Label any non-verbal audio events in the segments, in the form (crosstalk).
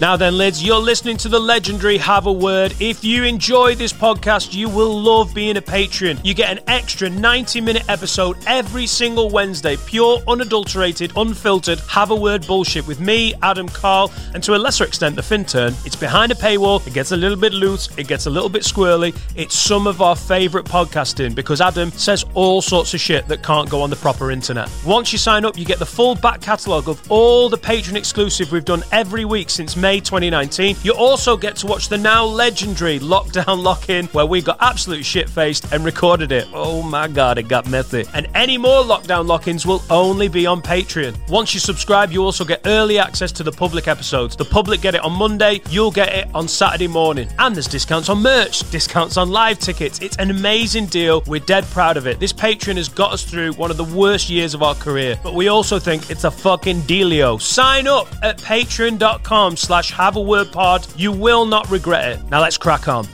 Now then, lids, you're listening to the legendary Have a Word. If you enjoy this podcast, you will love being a patron. You get an extra 90 minute episode every single Wednesday. Pure, unadulterated, unfiltered Have a Word bullshit with me, Adam Carl, and to a lesser extent, the Fintern. It's behind a paywall. It gets a little bit loose. It gets a little bit squirrely. It's some of our favourite podcasting because Adam says all sorts of shit that can't go on the proper internet. Once you sign up, you get the full back catalogue of all the patron exclusive we've done every week since May 2019. You also get to watch the now legendary Lockdown Lock In, where we got absolute shit faced and recorded it. Oh my god, it got method. And any more Lockdown Lock Ins will only be on Patreon. Once you subscribe, you also get early access to the public episodes. The public get it on Monday, you'll get it on Saturday morning. And there's discounts on merch, discounts on live tickets. It's an amazing deal. We're dead proud of it. This Patreon has got us through one of the worst years of our career, but we also think it's a fucking dealio. Sign up at patreon.com slash have a word pod. You will not regret it. Now let's crack on.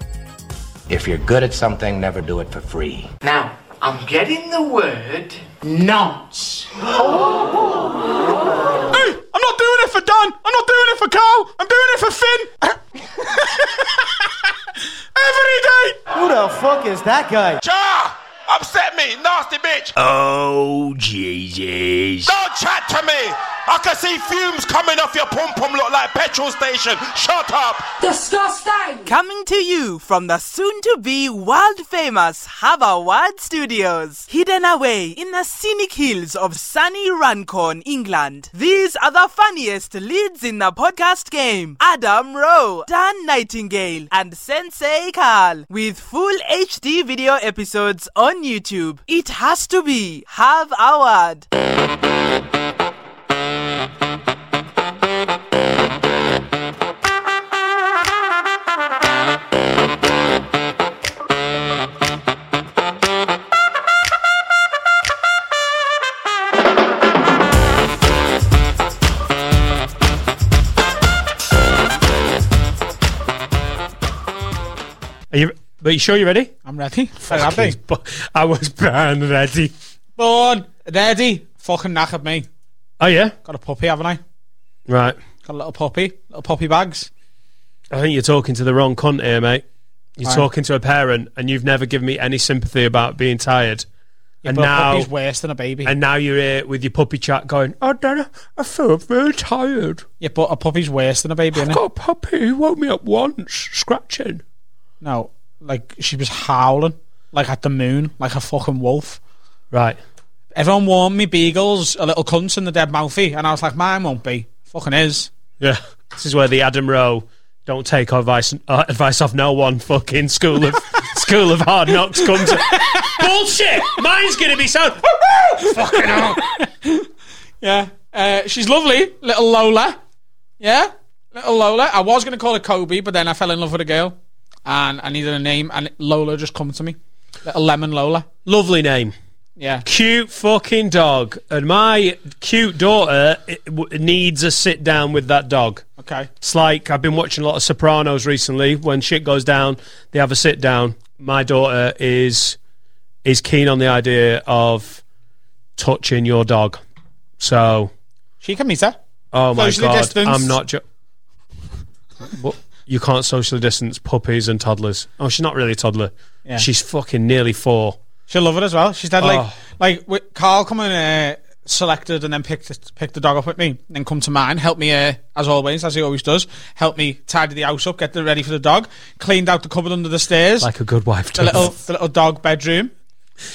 If you're good at something, never do it for free. Now, I'm getting the word nonce. Hey, I'm not doing it for Dan. I'm not doing it for Carl. I'm doing it for Finn. Every day. Who the fuck is that guy? Jar, Ah, upset me, nasty bitch. Oh, Jesus. Don't chat to me. I can see fumes coming off your pom pom. Look like petrol station. Shut up. Disgusting! Coming to you from the soon to be world famous Harvard Studios, hidden away in the scenic hills of sunny Runcorn, England. These are the funniest leads in the podcast game Adam Rowe, Dan Nightingale, and Sensei Carl, with full HD video episodes on YouTube. It has to be Harvard. Are you, are you sure you're ready? I'm ready. I'm ready. (laughs) I was born ready. Born ready. Fucking knackered me. Oh, yeah? Got a puppy, haven't I? Right. Got a little puppy. Little puppy bags. I think you're talking to the wrong cunt here, mate. You're Why? talking to a parent, and you've never given me any sympathy about being tired. and But a now, puppy's worse than a baby. and now you're here with your puppy chat going. Oh, Dad, I feel very tired. yeah, but a puppy's worse than a baby, I've innit? got a puppy who woke me up once, scratching. No. Like, she was howling. Like at the moon. Like a fucking wolf. Right. Everyone warned me Beagles, a little cunt and the dead mouthy. And I was like, mine won't be. Fucking is. Yeah. This is where the Adam Rowe don't take advice uh, advice off no one fucking school of (laughs) school of hard knocks comes. Bullshit. Mine's gonna be so. Yeah. Uh, she's lovely, little Lola. Yeah? Little Lola. I was going to call her Kobe, but then I fell in love with a girl and I needed a name, and Lola just come to me. Little Lemon Lola. Lovely name. Yeah. cute fucking dog, and my cute daughter it w- needs a sit down with that dog. Okay. It's like I've been watching a lot of Sopranos recently. When shit goes down, they have a sit down. My daughter is is keen on the idea of touching your dog. So, She can meet her. oh my Socially god, distanced. I'm not. Ju- What? you can't socially distance puppies and toddlers. Oh, she's not really a toddler. Yeah. She's fucking nearly four. She'll love it as well. She's had Oh. like like wi- Carl come and uh, selected and then picked picked the dog up with me, and then come to mine, help me uh, as always as he always does, help me tidy the house up, get the ready for the dog, cleaned out the cupboard under the stairs, Like a good wife the does. (laughs) little the little dog bedroom.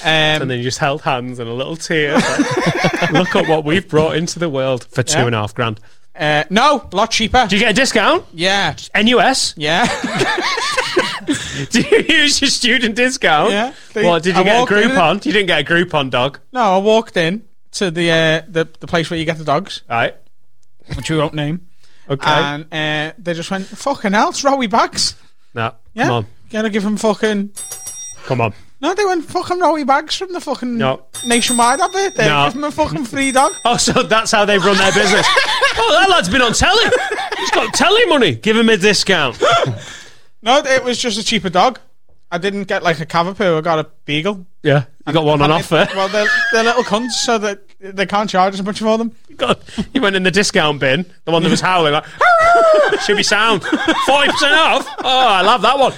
Um, and then you just held hands and a little (laughs) tear. like, Look at what we've brought into the world for two Yeah. and a half grand. uh, no, a lot cheaper. Do you get a discount? yeah, NUS? yeah. Do you (laughs) use your student discount? Yeah. What, did you I get walked a in and- Groupon? You didn't get a Groupon, dog. (laughs) no, I walked in to the uh, the the place where you get the dogs, Right. which we won't name, Okay. and uh, they just went fucking hell, it's Rowie bags. no. Yeah, Come on. gotta give him fucking Come on. No, they went fucking Rowie Bags from the fucking No. nationwide advert. They No. give him a fucking free dog. Oh, so that's how they run their (laughs) business. oh, that lad's been on telly. He's got telly money. Give him a discount. No, it was just a cheaper dog. I didn't get like a Cavapoo. I got a Beagle. Yeah. You got one on offer. (laughs) Well, they're, they're little cunts, so that they can't charge us much for them. God, you went in the discount bin, the one that was howling like, should be sound, forty percent off. Oh, I love that one.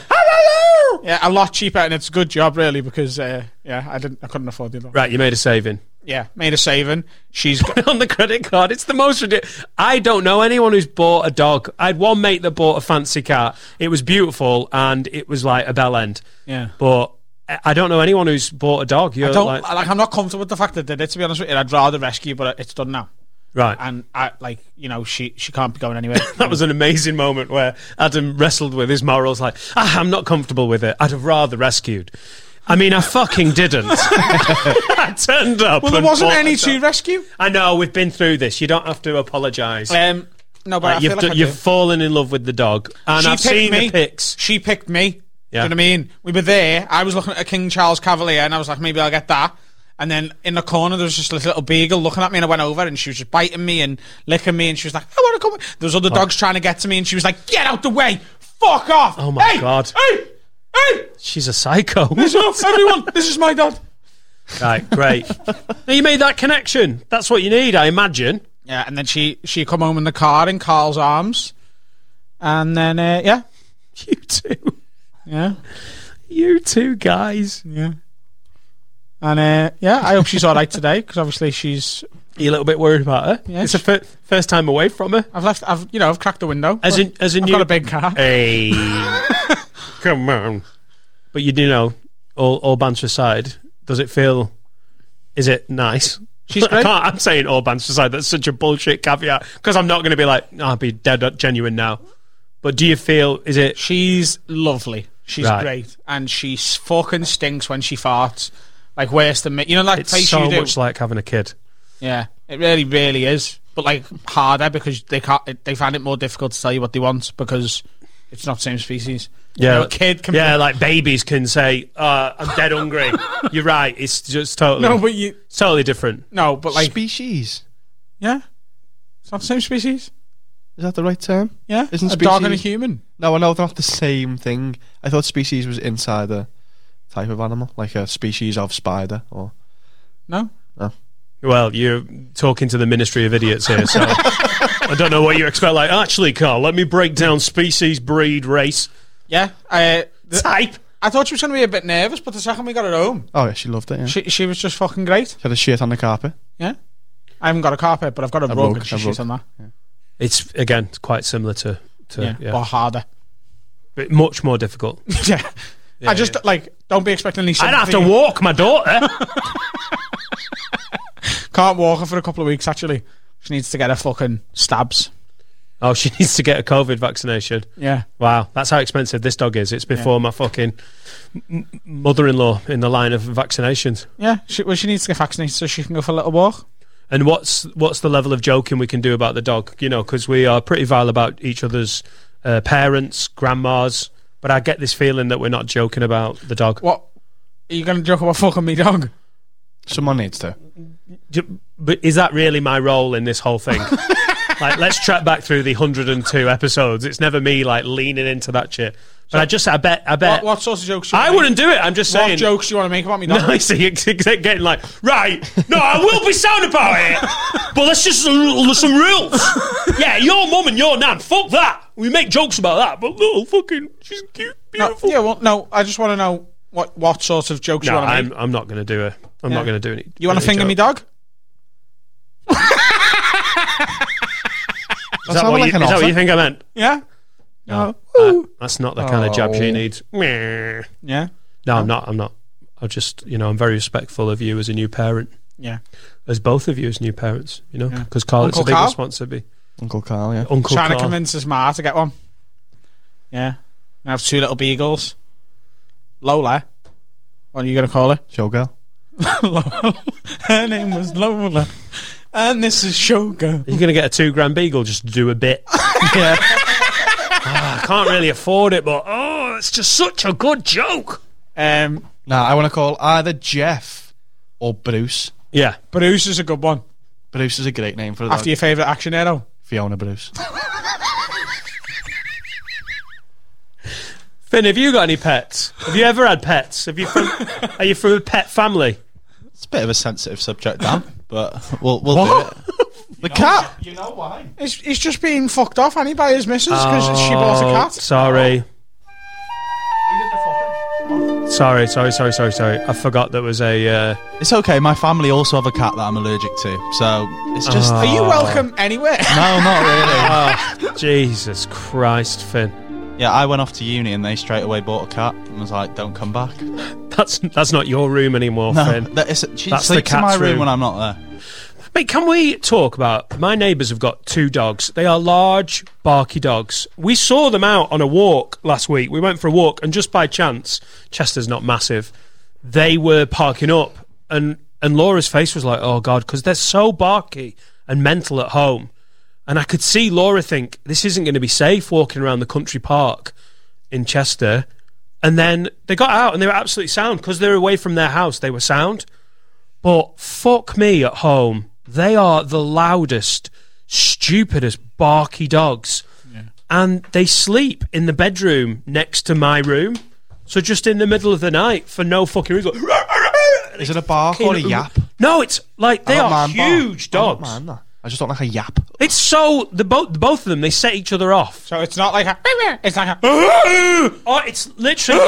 Yeah, a lot cheaper, and it's a good job really because uh, yeah, I didn't, I couldn't afford the other. one. Right, you made a saving Yeah, made a saving. She's got, (laughs) on the credit card. It's the most ridiculous. I don't know anyone who's bought a dog. I had one mate that bought a fancy cat. It was beautiful and it was like a bell end. Yeah. but I- I don't know anyone who's bought a dog. You're I don't like, like, I'm not comfortable with the fact that I did it. To be honest with you, I'd rather rescue, but it's done now. right. And I like you know she she can't be going anywhere. (laughs) that was an amazing moment where Adam wrestled with his morals. Like, ah, I'm not comfortable with it. I'd have rather rescued. I mean, I fucking (laughs) didn't. (laughs) I turned up. well, there and wasn't bought any a to dog. rescue. I know we've been through this. You don't have to apologise. Um, no, but I Like, feel you've like done- I do. you've fallen in love with the dog, and She I've picked seen me. the pics. She picked me. Yeah. Do you know what I mean? We were there. I was looking at a King Charles Cavalier and I was like, maybe I'll get that. And then in the corner, there was just this little beagle looking at me, and I went over, and she was just biting me and licking me, and she was like, "I want to come." There was other Oh. dogs trying to get to me, and she was like, "Get out the way, fuck off!" Oh my Hey! God. Hey, hey, She's a psycho. (laughs) Stop, everyone, this is my dog. right, great. now you made that connection. That's what you need, I imagine. Yeah, and then she she come home in the car in Carl's arms, and then uh, yeah, You two, yeah, you two guys. yeah, and uh, yeah. I hope she's all right today because obviously she's Are you a little bit worried about her? Yeah, it's the fir- first time away from her. I've left. I've you know I've cracked the window. As in, as in, I've you got a big car. Hey, (laughs) come on. But you do know, all, all banter aside, does it feel? Is it nice? She's I great. can't, I'm saying all banter aside. That's such a bullshit caveat because I'm not going to be like I'll be dead uh, genuine now. But do you feel? Is it? She's lovely. She's Right. great, and she s- fucking stinks when she farts. Like worse than me. You know, like It's face so you do. much like having a kid. yeah, it really, really is. But like harder because they can't. it- They find it more difficult to tell you what they want because it's not the same species. You know, a kid can. yeah, like babies can say, uh, "I'm dead (laughs) hungry." You're right. It's just totally, No, but you. it's totally different. No, but like. species. yeah. It's not the same species. Is that the right term? Yeah. Isn't a dog and a species- human. No, I know they're not the same thing. I thought species was inside a type of animal, like a species of spider or. No. Well, you're talking to the Ministry of Idiots here, so I don't know what you expect. Like, actually, Carl, let me break down species, breed, race, Yeah. I. the- type. I thought she was going to be a bit nervous, but the second we got it home, Oh yeah, she loved it. Yeah. She she she was just fucking great. had a shit on the carpet. Yeah. I haven't got a carpet, but I've got a, rug, rug, and she a shits on rug. that. It's again it's quite similar to, to Yeah. yeah, Or harder. (laughs) but much more difficult. yeah. I just like don't be expecting any. I'd have to sympathy. walk my daughter. Can't walk her for a couple of weeks. Actually, she needs to get her fucking stabs. oh, she needs to get a COVID vaccination. Yeah. Wow, that's how expensive this dog is. It's before my fucking m- m- mother-in-law in the line of vaccinations. Yeah. She, well, she needs to get vaccinated so she can go for a little walk. And what's what's the level of joking we can do about the dog? You know, because we are pretty vile about each other's uh, parents, grandmas. But I get this feeling that we're not joking about the dog. What? Are you going to joke about fucking me dog? Someone needs to. Do- But is that really my role in this whole (laughs) thing? like, let's track back through the 102 episodes. It's never me like leaning into that shit. But I just, I bet, I bet, What, what sort of jokes? You Uh, I wanna wouldn't do it. I'm just Make? What saying. jokes you want to make about me dog? No, (laughs) I see. it's Getting like, right? No, I will be sound about it, but let's just there's some rules. Yeah, your mum and your nan. Fuck that. We make jokes about that, but little fucking, she's cute, No, beautiful. yeah. Well, no. I just want to know what what sort of jokes you No, want to make. I'm, I'm not going to do it. I'm Yeah. not going to do any. You want to any finger me joke. dog? Is that, what you, like an is that what offer. you think I meant? Yeah. No, that- that's not the kind of jab Oh. she needs. Meh. Yeah. No, I'm not. I'm not. I just, you know, I'm very respectful of you as a new parent, Yeah. as both of you as new parents. You know, because Carl, it's a Uncle big Carl? responsibility. Uncle Carl. Yeah. Uncle trying Carl. to convince his ma to get one. Yeah. I have two little beagles. Lola. What are you going to call her? Showgirl. Lola. (laughs) her name was Lola. And this is Showgirl. You're going to get a two grand beagle just to do a bit. Ah, yeah. I can't really afford it, but oh, it's just such a good joke. Um, Nah, I want to call either Jeff or Bruce. Yeah. Bruce is a good one. Bruce is a great name for a After dog. your favourite action hero. Fiona Bruce. Finn, have you got any pets? Have you ever had pets? Have you from, are you from a pet family? It's a bit of a sensitive subject, (laughs) Dan, but we'll we'll do it. The cat. You know why? He's, he's just being fucked off, and he by his missus because she Oh, bought a cat. Sorry. Sorry, sorry, sorry, sorry, sorry. I forgot there was a. Uh, It's okay. My family also have a cat that I'm allergic to, so it's just Oh. Are you welcome anywhere? no, not (laughs) really. Jesus Christ, Finn. yeah, I went off to uni and they straight away bought a cat and was like, "Don't come back." That's that's not your room anymore, No, Finn. (laughs) that is, she That's the sleeps in my cat's room room. when I'm not there. Mate, can we talk about my neighbours have got two dogs. They are large, barky dogs. We saw them out on a walk last week. We went for a walk and just by chance, Chester's not massive, they were parking up and and Laura's face was like, "Oh god, cuz they're so barky and mental at home." And I could see Laura think, "This isn't going to be safe walking around the country park in Chester." And then they got out and they were absolutely sound because they were away from their house. They were sound. But fuck me at home. They are the loudest, stupidest, barky dogs. And they sleep in the bedroom next to my room. So just in the middle of the night for no fucking reason. Is it a (laughs) bark or a yap? Oh, No, it's like they I don't are mind bark. huge I don't dogs. mind that. I just don't like a yap. It's so the both both of them they set each other off. So it's not like a. It's like a. Oh, it's literally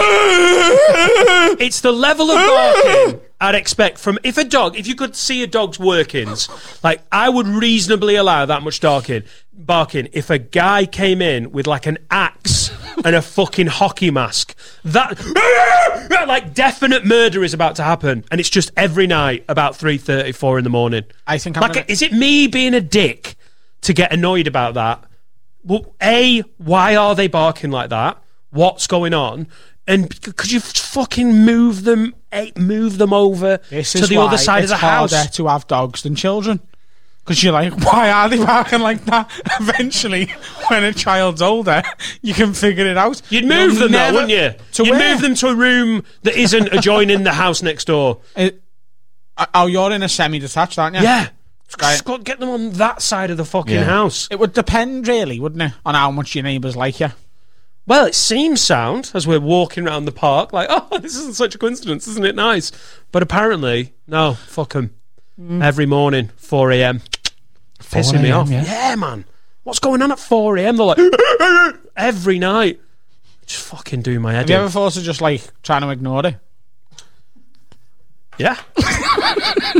it's the level of barking I'd expect from if a dog if you could see a dog's workings like I would reasonably allow that much barking barking if a guy came in with like an axe and a fucking hockey mask that (laughs) like definite murder is about to happen and it's just every night about 3:30 4 in the morning I think I'm like gonna- is it me being a dick to get annoyed about that well, a why are they barking like that? What's going on? And c- could you f- fucking move them, eh, move them over This to is the why other side of it's the house? harder to have dogs than children. Because you're like, (laughs) why are they barking like that? (laughs) Eventually, when a child's older, you can figure it out. You'd move You'll them though, never- wouldn't you? To You'd where? move them to a room that isn't adjoining the house next (laughs) door. It- oh, you're in a semi-detached, aren't you? Yeah, Right. Just got- get them on that side of the fucking house. It would depend, really, wouldn't it, on how much your neighbours like you. Well, it seems sound as we're walking around the park, like, (laughs) oh, this isn't such a coincidence, isn't it nice? But apparently, no, fuck 'em. Mm. Every morning, 4 a.m. Pissing me 4 a.m., off. yeah. man. What's going on at 4 a.m.? They're like, (laughs) every night. Just fucking do my head Have you in. ever thought of just, like, trying to ignore it? Yeah. (laughs)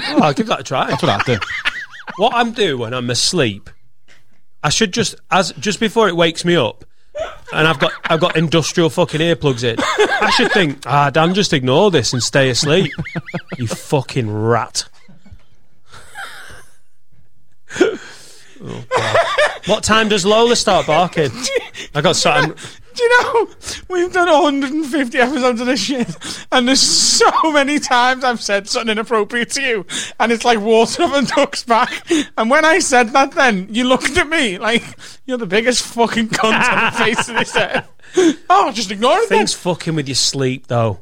Oh, I'll give that a try. That's (laughs) what I do. what I'm doing when I'm asleep, I should just as just before it wakes me up, and I've got I've got industrial fucking earplugs in. I should think, ah, Dan, just ignore this and stay asleep. you fucking rat. Oh, God. What time does Lola start barking? I got something. Do you know, we've done 150 episodes of this shit, and there's so many times I've said something inappropriate to you, and it's like water off a duck's back. And when I said that, then you looked at me like, you're the biggest fucking cunt on the face of this earth. Oh, just ignore it then. Things fucking with your sleep though,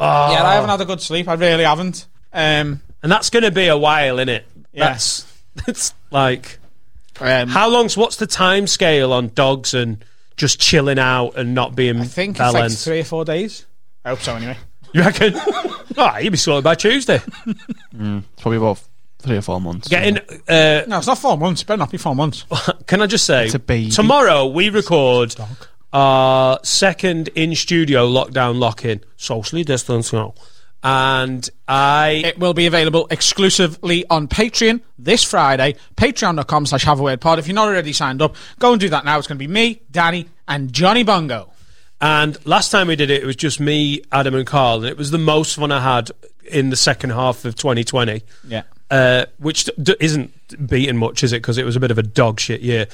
Yeah, I haven't had a good sleep. I really haven't. Um, and that's going to be a while, innit? yes. (laughs) It's like. Um, How long's what's the time scale on dogs and just chilling out and not being I think it's like balanced? three or four days. I hope so, anyway. you reckon? (laughs) oh, you'd be sorted by Tuesday. It's probably about three or four months. Getting. Uh, No, it's not four months. It better not be four months. can I just say, a baby. tomorrow we record our second in studio lockdown lock in, socially distanced, you know. and I It will be available exclusively on Patreon this Friday, patreon.com slash have a word pod. If you're not already signed up, go and do that now. It's going to be me, Danny, and Johnny Bongo. And last time we did it, it was just me, Adam, and Carl, and it was the most fun I had in the second half of 2020. Yeah. Uh, which d- d- isn't beaten much, is it? Because it was a bit of a dog shit year.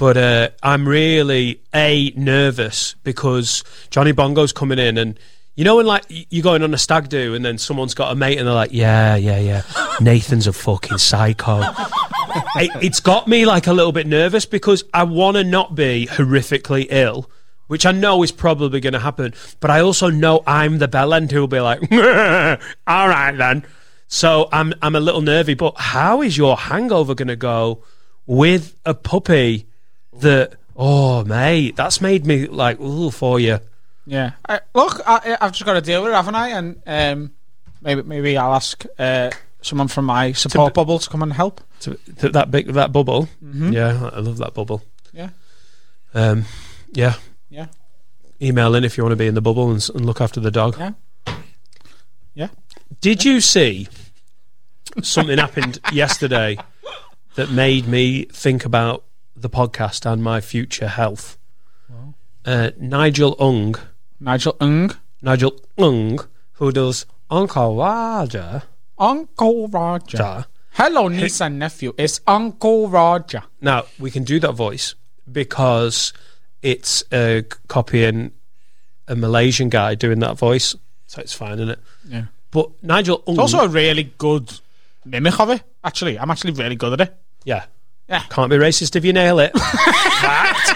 But uh, I'm really a nervous because Johnny Bongo's coming in, and you know when like y- you're going on a stag do, and then someone's got a mate, and they're like, "Yeah, yeah, yeah, Nathan's a fucking psycho." it, it's got me like a little bit nervous because I want to not be horrifically ill, which I know is probably going to happen. But I also know I'm the bell end who will be like, (laughs) all right then. So I'm I'm a little nervy. But how is your hangover going to go with a puppy that? Oh mate, that's made me like ooh for you. Yeah. I, Uh, look, I, I've just got to deal with it, haven't I? And um, maybe maybe I'll ask uh, someone from my support bubble to come and help. To, to that big that bubble. Yeah, I love that bubble. Mm-hmm. Yeah. Um, yeah. Yeah. Email in if you want to be in the bubble and, s- and look after the dog. Yeah. Yeah. Did you see something happened yesterday that made me think about the podcast and my future health? Uh, Nigel Ung, Nigel Ung, Nigel Ung, who does Uncle Roger. Uncle Roger. Hello, niece and nephew. It's Uncle Roger. Now we can do that voice because it's uh, c- copying a Malaysian guy doing that voice, so it's fine, isn't it? Yeah. But Nigel Ung, Also, a really good mimic of it. Actually, I'm actually really good at it. yeah, Yeah. can't be racist if you nail it. Fact.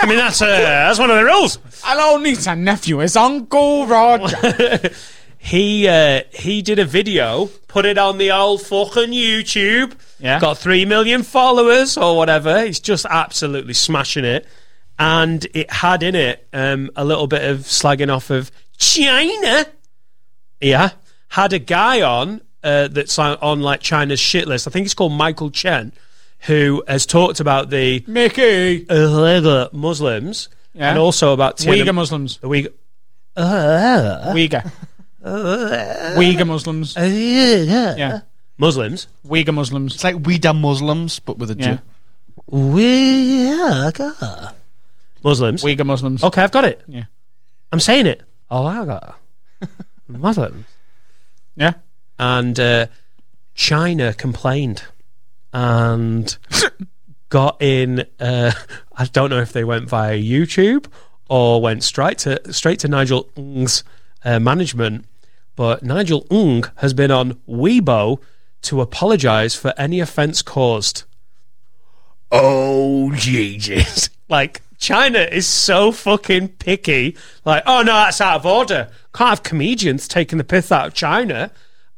I mean, that's uh, that's one of the rules. Hello, niece and nephew. It's Uncle Roger. (laughs) He uh, he did a video, put it on the old fucking YouTube. Yeah. got three million followers or whatever. He's just absolutely smashing it, and it had in it um, a little bit of slagging off of China. Yeah, had a guy on uh, that's on, on like China's shit list. I think he's called Michael Chen, who has talked about the (laughs) Mickey. illegal Muslims Yeah. and also about Tiananmen- Uyghur (laughs) Muslims. the Uyghur. Uh, Uyghur. Uyghur Muslims. Yeah. Oh, Muslims. Uyghur Muslims. It's like we damn Muslims, but with a Jew. Yeah. Uyghur. Muslims. Uyghur Muslims. Okay, I've got it. Yeah. I'm saying it. Alaga. Muslims. Yeah. And uh, China complained and got in. Uh, (laughs) I don't know if they went via YouTube or went straight to straight to Nigel Ng's uh, management, but Nigel Ng has been on Weibo to apologise for any offence caused. Oh, Jesus. Like, China is so fucking picky. Like, oh, no, that's out of order. Can't have comedians taking the piss out of China.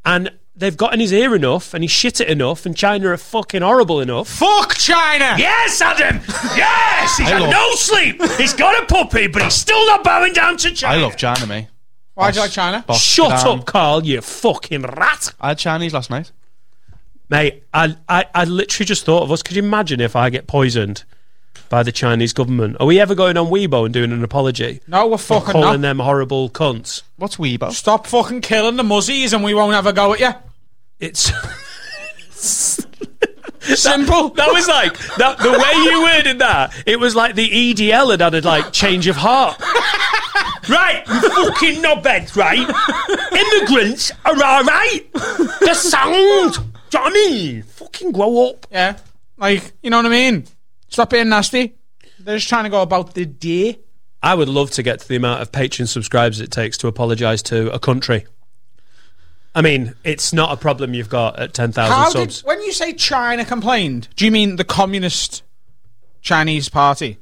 And they've got in his ear enough, and he shit it enough, and China are fucking horrible enough. Fuck China! Yes, Adam! Yes! He's had no sleep! He's got a puppy, but he's still not bowing down to I China! love China, mate. Why do you like China? Boss Shut down. up, Carl, you fucking rat! I had Chinese last night. Mate, I, I, I literally just thought of us. Could you imagine if I get poisoned by the Chinese government? Are we ever going on Weibo and doing an apology? No, we're For fucking calling not. them horrible cunts. What's Weibo? Stop fucking killing the muzzies and we won't have a go at you. It's (laughs) Simple. that was like that, the way you worded that. It was like the EDL had had a like change of heart. Right, you fucking knobheads, right? Immigrants are alright. They're sound. Do you know what I mean? Fucking grow up. yeah. Like, you know what I mean? Stop being nasty. They're just trying to go about the day. I would love to get to the amount of Patreon subscribers it takes to apologise to a country. I mean, it's not a problem you've got at How 10,000 did, subs. when you say China complained, do you mean the communist Chinese party?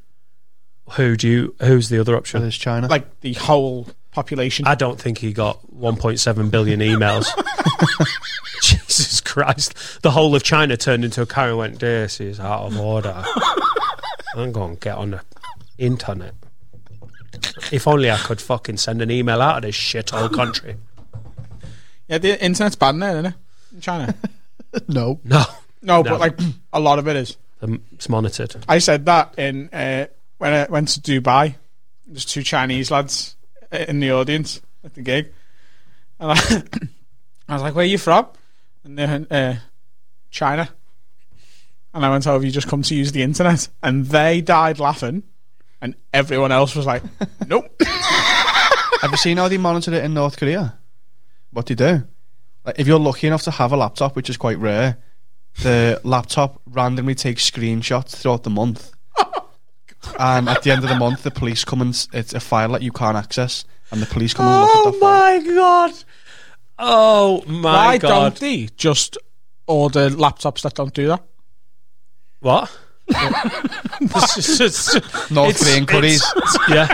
Who do you, who's the other option? There's China. Like the whole population? I don't think he got 1.7 billion (laughs) emails. Jesus Christ. The whole of China turned into a car and went, This is out of order. I'm going to get on the internet. If only I could fucking send an email out of this shithole country. yeah, the internet's bad in there, isn't it? In China. no. No, No, but like a lot of it is. Um, it's monitored. I said that in uh, when I went to Dubai. There's two Chinese lads uh, in the audience at the gig, and I, (coughs) I was like, "Where are you from?" And they're uh, China. And I went, "Oh, have you just come to use the internet?" And they died laughing, and everyone else (laughs) was like, "Nope." Have you seen how they monitored it in North Korea? What do you do? Like, if you're lucky enough to have a laptop, which is quite rare, the laptop randomly takes screenshots throughout the month. (laughs) and at the end of the month, the police come and s- it's a file that you can't access, and the police come and look Oh at that file. God. Oh my Why God. don't they just order laptops that don't do that? (laughs) What? It's just- North it's- Korean curries, it's- yeah.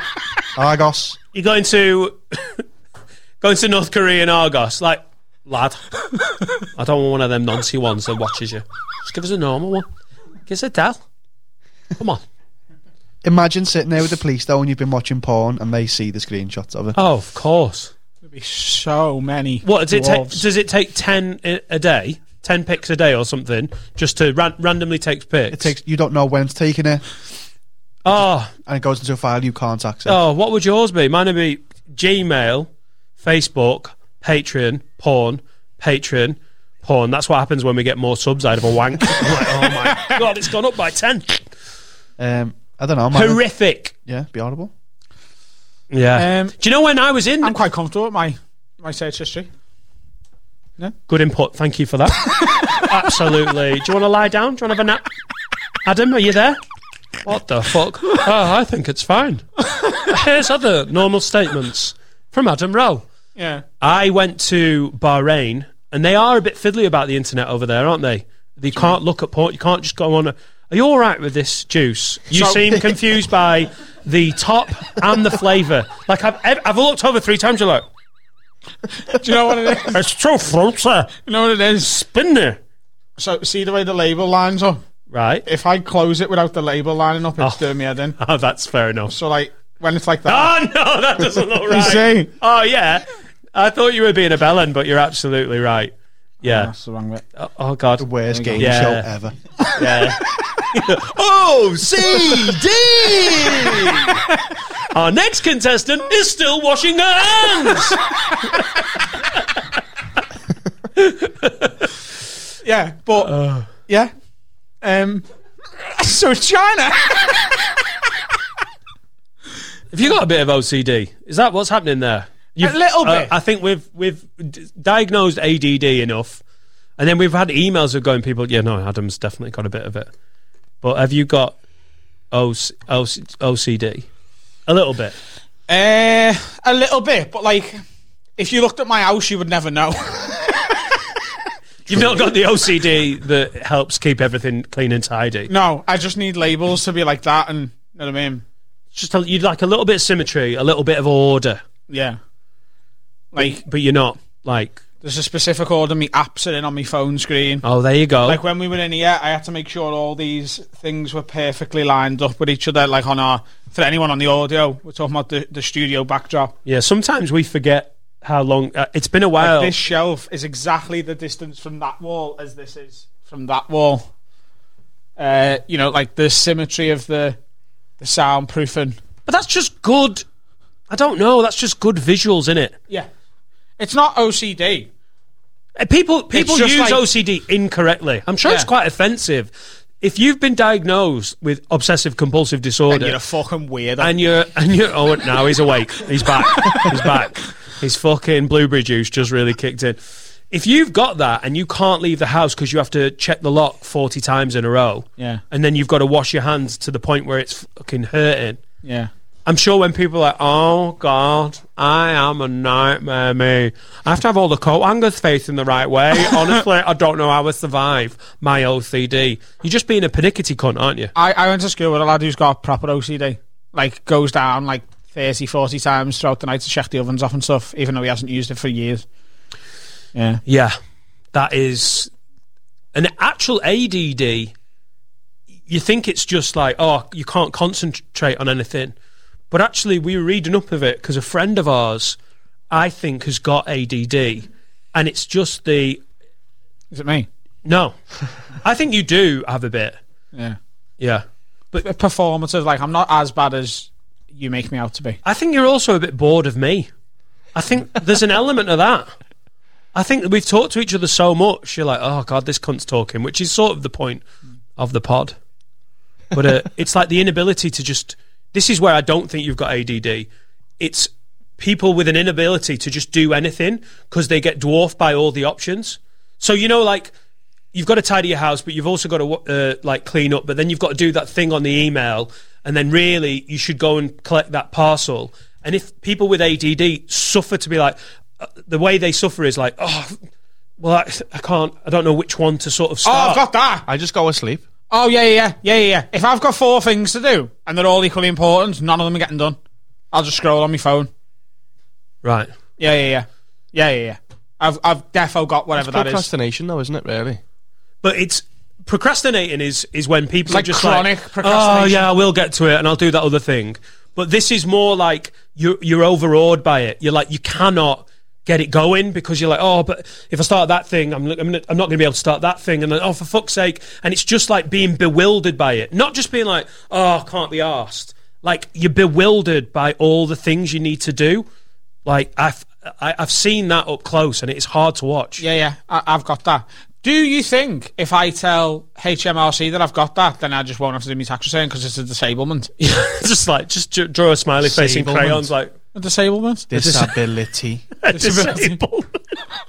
(laughs) Argos. You're going (coughs) to going to North Korea and Argos, like lad. I don't want one of them nancy ones that watches you. Just give us a normal one. Give us a tell. Come on. Imagine sitting there with the police though, and you've been watching porn, and they see the screenshots of it. Oh, of course. There'd be so many. What does it take? dwarves. Does it take ten i- a day? Ten pics a day or something, just to ran- randomly take pics. It takes you don't know when it's taken it, Oh, and it goes into a file you can't access. oh, what would yours be? Mine would be Gmail, Facebook, Patreon, porn, Patreon, porn. That's what happens when we get more subs out of a wank. (laughs) I'm like, oh my god, it's gone up by ten. Um, I don't know. Man, Horrific. yeah, be horrible. Yeah. Um, Do you know when I was in? I'm quite comfortable with my my search history. Good input. Thank you for that. (laughs) Absolutely. Do you want to lie down? Do you want to have a nap? Adam, are you there? What the (laughs) fuck? Oh, I think it's fine. Here's other normal statements from Adam Rowe. Yeah. I went to Bahrain, and they are a bit fiddly about the internet over there, aren't they? You can't look at port. You can't just go on. A, are you all right with this juice? You So- seem confused by the top and the flavour. Like I've, ev- I've looked over three times. You're like, Do you know what it is? it's so fruity, you know what it is? spinny, So see the way the label lines up. right? If I close it without the label lining up, it's Oh. doing me head in. Oh, that's fair enough. So like when it's like that, Oh no, that doesn't (laughs) look right. see? Oh yeah, I thought you were being a bellend, but you're absolutely right. Yeah. that's the wrong way. Oh, oh, god. Worst game Yeah. show ever. Yeah. Oh, CD! Our next contestant is still washing her hands. Yeah, but yeah. Um. (laughs) So China. Have you got a bit of OCD? Is that what's happening there? You've- little uh, bit. I think we've we've d- diagnosed ADD enough, and then we've had emails of going people. Yeah, no, Adam's definitely got a bit of it. But have you got OC, OCD? A little bit. Uh, a little bit, but like, if you looked at my house, you would never know. (laughs) You've not got the OCD that helps keep everything clean and tidy. no, I just need labels to be like that, and you know what I mean. Just a, you'd like a little bit of symmetry, a little bit of order, Yeah. Like but you're not like there's a specific order me apps are in on my phone screen. oh there you go. Like when we were in here, I had to make sure all these things were perfectly lined up with each other. Like on our for anyone on the audio, we're talking about the, the studio backdrop. yeah, sometimes we forget how long uh, it's been a Like while. this shelf is exactly the distance from that wall as this is from that wall. Uh, you know, like the symmetry of the the soundproofing. but that's just good. I don't know. That's just good visuals, is it? Yeah, it's not OCD. Uh, People people just use like- OCD incorrectly. I'm sure it's Yeah. quite offensive. If you've been diagnosed with obsessive compulsive disorder, You're a fucking weirdo. and you're and you're oh now he's awake he's back he's back his fucking blueberry juice just really kicked in if you've got that and you can't leave the house because you have to check the lock 40 times in a row Yeah. and then you've got to wash your hands to the point where it's fucking hurting yeah, I'm sure when people are like, oh God, I am a nightmare, me. I have to have all the coat hangers facing the right way. Honestly, I don't know how I survive my OCD. You're just being a panickety cunt, aren't you? I, I went to school with a lad who's got proper OCD. Like goes down like 30, 40 times throughout the night to check the ovens off and stuff, even though he hasn't used it for years. Yeah, Yeah, that is an actual ADD. You think it's just like, oh, you can't concentrate on anything. But actually, we were reading up of it because a friend of ours, I think, has got ADD. And it's just the. is it me? No. I think you do have a bit. Yeah, Yeah. P- performative. Like I'm not as bad as you make me out to be. I think you're also a bit bored of me. I think there's an element of that. I think that we've talked to each other so much. You're like, oh god, this cunt's talking, which is sort of the point of the pod. But (laughs) uh, it's like the inability to just. This is where I don't think you've got ADD. It's people with an inability to just do anything because they get dwarfed by all the options. So you know, like you've got to tidy your house, but you've also got to uh, like clean up. But then you've got to do that thing on the email, and then really you should go and collect that parcel. And if people with ADD suffer to be like, uh, the way they suffer is like, oh, well, I, I can't, I don't know which one to sort of Oh, start. I've got that. I just go asleep. Oh yeah, yeah, yeah, yeah, yeah. If I've got four things to do and they're all equally important, none of them are getting done. I'll just scroll on my phone. right. Yeah, yeah, yeah, yeah, yeah, yeah. I've I've defo got whatever that is. Procrastination, though, isn't it? Really? But it's procrastinating is is when people like are just chronic like, procrastination. Oh yeah, I will get to it, and I'll do that other thing. But this is more like you're you're overawed by it. You're like you cannot get it going because you're like, oh, but if I start that thing, I'm I'm, gonna- I'm not going to be able to start that thing, and then oh for fuck's sake, and it's just like being bewildered by it, not just being like, oh, I can't be asked. Like you're bewildered by all the things you need to do. Like I've I, I've seen that up close, and it's hard to watch. Yeah, yeah, I, I've got that. Do you think if I tell HMRC that I've got that, then I just won't have to do my tax return because it's a disablement? (laughs) just like just dr- draw a smiley face in Disablement. crayons, (laughs) like. a disablement? (laughs) Disability. disabled. (laughs)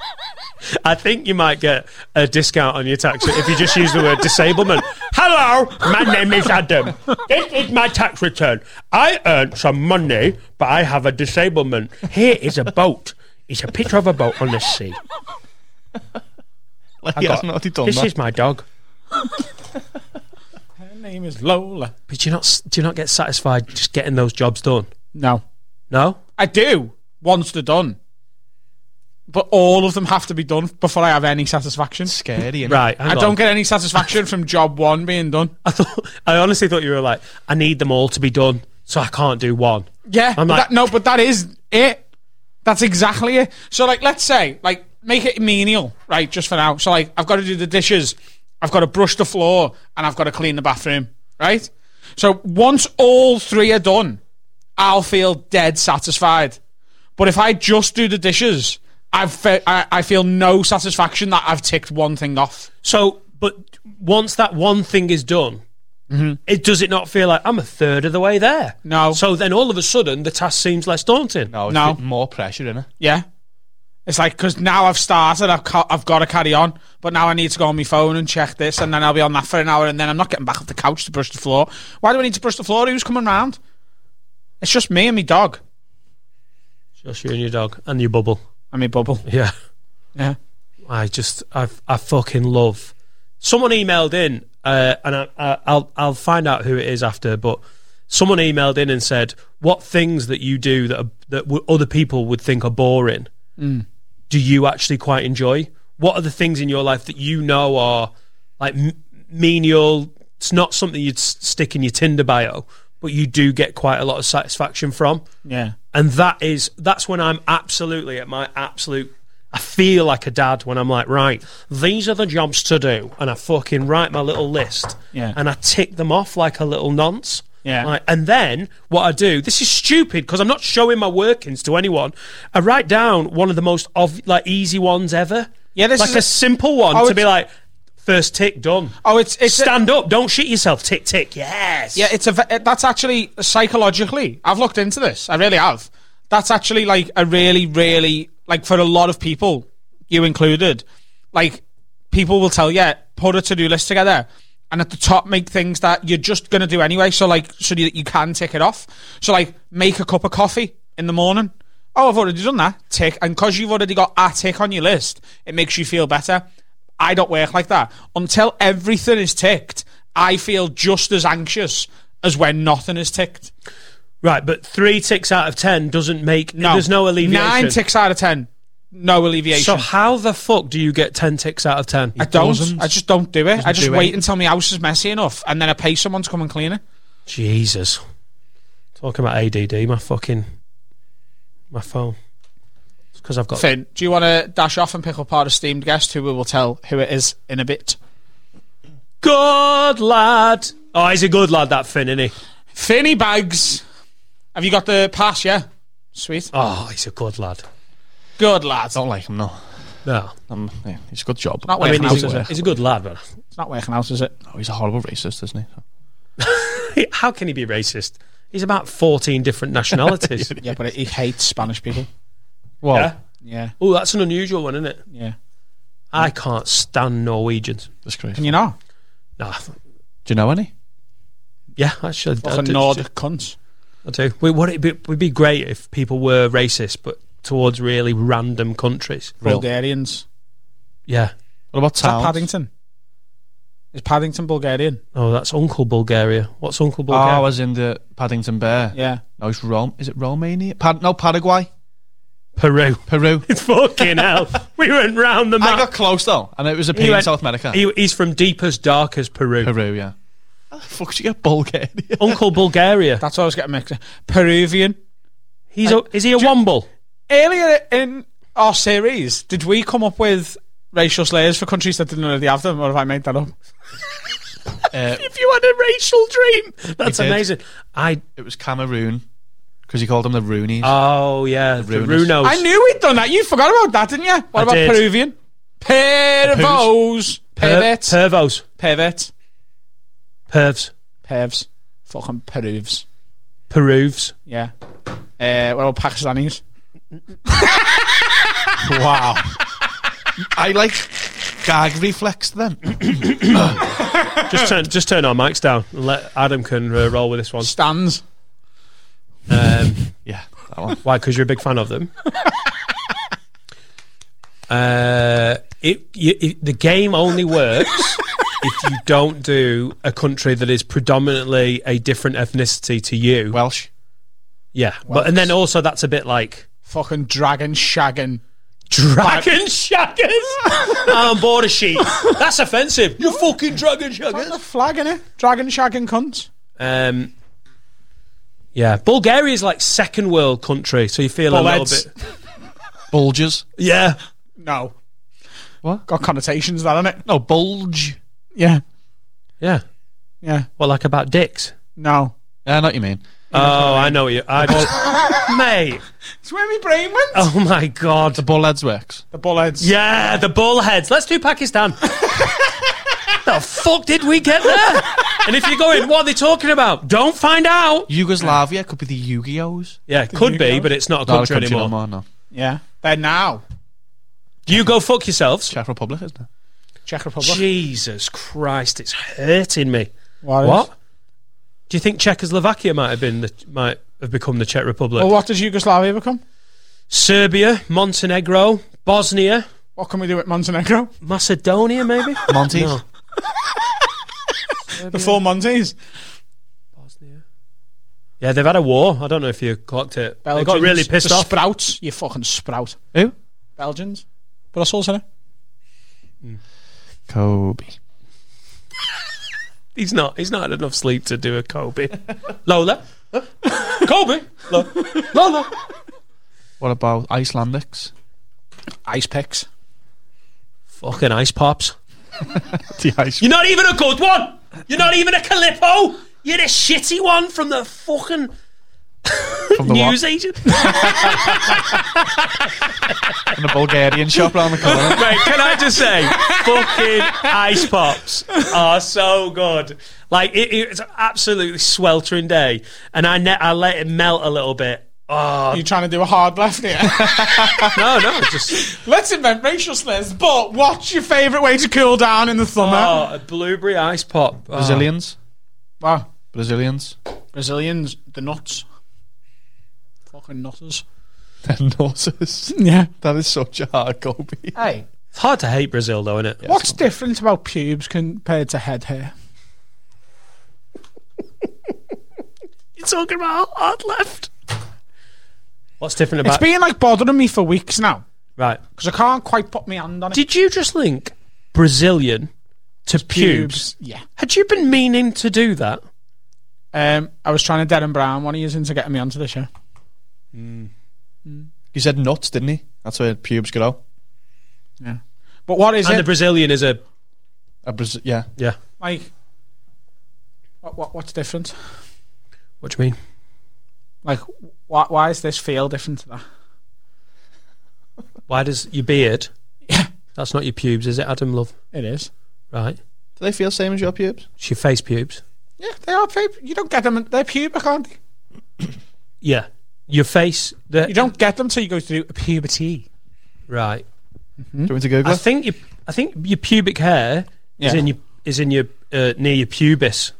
I think you might get a discount on your tax if you just use the word disablement. Hello, my name is Adam. This is my tax return. I earned some money, but I have a disablement. Here is a boat. It's a picture of a boat on the sea. like, he hasn't already Oh, done This that. is my dog. Her name is Lola. But do you not do you not get satisfied just getting those jobs done? No, No. I do once they're done, but all of them have to be done before I have any satisfaction. Scary, innit? Right. I don't get any satisfaction from job one being done. I thought. (laughs) I honestly thought you were like, I need them all to be done, so I can't do one. Yeah, I'm but like- that, no, but that is it. That's exactly it. So, like, let's say, like, make it menial, right? Just for now. So, like, I've got to do the dishes, I've got to brush the floor, and I've got to clean the bathroom, right? So, once all three are done, I'll feel dead satisfied. But if I just do the dishes, I've fe- I, I feel no satisfaction that I've ticked one thing off. So, but once that one thing is done, it does it not feel like I'm a third of the way there? No. So then all of a sudden the task seems less daunting. No, Oh, it's No. a bit more pressure, innit? Yeah. It's like, because now I've started, I've, ca- I've got to carry on, but now I need to go on my phone and check this, and then I'll be on that for an hour, and then I'm not getting back off the couch to brush the floor. Why do I need to brush the floor? Who's coming round? It's just me and me dog. Just you and your dog and your bubble. (laughs) I mean, bubble. Yeah. Yeah. I just I I fucking love. Someone emailed in, uh, and I, I, I'll I'll find out who it is after. But someone emailed in and said, "What things that you do that are, that w- other people would think are boring, do you actually quite enjoy? What are the things in your life that you know are like m- menial? It's not something you'd s- stick in your Tinder bio, but you do get quite a lot of satisfaction from Yeah. and that is that's when I'm absolutely at my absolute. I feel like a dad when I'm like, right, these are the jobs to do, and I fucking write my little list, Yeah. and I tick them off like a little nonce. Yeah. Like, and then what I do, this is stupid because I'm not showing my workings to anyone. I write down one of the most ov- like easy ones ever. Yeah, this like is a, a- simple one Oh, to be it's- like, first tick done. Oh, it's it's a- Stand up, don't shit yourself. Tick tick. Yes. yeah. It's a ve- that's actually psychologically. I've looked into this. I really have. That's actually like a really, really like for a lot of people, you included. Like people will tell you, put a to do list together, and at the top make things that you're just gonna do anyway. So like, so you, you can tick it off. So like, make a cup of coffee in the morning. Oh, I've already done that. Tick, and because you've already got a tick on your list, it makes you feel better. I don't work like that. Until everything is ticked, I feel just as anxious as when nothing is ticked. Right, but three ticks out of ten doesn't make. No, There's no alleviation. Nine ticks out of ten, no alleviation. So how the fuck do you get ten ticks out of ten? I don't. doesn't- I just don't do it. I just do wait it. until my house is messy enough, and then I pay someone to come and clean it. Jesus, talking about ADD, my fucking my phone. It's because I've got. Finn, do you want to dash off and pick up our esteemed guest, who we will tell who it is in a bit? Good lad. Oh, he's a good lad, that Finn, isn't he? Finny Bags, have you got the pass? Yeah, sweet. Oh, he's a good lad. Good lad. Don't like him, no. No, Um, yeah, he's a good job. Not I working mean out, is he's it? a, he's a good lad, but It's not working out, is it? Oh, he's a horrible racist, isn't he? (laughs) how can he be racist? He's about fourteen different nationalities. Yeah, but he hates Spanish people. Well, yeah. Yeah, Oh, that's an unusual one, isn't it? yeah. I can't stand Norwegians. disgraceful. Can you not? Nah. Do you know any? Yeah, actually, I Fucking did- Nordic cunts. I do. We, would it be, would be great if people were racist, but towards really random countries. Bulgarians. Yeah. What about Is that towns? Paddington? Is Paddington Bulgarian? Oh, that's Uncle Bulgaria. What's Uncle Oh, I Bulgaria? was in the Paddington Bear. Yeah. No, it's Rome. Is it Romania? Pad- no, Paraguay. Peru. (laughs) Peru. Fucking hell. We went round the I map. got close though, and it was a He pain in went- South America. he- he's from deepest, darkest Peru. Peru, yeah. How the fuck did you get Bulgaria? (laughs) Uncle Bulgaria. That's what I was getting mixed. up. Peruvian. He's a, is he a womble? Earlier in our series, did we come up with racial slurs for countries that didn't already have them, or have I made that up? If you had a racial dream, (laughs) that's He did. amazing. I It was Cameroon because he called them the Roonies. oh yeah, the Ruinous. Runos. I knew we'd done that. You forgot about that, didn't you? What I about did. Peruvian? Pervos. Per- Pervets. Pervos. Pervets. Pervs. Pervs. Fucking Peruvs. Peruvs. Yeah. Uh, what about Pakistanis? wow. I like gag reflex then. Just turn, just turn our mics down and let Adam can uh, roll with this one. Stands. Um, (coughs) Yeah, that one. why? Because you're a big fan of them. uh, it, you, it the game only works if you don't do a country that is predominantly a different ethnicity to you. Welsh. yeah, but and then also that's a bit like Fucking dragon shagging. Dragon shaggers on board a sheep. That's offensive. You fucking dragon shaggers. The flag in it. Dragon shagging cunts. Um, yeah, Bulgaria is like second world country, so you feel a Bullheads. little bit. Bulges. Yeah, No. What? Got connotations that on it. No, bulge. Yeah. yeah. Yeah. Well, like about dicks. No. Yeah, I know what you mean. Oh, I know what you. I just, mate. It's where my brain went. Oh my god. The bullheads works. The bullheads. Yeah, the bullheads. Let's do (laughs) Pakistan. the fuck did we get there? And if you're going, what are they talking about? Don't find out. Yugoslavia could be the Yu-Gi-Ohs. Yeah, could be, but it's not a Not a country, anymore. no more, no. Yeah. They're now. You go fuck yourselves. Czech Republic, isn't it? Czech Republic. Jesus Christ, it's hurting me. What? is- What? Do you think Czechoslovakia might have been the, might have become the Czech Republic? Well, what does Yugoslavia become? Serbia, Montenegro, Bosnia, What can we do with Montenegro? Macedonia, maybe. Monty. No. The four Montes. Bosnia. Yeah, they've had a war. I don't know if you clocked it. they got Belgians, really pissed the (laughs) off. Sprouts. You fucking sprout. Who? Belgians. Brussels, innit? Kobe. (laughs) He's not. He's not had enough sleep to do a Kobe. Lola, Huh? Kobe, Lo- Lola. What about Icelandics? Ice picks. Fucking ice pops. (laughs) The Ice. You're not even a good one. You're not even a Calippo. You're the shitty one from the fucking From the, news one, agent. from the Bulgarian shop round the (laughs) corner. Right, can I just (laughs) say, fucking ice pops are so good. Like it, it's an absolutely sweltering day, and I ne- I let it melt a little bit. Oh You're trying to do a hard (laughs) left here. no, no, just Let's invent racial slurs, but what's your favourite way to cool down in the summer? oh, a blueberry ice pop. Oh. Brazilians. Wow. Brazilians. Brazilians, the nuts. Fucking nutters. They're Norses. Yeah. That is such a hard Kobe. Hey. It's hard to hate Brazil though, isn't it? What's different about pubes compared to head hair? you talking about? Hard left. What's different It's about? been like bothering me for weeks now right. because I can't quite put my hand on it. Did you just link Brazilian to pubes? Yeah. Had you been meaning to do that? Um, I was trying to Darren Brown one of years into getting me onto the show. He said nuts, didn't he? That's where pubes grow. But what is and it? the Brazilian is a A Braz- yeah. yeah. like, what, what, what's different? What do you mean? Like, why, why is this feel different to that? Why does your beard? That's not your pubes, is it, Adam? Love, It is. right? Do they feel same as your pubes? It's your face pubes. Yeah, they are pub. You don't get them. in- They're pubic, aren't they? Yeah, your face. The, You don't get them till you go through puberty. right. Do you want me to Google I it? think your I think your pubic hair is Yeah. in your is in your uh, near your pubis.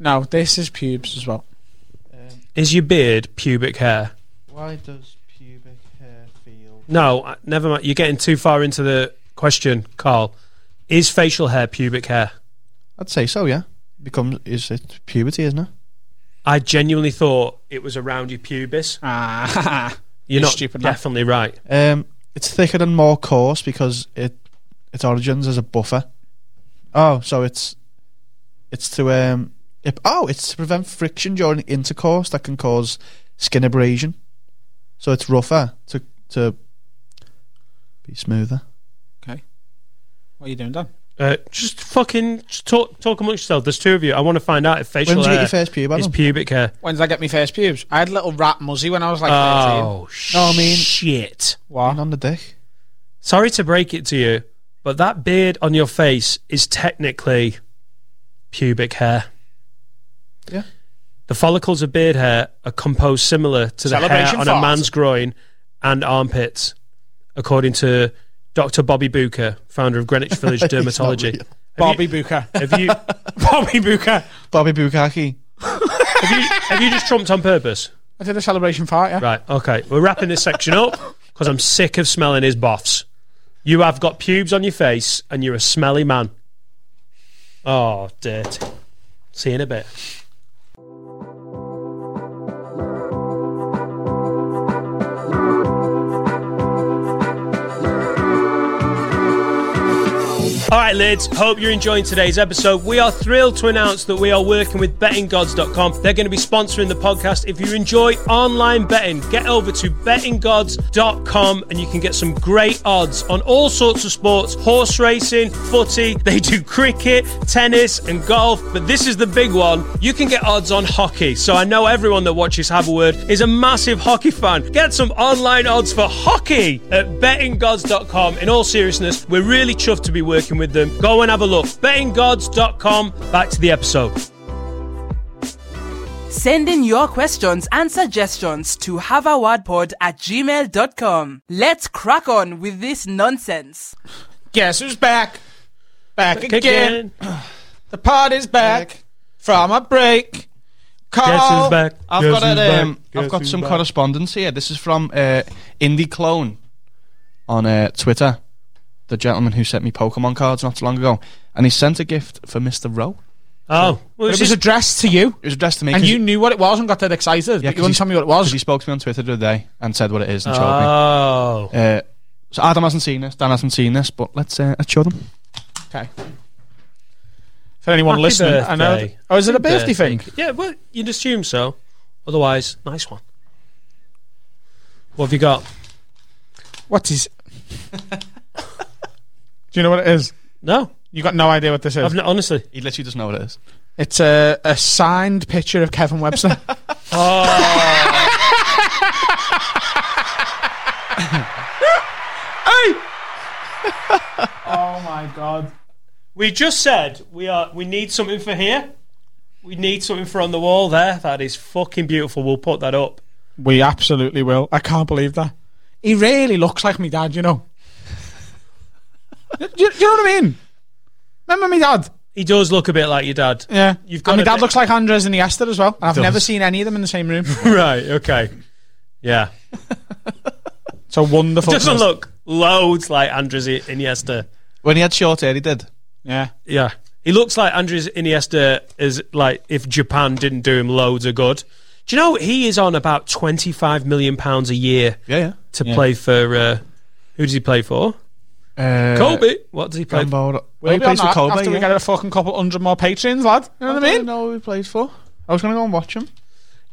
No, this is pubes as well. Is your beard pubic hair? Why does pubic hair feel... No, I- never mind. You're getting too far into the question, Carl. Is facial hair pubic hair? I'd say so, yeah. Becomes... Is it puberty, isn't it? I genuinely thought it was around your pubis. Ah, You're You're not stupid, man. definitely right. Um, it's thicker and more coarse because it its origins as a buffer. Oh, so it's it's to um it, oh it's to prevent friction during intercourse that can cause skin abrasion. So it's rougher to to be smoother. What are you doing, Dan? Uh, just fucking just talk talk amongst yourselves. There's two of you. I want to find out if facial When did you hair get your first pube? is Adam? pubic hair. When did I get my first pubes? I had little rat muzzy when I was like 13. Oh, shit. I mean- shit. And What? on the dick. Sorry to break it to you, but that beard on your face is technically pubic hair. Yeah. The follicles of beard hair are composed similar to the hair Celebration on a fart. man's groin and armpits, according to Dr. Bobby Booker, founder of Greenwich (laughs) Village Dermatology. real. (laughs) Bobby Booker. Have you, Bobby Booker. Bobby Bukaki. have, you, have you just trumped on purpose? I did a celebration fart, yeah? Right, okay. We're wrapping this section up because I'm sick of smelling his boffs. You have got pubes on your face and you're a smelly man. Oh, dirty. See you in a bit. All right, lads. Hope you're enjoying today's episode. We are thrilled to announce that we are working with bettinggods.com. They're going to be sponsoring the podcast. If you enjoy online betting, get over to bettinggods.com and you can get some great odds on all sorts of sports horse racing, footy. They do cricket, tennis, and golf. But this is the big one. You can get odds on hockey. So I know everyone that watches Have a Word is a massive hockey fan. Get some online odds for hockey at bettinggods.com. In all seriousness, we're really chuffed to be working with them. Go and have a look. Bettinggods.com. Back to the episode. Send in your questions and suggestions to haveawardpod at gmail.com. Let's crack on with this nonsense. Guess who's back? Back, again. The pod is back, from a break. Carl, Guess who's back? I've Guess got who's a, um, back? I've Guess got who's some back? correspondence here. This is from uh, Indie Clone on uh, Twitter, the gentleman who sent me Pokemon cards not so long ago, and he sent a gift for Mister Rowe. Oh, well, But this it was is- addressed to you, It was addressed to me, and 'cause- you knew what it was and got that excited. yeah, but you wouldn't he- tell me what it 'cause was. He spoke to me on Twitter the other day and said what it is and showed Oh. me. Uh, so Adam hasn't seen this, Dan hasn't seen this, but let's uh, let's show them. Okay. For anyone Happy listening, I know. birthday. oh, is it a birthday, thing? Yeah, well, you'd assume so. Otherwise, nice one. What have you got? What is? (laughs) Do you know what it is? No, You got no idea what this is. I've not, honestly. He literally doesn't know what it is. It's a, a signed picture of Kevin (laughs) Webster. (laughs) oh my god! We just said we are. We need something for here. We need something for on the wall there. That is fucking beautiful. We'll put that up. We absolutely will. I can't believe that. He really looks like my dad, you know. do, (laughs) you, do you know what I mean? Remember my dad? He does look a bit like your dad. Yeah. You've got and my a dad bit- looks like Andres and Iniesta as well. I've does. never seen any of them in the same room. (laughs) right. Okay. Yeah. (laughs) It's a wonderful. Doesn't look loads like Andres I- Iniesta. When he had short hair, he did. Yeah. Yeah. He looks like Andres Iniesta is like if Japan didn't do him loads of good. Do you know he is on about twenty five million pounds a year Yeah, to play for? Uh, who does he play for? yeah. Uh, Kobe. What does he play? for? Gamboa. We'll Well, he be on plays for that Kobe. after we yeah. get a fucking couple hundred more patrons, lad. You know what I mean? know who he plays for. I was going to go and watch him.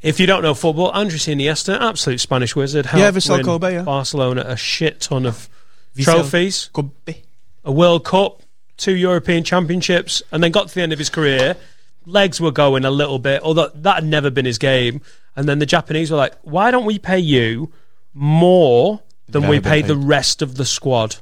If you don't know football, Andres Iniesta, absolute Spanish wizard, helped Yeah, Vissel win Kobe, yeah. Barcelona a shit ton of Vissel. trophies, Could be. a World Cup, two European Championships, and then got to the end of his career. Legs were going a little bit, although that had never been his game. And then the Japanese were like, "Why don't we pay you more than Never we been pay the paid. rest of the squad?"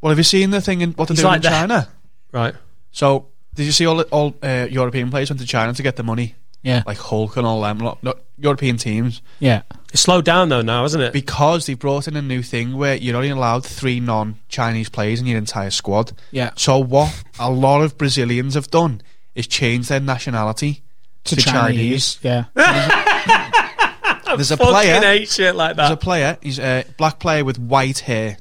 Well, have you seen the thing in what they're He's doing like in the- China? Right? So, did you see all all uh, European players went to China to get the money? Yeah. Like Hulk and all them, lot, not European teams, Yeah. It's slowed down though now, isn't it? because they brought in a new thing where you're only allowed three non-Chinese players in your entire squad. Yeah. So what a lot of Brazilians have done is change their nationality to, Chinese. Yeah. There's a Fucking player. hate shit like There's a that. player. He's a black player with white hair,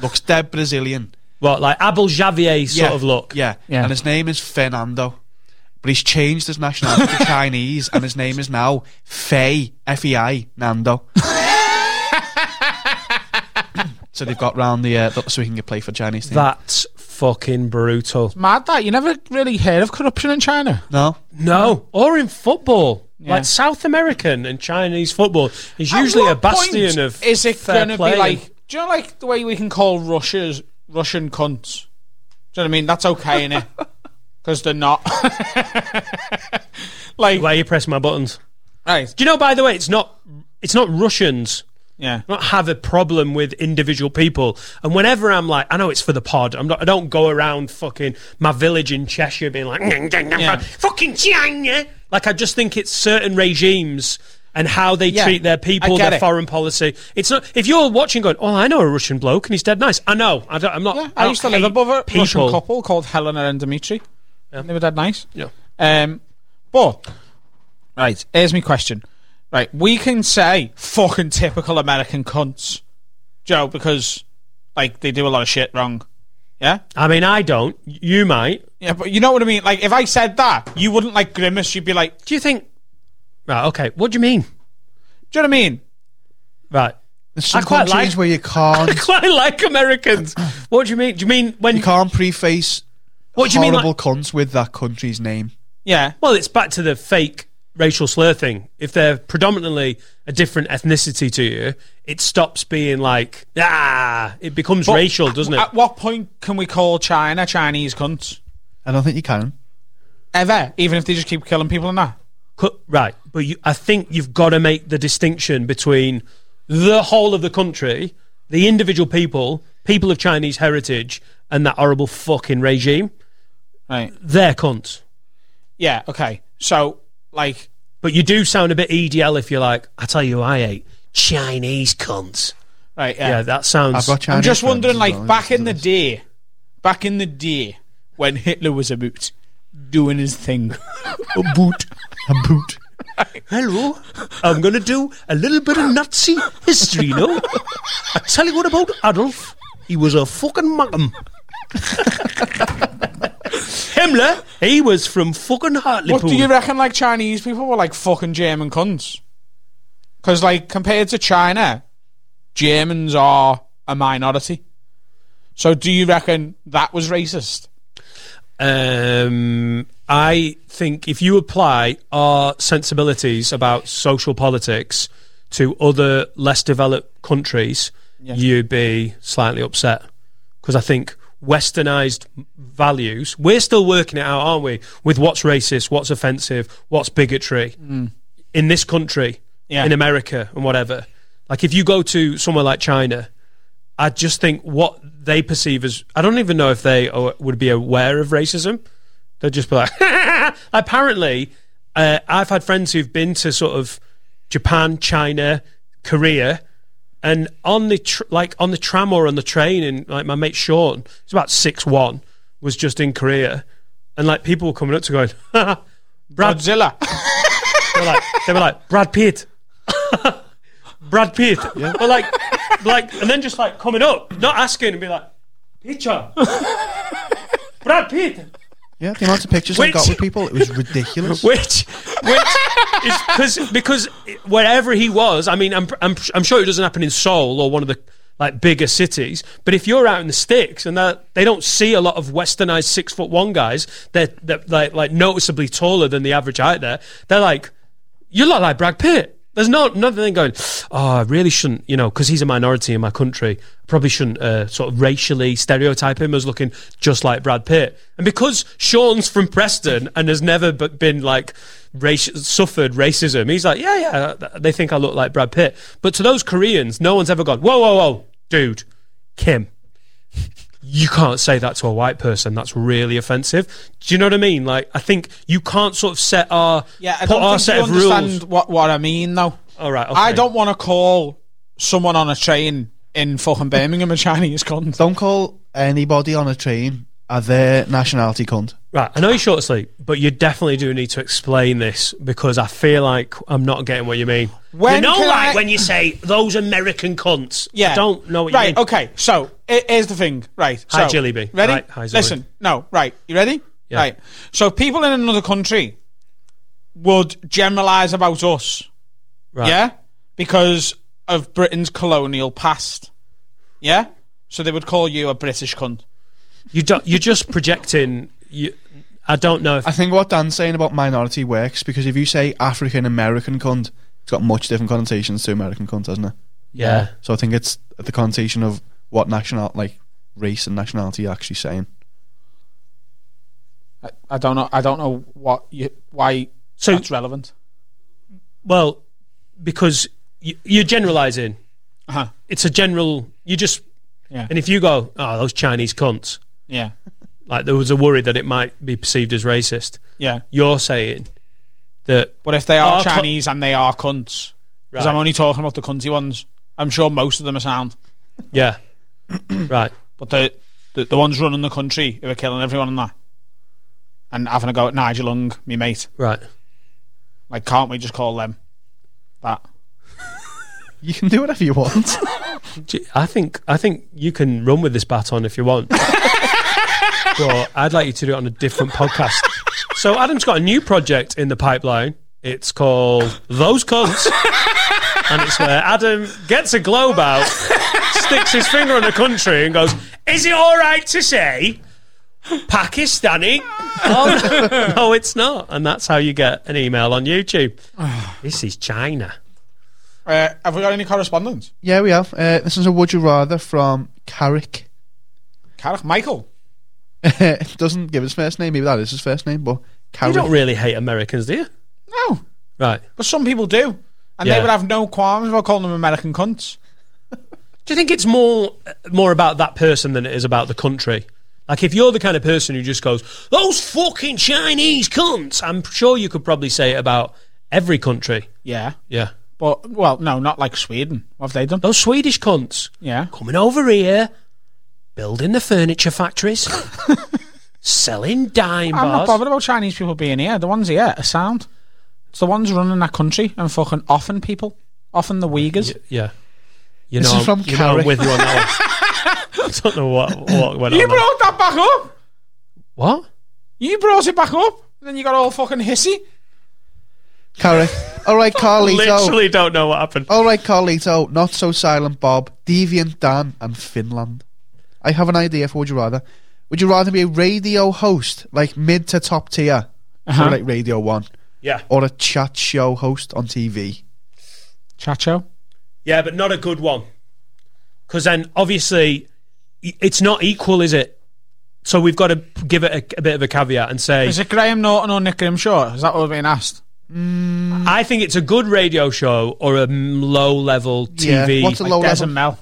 looks dead Brazilian. What, like Abel Javier sort of look? Yeah. Yeah. And his name is Fernando. But he's changed his nationality (laughs) (laughs) to Chinese and his name is now Fei F E I Nando. So they've got round the uh, th- so he can get play for Chinese team. That's fucking brutal. Mad that you never really heard of corruption in China. no, No, or in football. Like South American and Chinese football is At usually a what point bastion of Is it fair going to play. be like? Do you know like the way we can call Russia's Russian cunts? Do you know what I mean? That's (laughs) okay, innit? Because they're not. (laughs) like, Why are you pressing my buttons? right? Do you know? By the way, it's not it's not Russians. Yeah. I don't have a problem with individual people. And whenever I'm like, I know it's for the pod. I'm not. I don't go around fucking my village in Cheshire being like, "Nyang, nyang, nyang, Yeah. fucking China. Like I just think it's certain regimes and how they Yeah, treat their people, I get their it. foreign policy. It's not. If you're watching, going, oh, I know a Russian bloke and he's dead nice. I know. I don't, I'm not. Yeah, I I don't used to live hate above a people. Russian couple called Helena and Dmitry. And they were dead nice. Yeah. Um, but right, here's my question. Right, we can say fucking typical American cunts, Joe, because like they do a lot of shit wrong. Yeah, I mean, I don't. You might. yeah, but you know what I mean. Like if I said that, you wouldn't like grimace. You'd be like, Do you think? Right. Okay. What do you mean? do you know what I mean? Right. there's some I quite countries like- where you (laughs) can't I quite like (clears throat) Americans. What do you mean? Do you mean when? you can't preface what do you mean? horrible Like, cunts with that country's name. Yeah, Well, it's back to the fake racial slur thing. If they're predominantly a different ethnicity to you, it stops being like ah. It becomes But racial, doesn't it? At what point can we call China Chinese cunts? I don't think you can. Ever, even if they just keep killing people and that. Co- right, but you, I think you've got to make the distinction between the whole of the country, the individual people, people of Chinese heritage, and that horrible fucking regime. Right. They're cunts. Yeah. Okay. So like. But you do sound a bit EDL if you're like, I tell you, who I ate Chinese cunts. Right, yeah. Yeah, that sounds. I've got Chinese I'm just friends wondering, as like, well, back in the isn't it? day, back in the day when Hitler was a boot, doing his thing. a boot, a boot. Hello, I'm gonna do a little bit of Nazi history, you know. I tell you what about Adolf, he was a fucking muggum. (laughs) Himmler, he was from fucking Hartlepool. what do you reckon, like, Chinese people were, like, fucking German cunts? Because, like, compared to China, Germans are a minority. So do you reckon that was racist? Um, I think if you apply our sensibilities about social politics to other less developed countries, you'd be slightly upset because I think westernized values. We're still working it out, aren't we? With what's racist, what's offensive, what's bigotry in this country, Yeah. in America, and whatever. Like if you go to somewhere like China, I just think what they perceive as I don't even know if they are- would be aware of racism. They'd just be like, (laughs) apparently, uh, I've had friends who've been to sort of Japan, China, Korea, and on the tr- like on the tram or on the train, and like my mate Sean, who's about six one, was just in Korea, and like people were coming up to going, (laughs) Brad, Godzilla. they were like, they were like Brad Pitt, Brad Pitt, but like, like, and then just like coming up, not asking, and be like, picture, Brad Pitt, Yeah, the amount of pictures I Which- got with people, it was ridiculous. which, which is because because wherever he was, I mean, I'm I'm I'm sure it doesn't happen in Seoul or one of the like bigger cities, but if you're out in the sticks and that they don't see a lot of westernized six foot one guys, they're, they're like like noticeably taller than the average height there. They're like, you look like Brad Pitt. There's no nothing going. Oh, I really shouldn't, you know, because he's a minority in my country. I probably shouldn't uh, sort of racially stereotype him as looking just like Brad Pitt. And because Sean's from Preston and has never b- been like raci- suffered racism, he's like, yeah, yeah. th- They think I look like Brad Pitt. But to those Koreans, no one's ever gone. Whoa, whoa, whoa, dude, Kim you can't say that to a white person. That's really offensive. Do you know what I mean? Like, I think you can't sort of set our Yeah, I put don't our think set you of understand rules. what what I mean, though. All right, I okay. don't want to call someone on a train in fucking Birmingham a Chinese cunt. Don't call anybody on a train a their nationality cunt. Right, I know you're short of sleep, but you definitely do need to explain this because I feel like I'm not getting what you mean. When you know, can like I- when you say those American cunts. Yeah. I don't know what right, you mean. okay. So, i- here's the thing. Right. Hi, so, Jelly Bean. Ready? Right, hi, Zoe. Listen. No, right. You ready? Yeah. Right. So, people in another country would generalize about us. Right. Yeah? Because of Britain's colonial past. Yeah? So they would call you a British cunt. You don't, you're just projecting. You, I don't know if I think what Dan's saying about minority works because if you say African American cunt, it's got much different connotations to American cunt, hasn't it? yeah. So I think it's the connotation of what national like race and nationality you're actually saying. I, I don't know I don't know what you why So- that's relevant. Well, because you, you're generalising. Uh-huh. It's a general. You just Yeah. and if you go, oh, those Chinese cunts. Yeah. Like there was a worry that it might be perceived as racist. Yeah. You're saying that But if they are Are cu- Chinese and they are cunts, because I'm only talking about the cunty ones. I'm sure most of them are sound, yeah, (clears throat) right. but the the, the ones running the country who are killing everyone and that, and having a go at Nigel Lung, me mate. Right. Like, can't we just call them that? You can do whatever (laughs) you want. Gee, I think I think you can run with this baton if you (laughs) want. but I'd like you to do it on a different podcast. So Adam's got a new project in the pipeline. It's called Those Cunts. and it's where Adam gets a globe out, sticks his finger in the country and goes, Is it all right to say Pakistani? Oh, (laughs) no, no, it's not. And that's how you get an email on (sighs) YouTube. this is China. Uh, have we got any correspondence? yeah, we have. Uh, this is a would you rather from Carrick. (laughs) Carrick Michael. It Doesn't give his first name. Maybe that is his first name, but You Carrick. don't really hate Americans, do you? No, Right. but some people do, and Yeah. they would have no qualms about calling them American cunts. Do you think it's more more about that person than it is about the country? Like, if you're the kind of person who just goes, "Those fucking Chinese cunts," I'm sure you could probably say it about every country. Yeah, Yeah, but well, no, not like Sweden. What have they done? those Swedish cunts Yeah, coming over here, building the furniture (laughs) factories, selling dime I'm not bars. bothered about Chinese people being here. The ones here are sound. It's the ones running that country and fucking offing people, offing the Uyghurs. yeah, you (laughs) This know, is from you know I'm (laughs) Carrick. with you on that one. (laughs) I don't know what what went You on. there. brought that back up. What? You brought it back up. Then you got all fucking hissy. Carrick. All right, Carlito. Literally don't know what happened. All right, Carlito. Not so silent, Bob. Deviant Dan and Finland. I have an idea for would you rather. Would you rather be a radio host, like mid to top tier, Uh-huh. so like Radio One, Yeah, or a chat show host on TV? Chacho. Yeah, but not a good one. Because then, obviously, i- it's not equal, is it? So we've got to give it a, a bit of a caveat and say, Is it Graham Norton or Nick Grimshaw? Is that what we're being asked? I think it's a good radio show or a low level Yeah, TV. what's a low Des level? and Mel.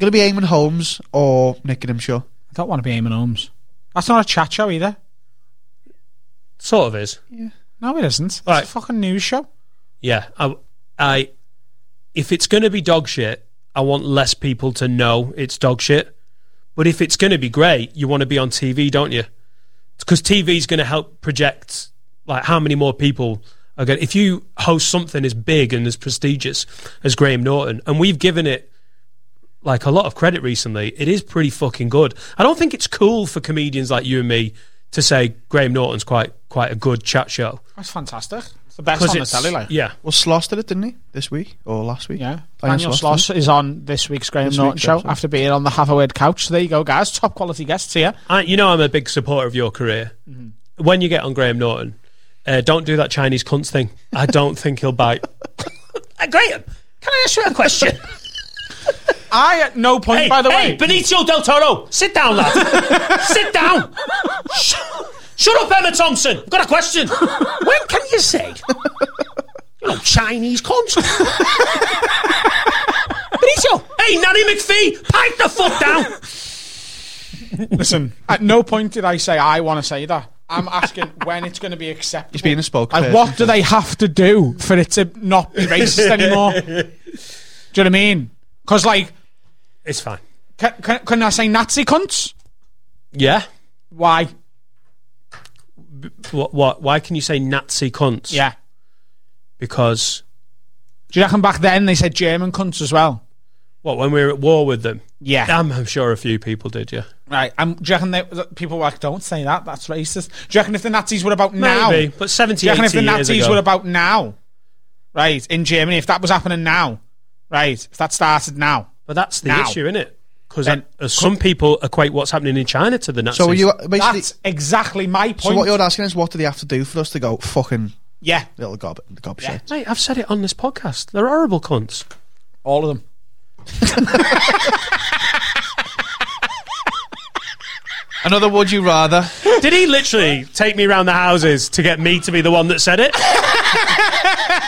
Gonna be Eamon Holmes or Nick and Shaw. I don't want to be Eamon Holmes. That's not a chat show either. sort of is. No, it isn't. Right. It's a fucking news show. Yeah. I, I if it's going to be dog shit, I want less people to know it's dog shit. But if it's going to be great, you want to be on TV, don't you? Because TV's going to help project like how many more people are going. If you host something as big and as prestigious as Graham Norton, and we've given it like a lot of credit recently, it is pretty fucking good. I don't think it's cool for comedians like you and me to say Graham Norton's quite quite a good chat show That's fantastic. It's the best 'Cause on the it's- telly, like. yeah. Well, Sloss did it, didn't he? This week or last week? Oh, Yeah. Daniel Daniel Sloss, Sloss is on this week's Graham This Norton week's show episode. after being on the Have a Word couch. So there you go, guys. Top quality guests here. I, you know, I'm a big supporter of your career. Mm-hmm. When you get on Graham Norton, uh, don't do that Chinese cunts thing. I don't (laughs) think he'll bite. Uh, Graham, can I ask you a question? I at no (laughs) point, hey, by the hey, way. Benicio del Toro, sit down, (laughs) lad. sit down. Sh- Shut up, Emma Thompson. I've got a question. When can you say, you know, Chinese (laughs) cunts? Benicio, hey, Nanny McPhee, pipe the fuck down. Listen, at no point did I say I want to say that. I'm asking when it's going to be acceptable. He's being a spokesperson. like, what do they have to do for it to not be racist (laughs) anymore? do you know what I mean? Because, like, It's fine. can, can, can I say Nazi cunts? Yeah. Why? What, what? Why can you say Nazi cunts? Yeah. Because Do you reckon back then they said German cunts as well? what? When we were at war with them, Yeah. I'm, I'm sure a few people did. Yeah, Right. Um, do you reckon they, that people were like, don't say that, that's racist? Do you reckon if the Nazis were about now? maybe. But Do 70, you reckon 80 if the years Nazis ago, were about now, right, in Germany, if that was happening now, right, if that started now, But that's the Now. issue, isn't it? Because Then- some people equate what's happening in China to the Nazis. So are you basically? That's exactly my point. So what you're asking is, what do they have to do for us to go fucking yeah, little gob, gob shit? Mate, I've said it on this podcast. They're horrible cunts. (laughs) all of them. Another would you rather? Did he literally take me round the houses to get me to be the one that said it?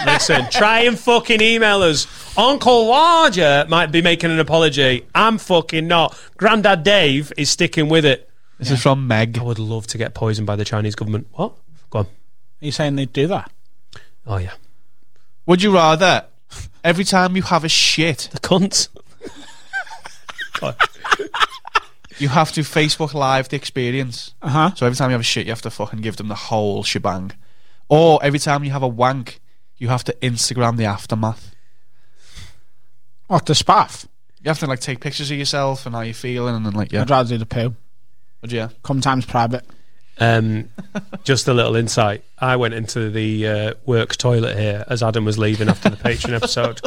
(laughs) Listen, try and fucking email us. Uncle Larger might be making an apology. I'm fucking not. Grandad Dave is sticking with it. This is from Meg. I would love to get poisoned by the Chinese government. What? Go on. Are you saying they'd do that? Oh, yeah. Would you rather? Every time you have a shit, The cunts. you have to Facebook Live the experience. Uh huh. So every time you have a shit, you have to fucking give them the whole shebang. Or every time you have a wank, you have to Instagram the aftermath. What the spaff? You have to like take pictures of yourself and how you're feeling, and then like yeah, I'd rather do the poo. Would you? Come times private. Um, just a little insight. I went into the uh, work toilet here as Adam was leaving after the Patreon episode,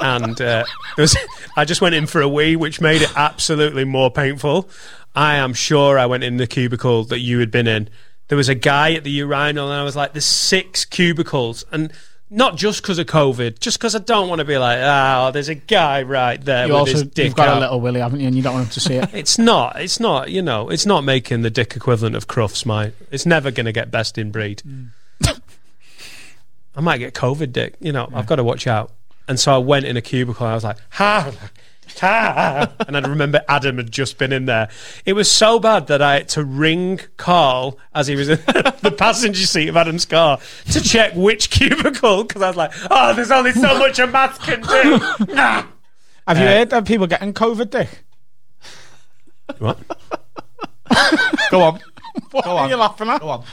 and uh, there was, I just went in for a wee, which made it absolutely more painful. I am sure I went in the cubicle that you had been in. There was a guy at the urinal, and I was like, "There's six cubicles," and not just because of COVID, just because I don't want to be like, "Ah, there's a guy right there You with also his dick you've got out." a little willy, haven't you? And you don't want him (laughs) to see it. It's not. It's not. You know. It's not making the dick equivalent of Crufts, mate. It's never going to get best in breed. I might get COVID, dick. You know. I've got to watch out. And so I went in a cubicle. and I was like, ha. ha. and I remember Adam had just been in there. It was so bad that I had to ring Carl as he was in (laughs) the passenger seat of Adam's car to check which cubicle because I was like, oh, there's only so much a math can do. Nah. Uh, Have you heard of people getting COVID, Dick? What? Go on. What Go are on. you laughing at? Go on.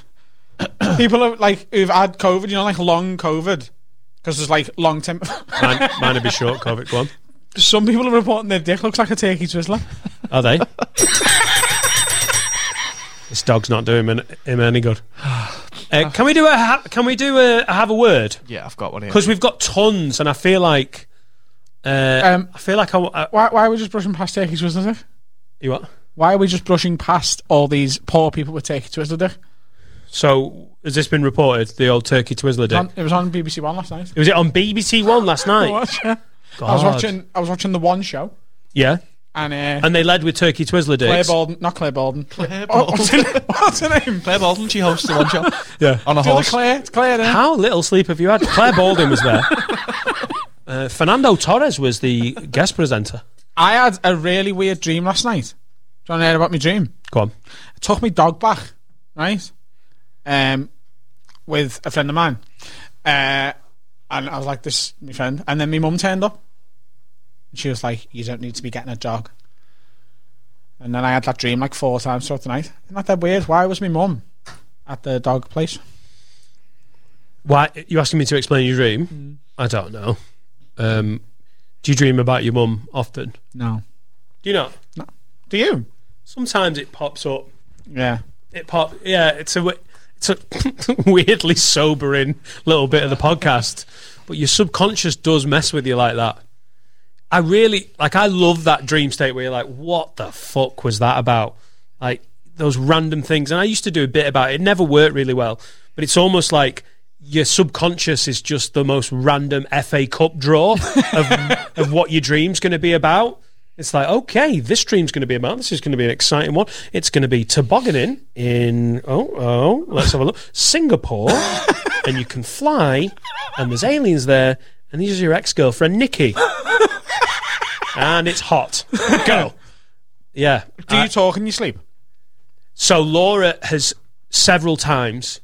(coughs) People are, like who've had COVID, you know, like long COVID, because there's like long term. (laughs) Mine, mine would be short COVID. Go on. Some people are reporting their dick looks like a turkey twizzler. Are they? this dog's not doing him, him any good. Uh, can we do a ha- Can we do a, a have a word? Yeah, I've got one here. Because we've got tons, and I feel like uh, Um, I feel like I, wa- I Why, why are we just brushing past turkey twizzler? Dick? you what? Why are we just brushing past all these poor people with turkey twizzler? Dick? So has this been reported? The old turkey twizzler On- did. It was on BBC One last night. Was it on BBC One (laughs) last I night? was watching- I was God. watching. I was watching the One show, Yeah, and uh, and they led with turkey twizzler Claire dicks. Bolden, not Claire Bolden. Oh, what's, her name? (laughs) what's her name? Claire Bolton, she hosts the one (laughs) show. Yeah. On a The other horse. Claire. It's Claire. innit? How little sleep have you had? Claire Baldwin was (laughs) there. Uh, Fernando Torres was the guest presenter. I had a really weird dream last night. Do you want to hear about my dream? Go on. I took my dog back, right? Um, with a friend of mine. Uh, and I was like, this is my friend. And then my mum turned up. And she was like, you don't need to be getting a dog. And then I had that dream like four times throughout the night. Isn't that that weird? Why was my mum at the dog place? Why you asking me to explain your dream? I don't know. Um, do you dream about your mum often? No. Do you not? Do you? Sometimes it pops up. Yeah. It pop. Yeah, it's a w- it's a (laughs) weirdly sobering little bit of the podcast. But your subconscious does mess with you like that. I really like. I love that dream state where you're like, "What the fuck was that about?" Like those random things. And I used to do a bit about it. It never worked really well. But it's almost like your subconscious is just the most random FA Cup draw of, of what your dream's going to be about. It's like, okay, this dream's going to be about. This is going to be an exciting one. It's going to be tobogganing in oh oh. Let's have a look. Singapore, and you can fly, and there's aliens there, and these are your ex girlfriend Nikki and it's (laughs) hot. Go. Yeah. Uh, Do you talk in your sleep? So Laura has several times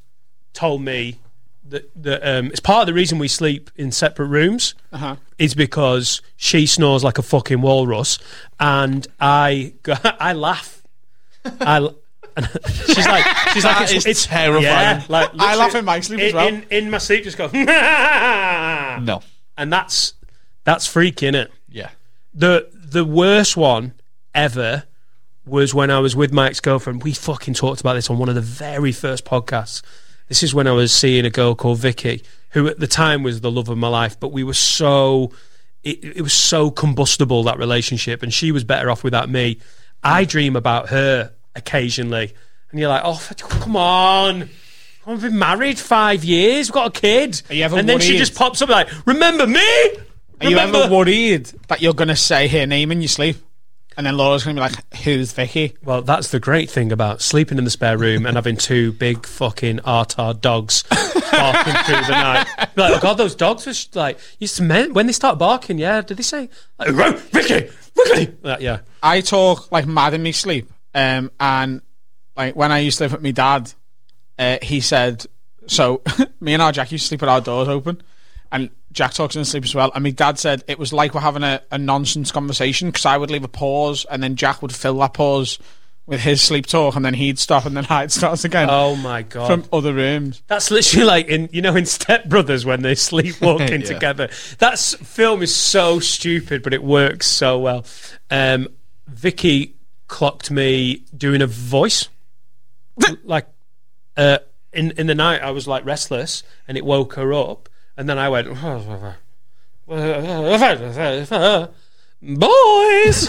told me that, that um, it's part of the reason we sleep in separate rooms Uh-huh. is because she snores like a fucking walrus, and I go- (laughs) I laugh. I. l- (laughs) she's like, she's like, That it's, is it's terrifying. Yeah, like I laugh literally- in my sleep as in- well. In, in my sleep, just go, (laughs) and No. that's that's freaky, innit? Yeah. the the worst one ever was when I was with my ex girlfriend. We fucking talked about this on one of the very first podcasts. This is when I was seeing a girl called Vicky, who at the time was the love of my life, but we were so it, it was so combustible that relationship, and she was better off without me. I dream about her occasionally, and you're like, oh, f- come on. I've been married five years. We've got a kid. Are you ever and then she worried? just pops up like, remember me? Are you remember? ever worried that you're going to say her name in your sleep? And then Laura's going to be like, who's Vicky? Well, that's the great thing about sleeping in the spare room and having two big fucking artard dogs barking through the night. Be Like, oh god, those dogs were sh- like, used to men when they start barking. Yeah, did they say like, "Row, Ricky, Ricky? Like, yeah, I talk like mad in my sleep. Um, and like when I used to live with my dad, uh, he said, so (laughs) me and our Jack used to sleep with our doors open, and Jack talks in his sleep as well. And my dad said it was like we're having a, a nonsense conversation because I would leave a pause, and then Jack would fill that pause with his sleep talk, and then he'd stop, and then (laughs) I'd start again oh my god, from other rooms. that's literally like in you know in Step Brothers when they're sleepwalking Yeah. together. That s- film is so stupid, but it works so well. Um, Vicky clocked me doing a voice like uh, in in the night I was like restless and it woke her up and then I went (laughs) boys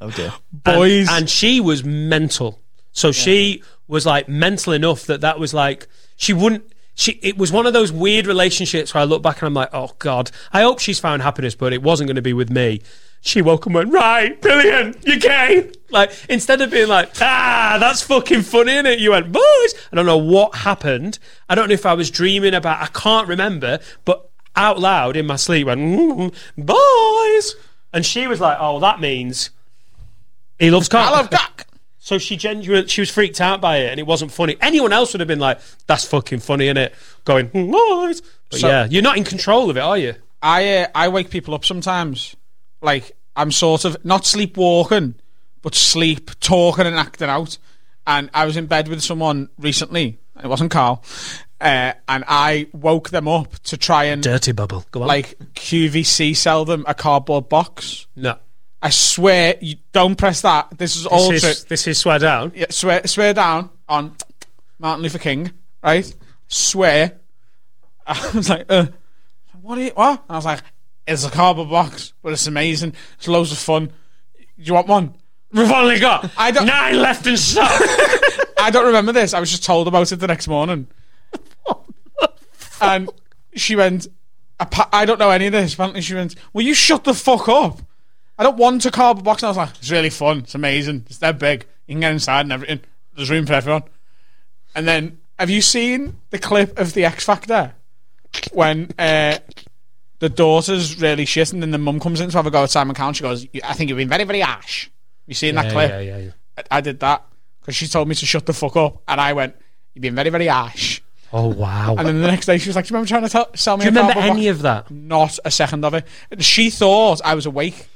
Oh dear. Boys, and she was mental so she was like mental enough that that was like she wouldn't she it was one of those weird relationships where I look back and I'm like oh god I hope she's found happiness but it wasn't going to be with me she woke up and went right brilliant you gay like instead of being like ah that's fucking funny innit? you went boys I don't know what happened I don't know if I was dreaming about I can't remember but out loud in my sleep went mm, boys and she was like oh that means he loves cock. I love Jack. So she genuinely, she was freaked out by it, and it wasn't funny. Anyone else would have been like, "That's fucking funny," innit? Going, "Hmm, boys. But So- yeah, you're not in control of it, are you? I uh, I wake people up sometimes. Like I'm sort of not sleepwalking, but sleep talking and acting out. And I was in bed with someone recently. It wasn't Carl, uh, and I woke them up to try and Dirty bubble. Go on. like QVC sell them a cardboard box. no, I swear, you don't press that. This is all this true. is, this is swear down. Yeah, swear, swear down on Martin Luther King, right? Swear. (laughs) I was like, uh, what? Are you, what? And I was like, it's a cardboard box, but it's amazing. It's loads of fun. Do you want one? We've only got I don't- nine left in (laughs) stock. I don't remember this. I was just told about it the next morning. and she went, "Appa- I don't know any of this. Apparently, she went, Will you shut the fuck up? I don't want a cardboard box. And I was like, It's really fun. It's amazing. It's that big. You can get inside and everything. There's room for everyone. And then, have you seen the clip of the X Factor when uh, the daughter's really shit and then the mum comes in to have a go at Simon Cowell? She goes, "You- I think you've been very, very ash. You seen that clip? yeah, yeah, yeah. I- I did that because she told me to shut the fuck up, and I went, "You've been very, very ash." Oh wow. And then the next day, she was like, "Do you remember trying to tell, sell Do me?" you a remember cardboard any box?" of that? Not a second of it. She thought I was awake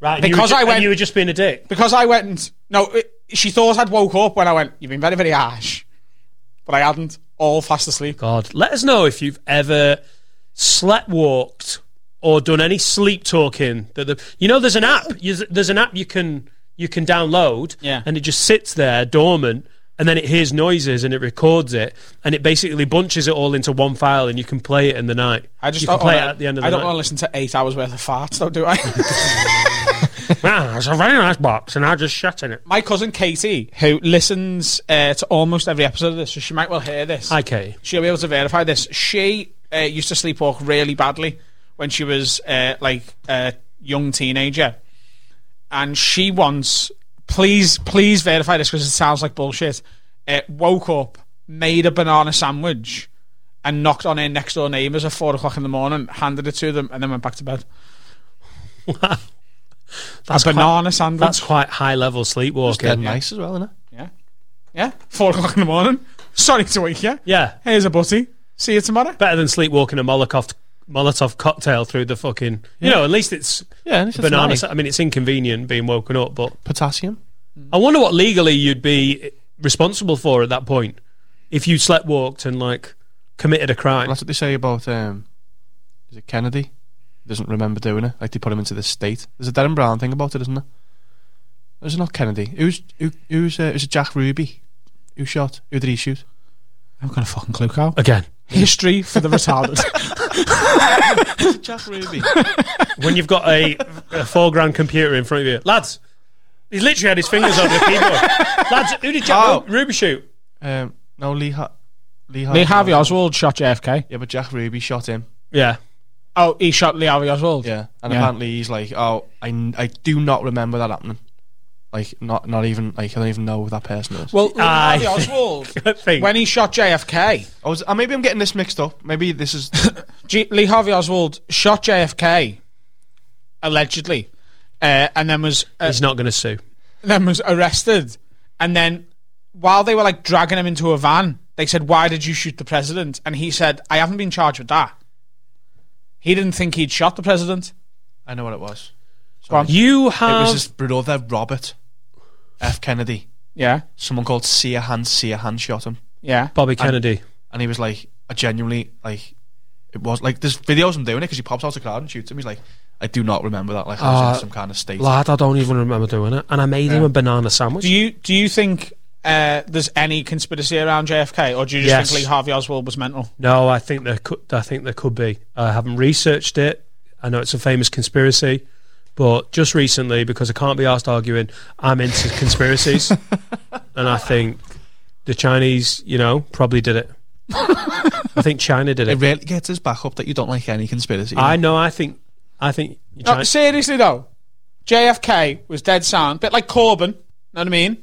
Right, you were Because ju- I and went- you you were were just being a dick. because I went. and- No, it, she thought I'd woke up when I went. You've been very, very ash, but I hadn't. All fast asleep. God, let us know if you've ever slept walked or done any sleep talking. That the, you know, there's an app. you- There's an app you can you can download, Yeah. and it just sits there dormant, and then it hears noises and it records it, and it basically bunches it all into one file, and you can play it in the night. I just you don't can play wanna- it at the end of the I don't night. want to listen to eight hours worth of farts, though, do I? (laughs) (laughs) Ah, it's a very nice box, and I just shut in it. My cousin Katie, who listens uh, to almost every episode of this, so she might well hear this. Hi, Katie. she'll be able to verify this. She uh, used to sleepwalk really badly when she was uh, like a young teenager, and she once, please, please verify this because it sounds like bullshit. Uh, woke up, made a banana sandwich, and knocked on her next door neighbours at four o'clock in the morning, handed it to them, and then went back to bed. (laughs) That's a banana quite, sandwich. That's quite high level Dead sleepwalking. nice as well, isn't it? yeah, yeah, four o'clock in the morning. Sorry to wake you. Yeah, Here's a butty. See you tomorrow. better than sleepwalking a Molotov Molotov cocktail through the fucking. You know, at least it's Yeah, and it's just banana. nice. sa- I mean, it's inconvenient being woken up, but potassium. I wonder what legally you'd be responsible for at that point if you slept walked and like committed a crime. That's what they say about um, is it Kennedy? Doesn't remember doing it. Like they put him into this state. There's a Darren Brown thing about it, isn't there? Is it not Kennedy? Who's who, who's uh, is it Jack Ruby? Who shot? Who did he shoot? I'm gonna fucking clue out. Again, History for (laughs) the retarded. Jeff Ruby. when you've got a, a foreground computer in front of you. Lads, he's literally had his fingers over the keyboard. Lads, who did Jack (laughs) Oh. Ruby shoot? um, no, Lee, ha- Lee, Lee Harvey Oswald shot JFK. Yeah, but Jack Ruby shot him. (laughs) Yeah. Oh, he shot Lee Harvey Oswald. Yeah, and Yeah. apparently he's like, oh, I, n- I do not remember that happening. Like, not not even like I don't even know who that person is. Well, Lee I Harvey Oswald, I think. (laughs) when he shot JFK, I was, uh, maybe I'm getting this mixed up. Maybe this (laughs) is G- Lee Harvey Oswald shot JFK allegedly, uh, and then was uh, he's not going to sue. then was arrested, and then while they were like dragging him into a van, they said, "Why did you shoot the president?" And he said, "I haven't been charged with that." He didn't think he'd shot the president. I know what it was. You Um, It have. was his brother Robert F. Kennedy. Yeah, Someone called Sirhan Sirhan shot him, yeah. Bobby Kennedy. and he was like, I genuinely like it was like there's videos of him doing it because he pops out the crowd and shoots him. He's like, I do not remember that. Like I was Uh, in some kind of state. Lad, I don't even remember doing it. And I made him a banana sandwich. Do you do you think uh, there's any conspiracy around JFK, or do you just Yes. think Lee Harvey Oswald was mental? no, I think there could. I think there could be. I haven't researched it. I know it's a famous conspiracy, but just recently, because I can't be asked arguing, I'm into conspiracies, and I think the Chinese, you know, probably did it. I think China did it it. really gets us back up that you don't like any conspiracy. I know. I think. I think. No, Chi- seriously though, JFK was dead sound, bit like Corbyn. Know what I mean?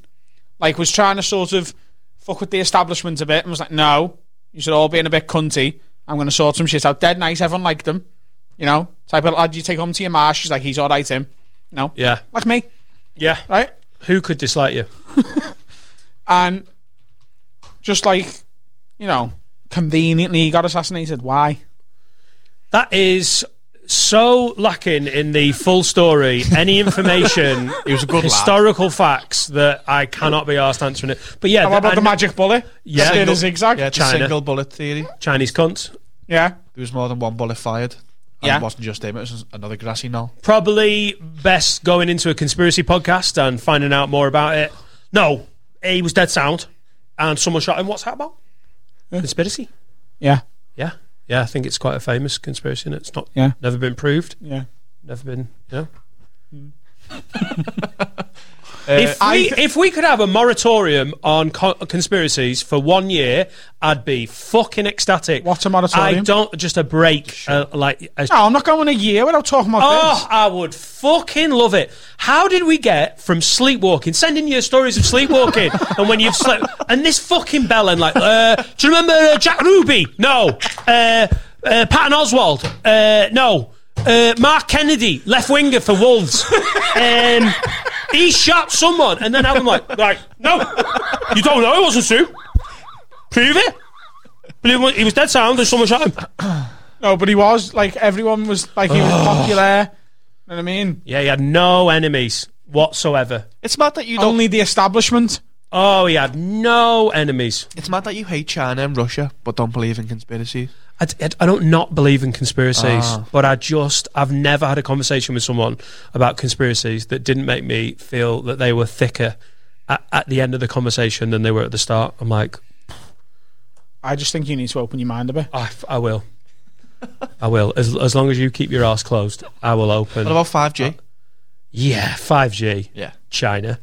Like was trying to sort of fuck with the establishment a bit, and was like, "No, you should all be in a bit cunty. I'm going to sort some shit out." Dead nice, everyone liked him. You know, type of lad you take home to your ma. She's like, "He's all right, him." No, yeah. like me, Yeah. right? Who could dislike you? And just like, you know, conveniently he got assassinated. Why? That is so lacking in the full story. Any (laughs) information, it was a good historical facts that I cannot be asked answering it. But yeah, How about I the kn- magic bullet? Yeah. Did a zigzag. yeah, it's a China. single bullet theory. Chinese cunts. yeah. There was more than one bullet fired. And Yeah. it wasn't just him. It was another grassy knoll. Probably best going into a conspiracy podcast and finding out more about it. No, he was dead sound, and someone shot him. What's that about? Conspiracy. Yeah. Yeah, yeah. I think it's quite a famous conspiracy, and it's not. Yeah. never been proved. Yeah. Hmm. Never been. You know. (laughs) Uh, if we if we could have a moratorium on co- conspiracies for one year, I'd be fucking ecstatic. What's a moratorium? I don't just a break. Uh, like a, No, Oh, I'm not going a year without talking about oh, I would fucking love it. How did we get from sleepwalking, sending you stories of (laughs) sleepwalking, and when you've slept, and this fucking bell and like, uh, do you remember uh, Jack Ruby? No. Uh, uh, Patton Oswald? Uh, no. Uh, Mark Kennedy, left winger for Wolves. (laughs) Um, he shot someone, and then I'm like, like, no, you don't know it wasn't Sue. Prove it. Believe it, he was dead sound, and someone shot him. this. No, but he was like everyone was like he was popular. You know what I mean? Yeah, he had no enemies whatsoever. It's mad that you don't. Um, Only the establishment. Oh, he had no enemies. It's mad that you hate China and Russia, but don't believe in conspiracies. I, d- I d- I don't not believe in conspiracies, Ah. but I just I've never had a conversation with someone about conspiracies that didn't make me feel that they were thicker at, at the end of the conversation than they were at the start. I'm like, I just think you need to open your mind a bit. I, f- I (laughs) will, I will. As as long as you keep your ass closed, I will What open. about five G? Yeah, five G. Uh, Yeah. China.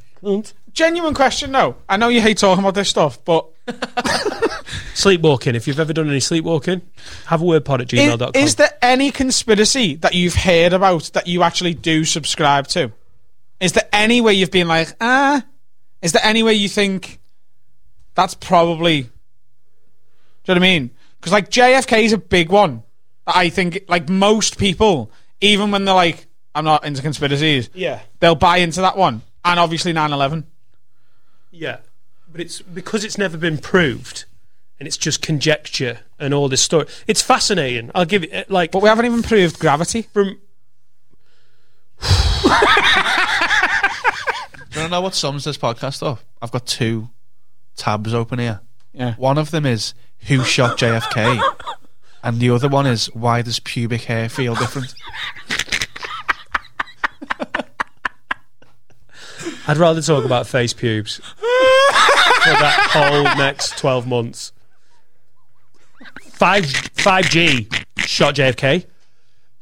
Genuine question, no. I know you hate talking about this stuff, but Sleepwalking. If you've ever done any sleepwalking, have a word pod at is, gmail.com. is there any conspiracy that you've heard about that you actually do subscribe to? Is there any way you've been like, ah? Is there any way you think that's probably? Do you know what I mean? Because like JFK is a big one that I think like most people, even when they're like, I'm not into conspiracies, yeah. they'll buy into that one. And obviously 9/11. Yeah, but it's because it's never been proved, and it's just conjecture and all this story. It's fascinating. I'll give it eh, like But we haven't even proved gravity. from Do you know what sums this podcast up? I've got two tabs open here. Yeah. One of them is who shot JFK, and the other one is why does pubic hair feel different? I'd rather talk about face (laughs) pubes for that whole next twelve months. Five 5G shot JFK.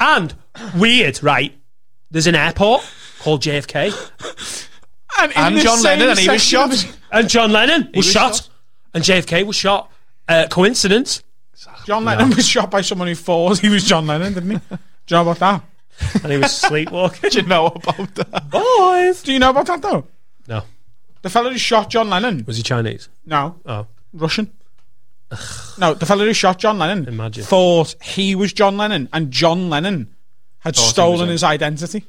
And weird, right? There's an airport called JFK. And, in And the John same Lennon, and he was section of shot. his- And John Lennon was, was shot. shot. And JFK was shot. Uh, coincidence? John Lennon was shot by someone who thought he was John Lennon, didn't he? (laughs) Do you know about that? And he was (laughs) sleepwalking. you know about that? Boys! Do you know about that though? No. The fellow who shot John Lennon. Was he Chinese? No, Oh. Russian. No, the fellow who shot John Lennon Imagine. thought he was John Lennon, and John Lennon had stolen his identity.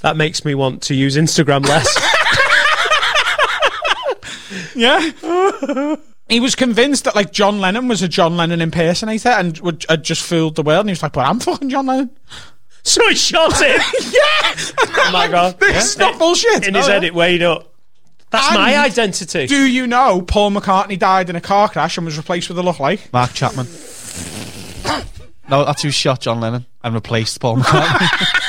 That makes me want to use Instagram (laughs) less. Yeah. (laughs) he was convinced that like John Lennon was a John Lennon impersonator and would, had just fooled the world. And he was like, "But I'm fucking John Lennon." so he shot (laughs) him. Oh my God. This is not bullshit. In his Oh, yeah. head, it weighed up. That's And my identity. Do you know Paul McCartney died in a car crash and was replaced with a lookalike? Mark Chapman. no, that's who shot John Lennon and replaced Paul (laughs) McCartney.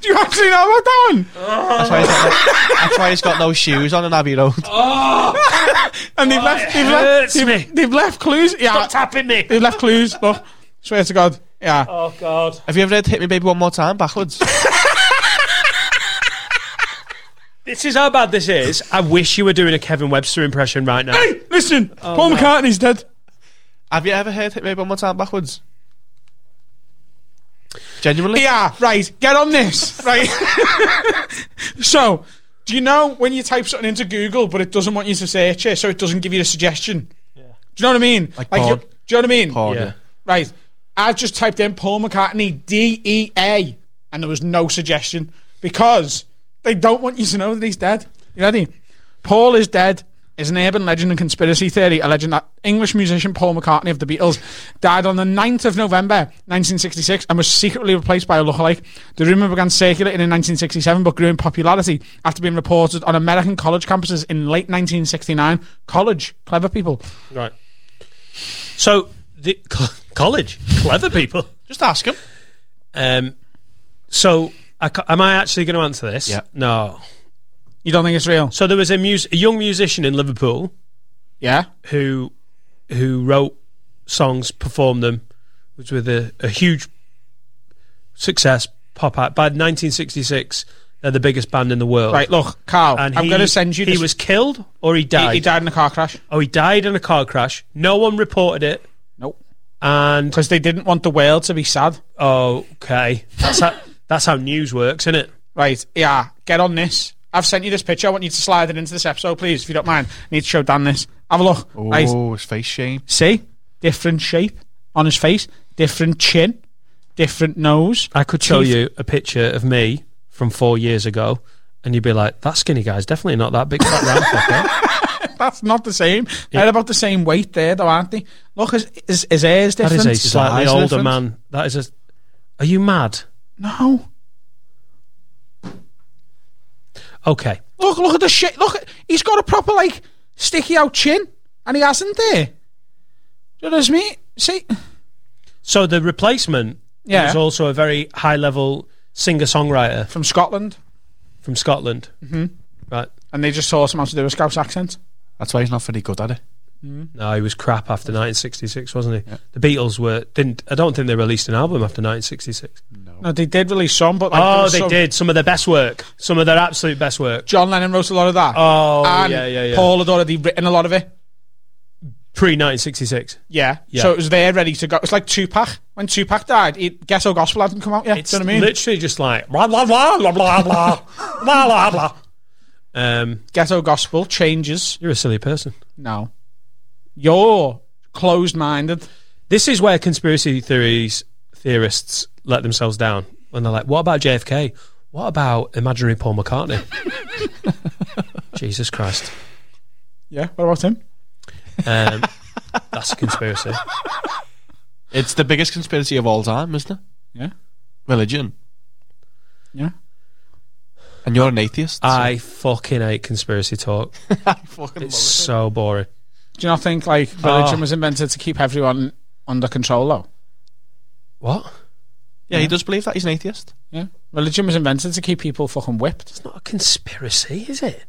Do you actually know about that one? that's, why he's got no, that's why he's got no shoes on an Abbey Road. And they've left. They've hurts left, they've, me. they've left clues. Yeah, Stop tapping me. they've left clues. Look, swear to God. Yeah. Oh, God. Have you ever read Hit Me Baby One More Time backwards? This is how bad this is. I wish you were doing a Kevin Webster impression right now. Hey, listen, Paul McCartney's dead. Have you ever heard Hit Me Baby One More Time backwards? Genuinely? Yeah, right. Get on this, right? (laughs) so, do you know when you type something into Google, but it doesn't want you to search it, so it doesn't give you a suggestion? Do you know what I mean? Like you- porn. do you know what I mean? Paul, Yeah. yeah. Right. I've just typed in Paul McCartney D E A, and there was no suggestion because they don't want you to know that he's dead. You ready? Paul is dead. Is an urban legend and conspiracy theory, alleging that English musician Paul McCartney of the Beatles died on the 9th of November 1966 and was secretly replaced by a lookalike. The rumour began circulating in 1967 but grew in popularity after being reported on American college campuses in late 1969. College, clever people. Right. So, the co- college, clever people. Just ask him. Um, so, I ca- am I actually going to answer this? Yeah. No. You don't think it's real? So there was a, mus- a young musician in Liverpool Yeah. who who wrote songs, performed them, was with a, a huge success pop out. By 1966, they're the biggest band in the world. Right, look, Carl, And I'm he- going to send you He this. was killed or he he, died. he died in a car crash. Oh, he died in a car crash. No one reported it. Nope. And Because they didn't want the world to be sad. okay, that's how, that's how news works, isn't it? Right, yeah, get on this. I've sent you this picture. I want you to slide it into this episode, please, if you don't mind. I need to show Dan this. Have a look. Right, Oh, his face shame. see? Different shape on his face, different chin, different nose. I could show Teeth. you a picture of me from four years ago, and you'd be like, "That skinny guy's definitely not that big fat round fucker." That's not the same. They're about the same weight there, though, aren't they? Look, his, his, his hair's That different. is a slightly size older difference. man. That is a. Are you mad? no. Okay, Look, look at the shit. Look, at- he's got a proper like sticky out chin, and he hasn't there. Do you know what I mean? See, so the replacement Yeah. was also a very high level singer songwriter from Scotland, from Scotland. Mm-hmm. Right? and they just taught him how to do a Scouse accent. That's why he's not very good at it. No, he was crap after 1966, wasn't he? The Beatles were didn't. I don't think they released an album after 1966. No, they did release some, but like, there Oh, was they some- did some of their best work, some of their absolute best work. John Lennon wrote a lot of that. Oh, and yeah, yeah, yeah. Paul had already written a lot of it. Pre 1966. Yeah. Yeah. so it was there ready to go. It's like Tupac when Tupac died. It, Ghetto Gospel hadn't come out yet. It's do you know what I mean? literally just like blah blah blah blah blah blah blah blah (laughs) blah. Um, Ghetto Gospel changes. you're a silly person. No, you're closed-minded. This is where conspiracy theories theorists let themselves down when they're like, "What about JFK? What about imaginary Paul (laughs) McCartney?" Jesus Christ, Yeah. What about him? um, that's a conspiracy. It's the biggest conspiracy of all time, isn't it? Yeah. Religion. Yeah. And you're an atheist. Ah, I fucking hate conspiracy (laughs) talk. fucking It's so boring. Do you not think like religion Oh. was invented to keep everyone under control though? What? Yeah, he does believe that he's an atheist. Yeah. Religion was invented to keep people fucking whipped. It's not a conspiracy, is it?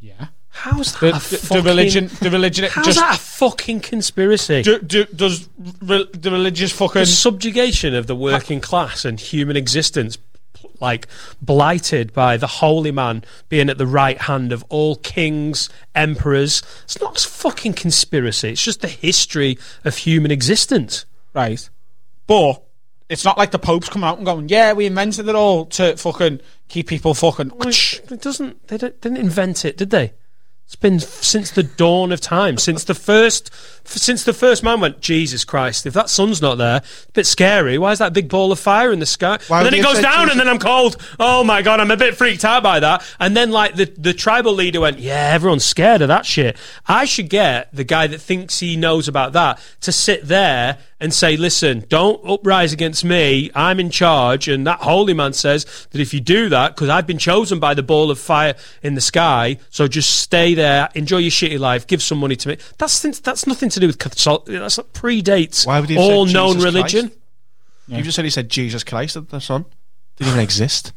Yeah. How's that? The, a the- the fucking, religion, the religion, it How's just that a fucking conspiracy? do, do, does re, the religious fucking the subjugation of the working class and human existence, pl- like blighted by the holy man being at the right hand of all kings, emperors. It's not a fucking conspiracy. It's just the history of human existence. right? But it's not like the Pope's come out and going, "Yeah, we invented it all to fucking keep people fucking." It doesn't. They don't, didn't invent it, did they? It's been f- since the dawn of time, since the first, f- since the first man went. Jesus Christ! If that sun's not there, it's a bit scary. Why is that big ball of fire in the sky? Why and would then it they goes say down, Jesus- and then I'm cold. Oh my god, I'm a bit freaked out by that. And then like the the tribal leader went, yeah, everyone's scared of that shit. I should get the guy that thinks he knows about that to sit there and say, listen, don't uprise against me. I'm in charge. And that holy man says that if you do that, because I've been chosen by the ball of fire in the sky, so just stay there, enjoy your shitty life, give some money to me. That's that's nothing to do with consult- that's not predates Why would he have all said known Jesus religion. Christ? You just said he said Jesus Christ at the son. Didn't even exist.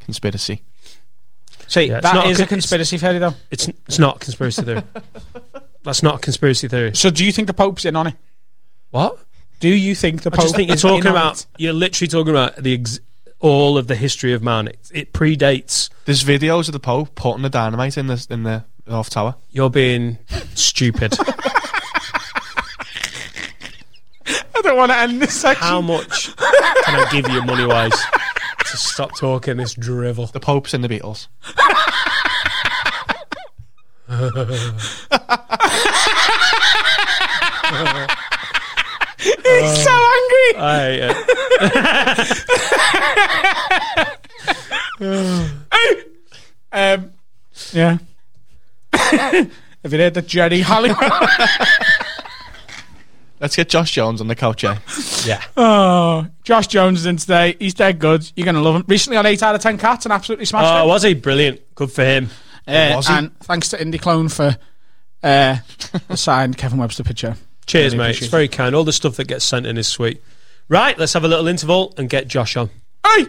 Conspiracy. See, Yeah, it's that not a is con- a conspiracy theory, though. It's it's not a conspiracy (laughs) theory. that's not a conspiracy theory. So, do you think the Pope's in on it? What? Do you think the I Pope? just think you're is in talking on about it? you're literally talking about the ex- all of the history of man. It, it predates. There's videos of the Pope putting the dynamite in the in the North Tower. You're being stupid. I don't want to end this section. How much can I give you money wise to stop talking this drivel? The Pope's in the Beatles. He's so angry. I, uh, Um, yeah. (coughs) Have you heard that Jerry Halliwell? Let's get Josh Jones on the couch, (laughs) eh? yeah. oh, Josh Jones is in today. He's dead good. You're gonna love him. Recently on eight out of ten cats and absolutely smashed Oh, it. was he brilliant? Good for him. Uh, Was he? And thanks to Indie Clone for uh, (laughs) the signed Kevin Webster picture. Cheers, Really mate. appreciate It's very kind. All the stuff that gets sent in is sweet. Right, let's have a little interval and get Josh on. Hey!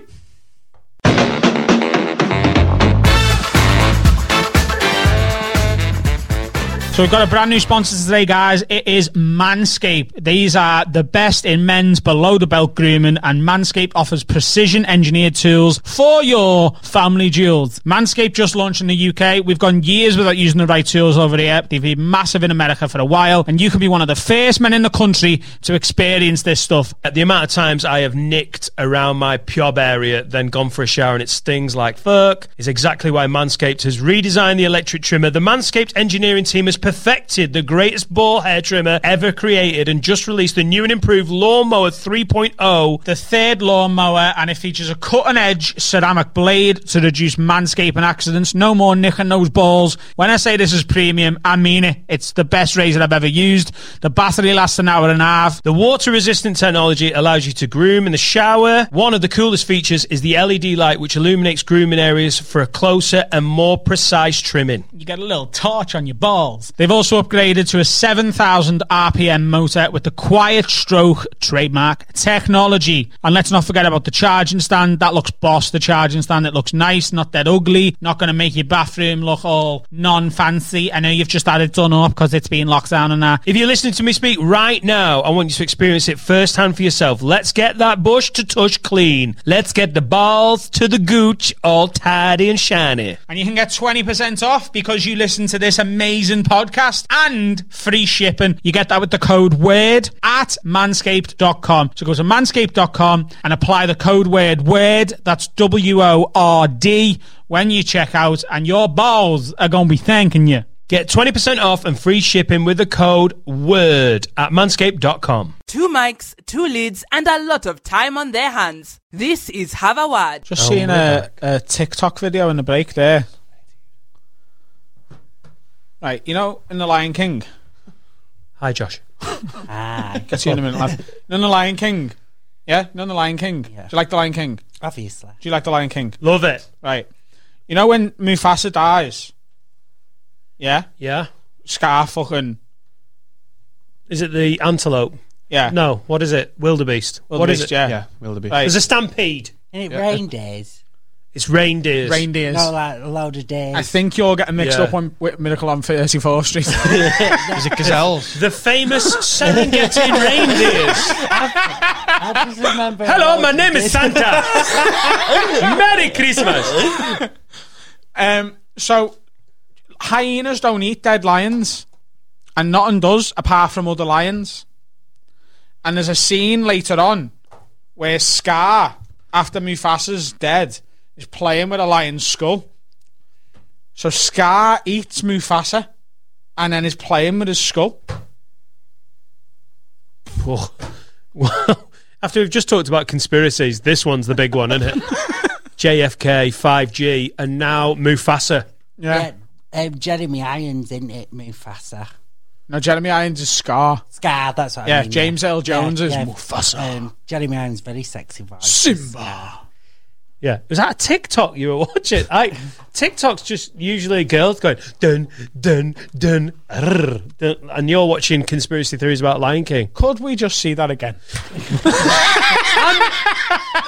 So we've got a brand new sponsor today, guys. It is Manscaped. These are the best in men's below the belt grooming, and Manscaped offers precision engineered tools for your family jewels. Manscaped just launched in the UK. We've gone years without using the right tools over here. They've been massive in America for a while, and you can be one of the first men in the country to experience this stuff. At the amount of times I have nicked around my pub area, then gone for a shower and it stings like fuck, is exactly why Manscaped has redesigned the electric trimmer. The Manscaped engineering team has perfected the greatest ball hair trimmer ever created and just released the new and improved Lawnmower oh. 3.0. the third lawnmower, and it features a cutting edge ceramic blade to reduce manscaping accidents. No more nicking those balls. When I say this is premium, I mean it. It's the best razor I've ever used. The battery lasts an hour and a half. The water resistant technology allows you to groom in the shower. One of the coolest features is the LED light, which illuminates grooming areas for a closer and more precise trimming. You get a little torch on your balls. They've also upgraded to a 7,000 RPM motor with the Quiet Stroke trademark technology. And let's not forget about the charging stand. That looks boss, the charging stand. It looks nice, not that ugly. Not going to make your bathroom look all non fancy. I know you've just had it done up because it's been locked down and that. If you're listening to me speak right now, I want you to experience it firsthand for yourself. Let's get that bush to tush clean. Let's get the balls to the gooch all tidy and shiny. And you can get 20% off because you listen to this amazing podcast and free shipping. You get that with the code WORD at manscaped.com. So go to manscaped.com and apply the code WORD, WORD, that's W O R D, when you check out, and your balls are going to be thanking you. Get 20% off and free shipping with the code WORD at manscaped.com. Two mics, two leads, and a lot of time on their hands. This is Havawad. Just seeing a, a TikTok video in the break there. Right, you know, in The Lion King, Hi, Josh. Get you in a minute, lad. None the Lion King. Yeah, none the Lion King. Do you like the Lion King? Obviously. Do you like the Lion King? Love it. Right. You know when Mufasa dies? Yeah, Yeah? Scar fucking Is it the antelope? yeah. No, what is it? Wildebeest. Wildebeest, what is it? Yeah. Yeah, will there be? Right. There's a stampede. And it rained days. It's reindeers. Reindeers. No, like a load of days. I think you're getting mixed Yeah. up on, with Miracle on 34th Street. Is it gazelles? (laughs) The famous Serengeti reindeers. I just remember. Hello, my name is (laughs) Santa. Merry Christmas. um, so, hyenas don't eat dead lions, and nothing does apart from other lions. And there's a scene later on where Scar, after Mufasa's dead, is playing with a lion's skull. So Scar eats Mufasa, and then is playing with his skull. Well, after we've just talked about conspiracies, this one's the big one, (laughs) isn't it? JFK, 5G, and now Mufasa. Yeah, um, Jeremy Irons didn't hit Mufasa. No, Jeremy Irons is Scar. Scar, that's what Yeah, I mean. James Earl Jones is Mufasa. Um, Jeremy Irons, very sexy voice. Simba. Yeah, was that a TikTok you were watching? I TikTok's just usually girls going dun dun dun, rrr, dun and you're watching conspiracy theories about Lion King. Could we just see that again? (laughs)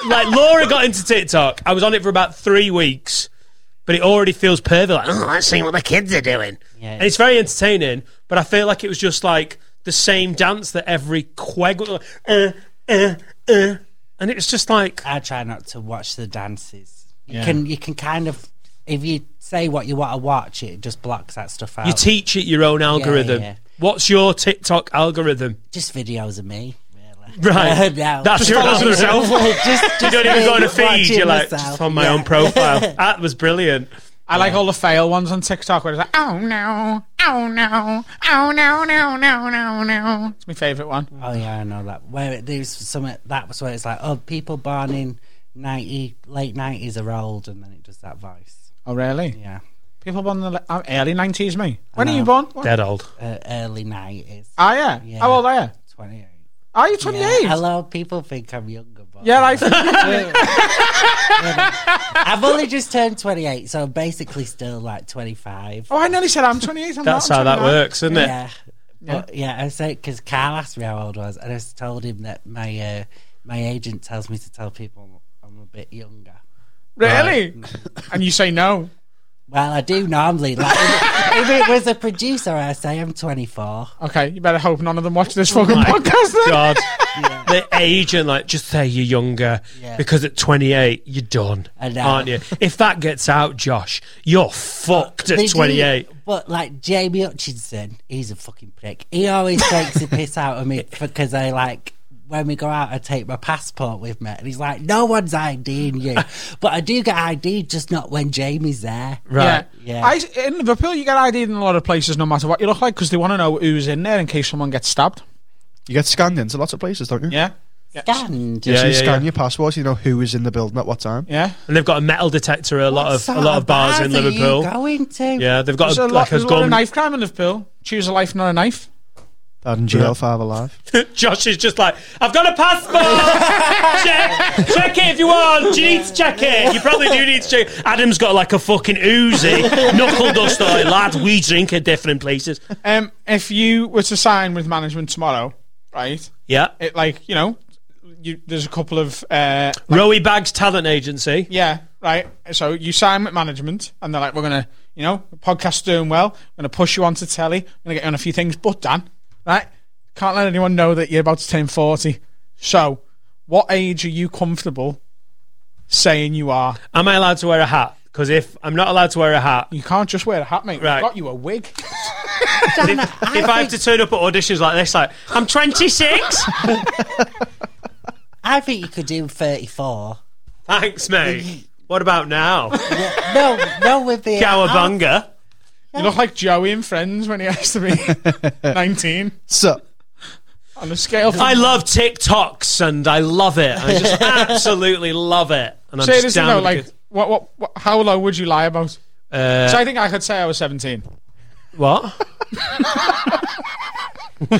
Like Laura got into TikTok. I was on it for about three weeks, but it already feels pervy. Like oh, let's see what the kids are doing. Yeah. And it's very entertaining, but I feel like it was just like the same dance that every queg. was like, Uh, uh, uh, and it was just like I try not to watch the dances. You can you can kind of if you say what you want to watch, it just blocks that stuff out. you teach it your own algorithm. yeah. What's your TikTok algorithm? just videos of me. Really. Right. (laughs) No. That's your Just- algorithm. (laughs) just, you don't just even go me on a feed. watching You're like myself. just on my Yeah. own (laughs) profile. that was brilliant. I like all the fail ones on TikTok where it's like, oh no, oh no, oh no, no, no, no, no. It's my favourite one. Oh yeah, I know that. Where it, there's some that was where it's like, oh, people born in ninety late nineties are old, and then it does that voice. Oh, really? Yeah, People born in the le- uh, early 90s, me. When are you born? What? Dead old. uh, early nineties, Ah, yeah. Yeah. How old are you? twenty eight. Are you Yeah. 28? Yeah, Hello, people think I'm younger, but I think I've only just turned twenty eight, so I'm basically still like twenty five. (laughs) Oh, I nearly said I'm 28. I'm That's not, how I'm that 29. works, isn't it? Yeah. But, yeah, I said because Carl asked me how old I was, and I just told him that my uh, my agent tells me to tell people I'm a bit younger. Really? and you say no. Well, I do normally. Like, if, if it (laughs) was a producer, I say I'm 24. Okay, you better hope none of them watch this (laughs) Oh fucking My podcast then. God. The age and like just say you're younger Yeah. because at 28 you're done, I know. aren't you? If that gets out, Josh, you're fucked They at do- 28. but like Jamie Hutchinson, he's a fucking prick. He always takes the piss out of me because I like when we go out, I take my passport with me, and he's like, "No one's IDing you," but I do get ID'd, just not when Jamie's there. Right. Yeah. Yeah. I, in Liverpool, you get ID'd in a lot of places, no matter what you look like, because they want to know who's in there in case someone gets stabbed. You get scanned into lots of places, don't you? Yeah. Scanned. So Yeah, you yeah, scan yeah. your passport, so you know who is in the building at what time. Yeah. And they've got a metal detector at a lot of Sort a lot of bars in are you Liverpool. going to? Yeah, they've got There's Oh, a, a like lot, a there's a lot of gun. knife crime in Liverpool. Choose a life, not a knife. That in GL five alive. (laughs) Josh is just like, I've got a (laughs) passport. check, check it if you want. Do you need to check it? You probably do need to check. it." Adam's got like a fucking (laughs) Uzi, knuckle duster, like, lad. We drink at different places. Um, if you were to sign with management tomorrow, right? Yeah, It like you know, you, there's a couple of uh, Rowie Bags Talent Agency. yeah, right. So you sign with management, and they're like, we're gonna, you know, the podcast's doing well. We're gonna push you onto telly. We're gonna get you on a few things, but Dan, right? Can't let anyone know that you're about to turn forty. So, what age are you comfortable saying you are? Am I allowed to wear a hat? Because if I'm not allowed to wear a (laughs) hat, You can't just wear a hat, mate. Right. We've got you a wig. if, if I have to turn up at auditions like this, like I'm (laughs) 26. I think you could do 34. Thanks, mate. What about now, No, no, with the Cowabunga? You look like Joey in Friends when he has to (laughs) be nineteen. So On a scale from I love TikToks and I love it. I (laughs) just absolutely love it. And I'm just seriously down though, with the like good- what, what, what, how low would you lie about? Uh, So I think I could say I was seventeen. What? (laughs)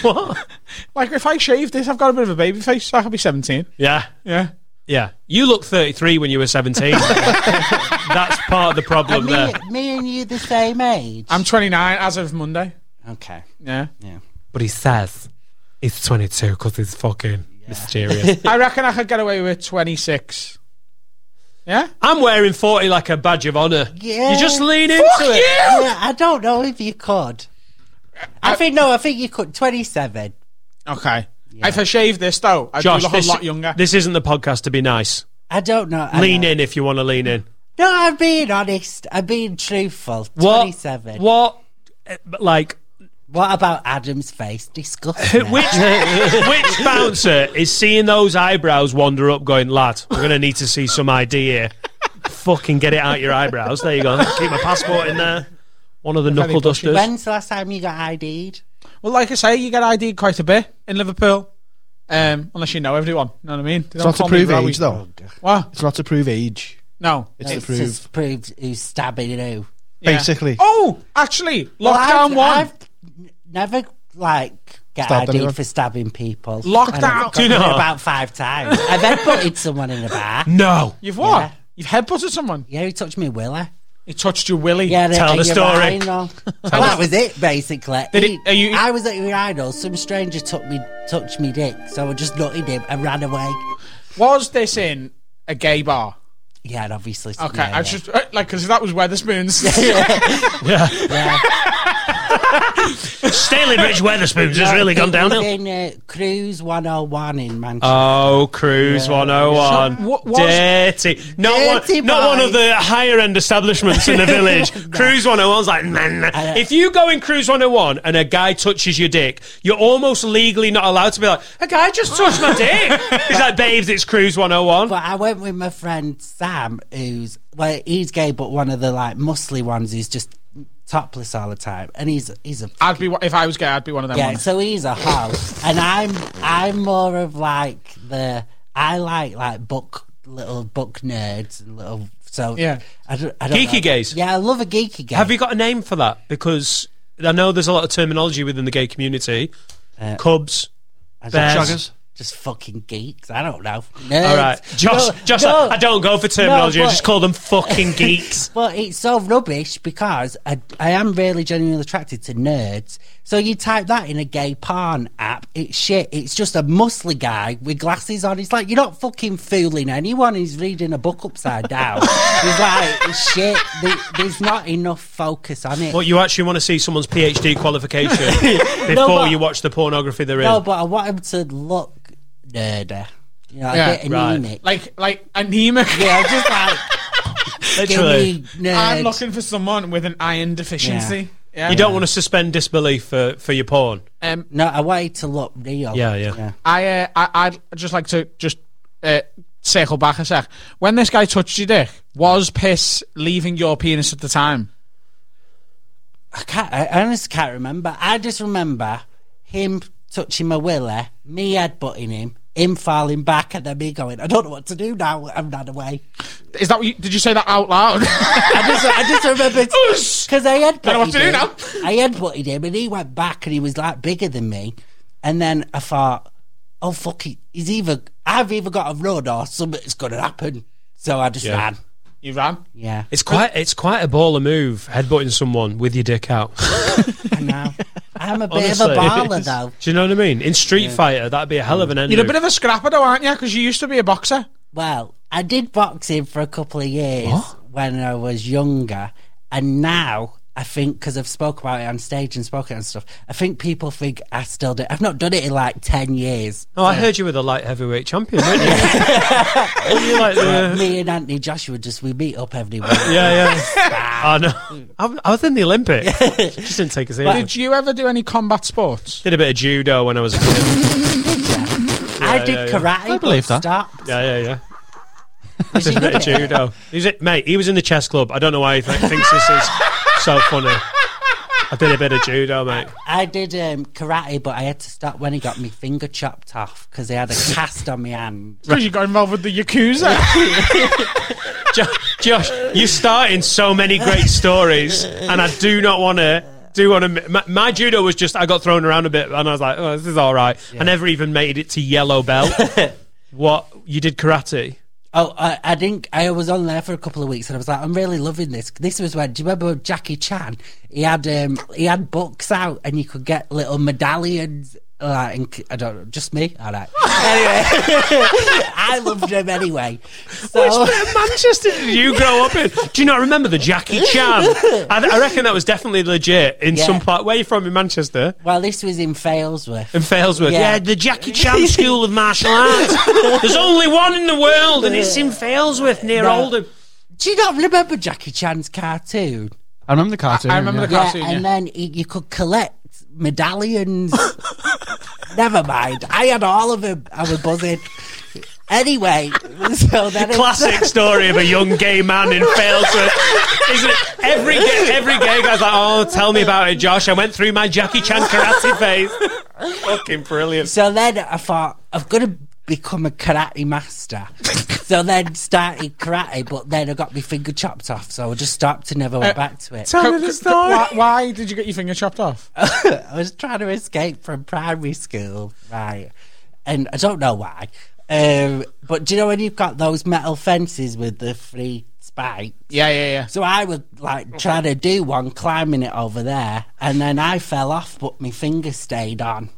what? Like if I shaved this, I've got a bit of a baby face, so I could be seventeen. Yeah, Yeah, yeah. You look 33 when you were (laughs) 17. That's part of the problem Me, there. me and you the same age. I'm twenty nine as of Monday. okay. Yeah, But he says he's 22 because he's fucking mysterious. I reckon I could get away with twenty six. Yeah? (laughs) I'm wearing 40 like a badge of honor. Yeah. You just lean into Fuck it. you! Yeah, I don't know if you could. I think no, I think you could. Twenty-seven. Okay. If I shave this though, I'd Josh, feel a whole this, lot younger. this isn't the podcast to be nice. I don't know. I Lean know. in if you want to lean in. No, I'm being honest. I'm being truthful. What? Twenty-seven. What, What? uh, Like, about Adam's face? Disgusting. which which bouncer is seeing those eyebrows wander up, going, lad, we're going to need to see some ID here. Fucking get it out your eyebrows. There you go. Keep my passport in there. One of the knuckle dusters. When's the last time you got ID'd? well, like I say, you get ID'd quite a bit in Liverpool. Um, unless you know everyone. You know what I mean? They It's don't not to call me prove Rowie. age, though. What? It's not to prove age. No. It's to It's prove just proved who's stabbing who. Yeah. basically. Oh, actually, lockdown Well, I've- one. I've n- never like get Stabbed ID'd anyone? for stabbing people. Lockdown. And I've Do you gotten know? it About five times. I've headbutted someone in a bar. No. You've what? Yeah. You've headbutted someone. Yeah, he touched me, Willa. He touched your willy. Yeah, Tell at the your story. (laughs) urinal. well, that was it basically. Did He- it- are you- I was at your urinal. Some stranger took me, touched me dick, so I just nutted him and ran away. Was this in a gay bar? Yeah, and obviously. Okay, yeah, I yeah. just uh, like because that was (laughs) Weatherspoons. yeah. (laughs) Stalybridge Weatherspoons has No, really it gone was downhill. In uh, Cruise 101 in Manchester. Oh, Cruise 101. So, what- what- Dirty. Not, Dirty one, not one boy. of the higher end establishments (laughs) in the village. Cruise 101's like, man. I- If you go in Cruise 101 and a guy touches your dick, you're almost legally not allowed to be like, a guy just touched my (laughs) dick. He's like, babes, it's Cruise 101. But I went with my friend Sam, who's well, he's gay, but one of the like muscly ones who's just topless all the time, and he's he's a I'd be if I was gay, I'd be one of them. yeah, ones. so he's a hoe, and I'm I'm more of like the I like like book little book nerds and little so Yeah. I don't, I don't Geeky know. gays. Yeah, I love a geeky gay. Have you got a name for that? Because I know there's a lot of terminology within the gay community. Uh, Cubs. I don't- bears. Chuggers. Just fucking geeks. I don't know. Nerds. All right, Josh. No, Josh, no. I don't go for terminology. I but- just call them fucking (laughs) geeks. But it's so rubbish because I, I am really genuinely attracted to nerds. So you type that in a gay porn app, it's shit. It's just a muscly guy with glasses on. It's like, you're not fucking fooling anyone. He's reading a book upside (laughs) down. He's like, shit, there- there's not enough focus on it. But you actually want to see someone's PhD qualification before (laughs) No, but- you watch the pornography they're in. no, but I want him to look nerder. You know, Yeah, a bit anemic. like like anemic. yeah, I'm (laughs) just like, Literally, skinny nerd. I'm looking for someone with an iron deficiency. Yeah. you don't want to suspend disbelief for, for your porn. Um, No, I want it to look real. Yeah, yeah. I, uh, I I'd just like to just uh, circle back a sec. When this guy touched your dick, was piss leaving your penis at the time? I can't. I honestly can't remember. I just remember him touching my willy, me headbutting him, him falling back, and then me going, "I don't know what to do now. I'm not away." Is that what you, did you say that out loud? (laughs) I just, I just remember Oosh. because I headbutted Don't know what to do him. now. I headbutted him, and he went back, and he was like bigger than me. And then I thought, "Oh fuck, it, he's either I've either got a run or something's going to happen." So I just Yeah. ran. you ran. Yeah, It's quite it's quite a baller move headbutting someone with your dick out. (laughs) I (laughs) know. I'm a bit Honestly, of a it baller is. though. (laughs) Do you know what I mean? In Street Fighter, that'd be a hell of an end. You're a move. bit of a scrapper though, aren't you? Because you used to be a boxer. Well, I did boxing for a couple of years when I was younger, and now I think because I've spoke about it on stage and spoken and stuff, I think people think I still do. I've not done it in like ten years. oh, I heard you were the light heavyweight champion, weren't (laughs) you? Weren't you like the- Me and Anthony Joshua just we meet up every week. Uh. yeah, (laughs) yeah. I know. I- I was in the Olympics. Just didn't take a seriously. Did you ever do any combat sports? Did a bit of judo when I was a kid. I did yeah, yeah. karate. I believe but that. Stop. Yeah, yeah, yeah. Did a bit of judo. He was, mate, he was in the chess club. I don't know why he th- thinks this is so funny. I did a bit of judo, mate. I did um, karate, but I had to stop when he got my finger chopped off because he had a cast on my hand. Because you got involved with the yakuza. Jo- Josh, you're starting so many great stories, and I do not want to. Do want to? My, my judo was just I got thrown around a bit, and I was like, "Oh, this is all right." I never even made it to yellow belt. what you did karate? Oh, I, I didn't. I was on there for a couple of weeks, and I was like, I'm really loving this. This was when. Do you remember Jackie Chan? He had um, he had books out, and you could get little medallions like, in- I don't know, just me. All (laughs) right. anyway, (laughs) I loved him anyway. So Manchester did you grow up in? Do you not remember the Jackie Chan? I, I reckon that was definitely legit in Yeah. some part. Where are you from in Manchester? well, this was in Failsworth. In Failsworth. Yeah. Yeah, the Jackie Chan School of Martial Arts. There's only one in the world, and it's in Failsworth near No. Oldham. Do you not remember Jackie Chan's cartoon? I remember the cartoon. I remember yeah. the cartoon. Yeah, and then y- you could collect medallions. Never mind. I had all of them. I was buzzing. Anyway, (laughs) so then it- Classic story of a young gay man in Failsworth. Isn't it? Every gay, every gay guy's like, oh, tell me about it, Josh. I went through my Jackie Chan karate phase. Fucking brilliant. So then I thought, I'm going to become a karate master. so then started karate, but then I got my finger chopped off. So I just stopped and never went back to it. Co- co- why, why did you get your finger chopped off? I was trying to escape from primary school, right? And I don't know why. Um, but do you know when you've got those metal fences with the three spikes? Yeah, yeah, yeah. So I was like trying to do one, climbing it over there, and then I fell off, but my finger stayed on.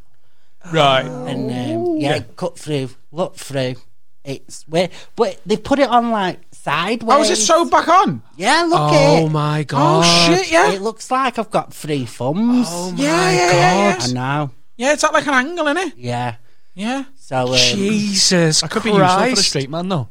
Right. and um, yeah, it cut through, look through. It's weird, but they put it on like sideways. Oh, is it sewed back on? Yeah, look at Oh it. my Oh, god. shit, yeah. It looks like I've got three thumbs. Oh my yeah, yeah, yeah, god. I know. Yeah, it's at like an angle, innit? Yeah. Yeah. So um, Jesus I could be useful for a Christ. straight man though.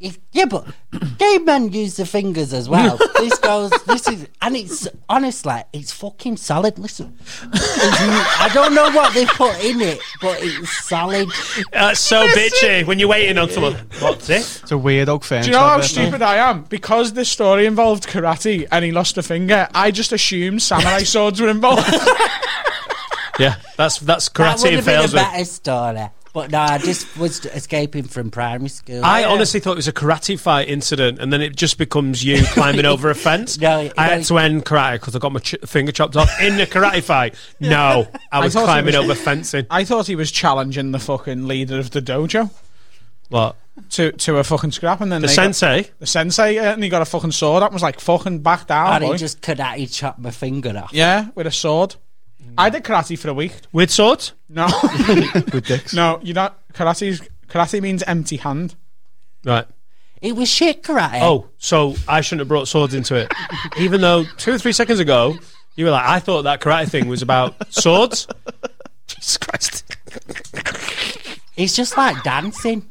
if- yeah, but (clears throat) gay men use the fingers as well. this goes. This is and it's honestly, it's fucking solid. Listen, I don't know what they put in it, but it's solid. That's Uh, so bitchy when you're waiting on someone. What's it? It's a weird old fan. Do you know how stupid I am? Because this story involved karate and he lost a finger, I just assumed samurai swords were involved. Yeah, that's that's That would karate and have been a fails with. better story. But no, I just was escaping from primary school. I honestly thought it was a karate fight incident, and then it just becomes you (laughs) climbing over a fence. No, it- I had to end karate because I got my ch- finger chopped off in the karate (laughs) fight. No, I was thought it climbing was- over fencing. I thought he was challenging the fucking leader of the dojo What? to, to a fucking scrap and then The they sensei? got, the sensei uh, and he got a fucking sword out and was like fucking back down. And boy. he just karate chopped my finger off. yeah, with a sword. I did karate for a week. With swords? No. (laughs) With dicks. no, you know karate is- karate means empty hand. Right. It was shit karate. Oh, so I shouldn't have brought swords into (laughs) it. Even though two or three seconds ago, you were like, I thought that karate thing was about (laughs) swords. Jesus Christ. It's just like dancing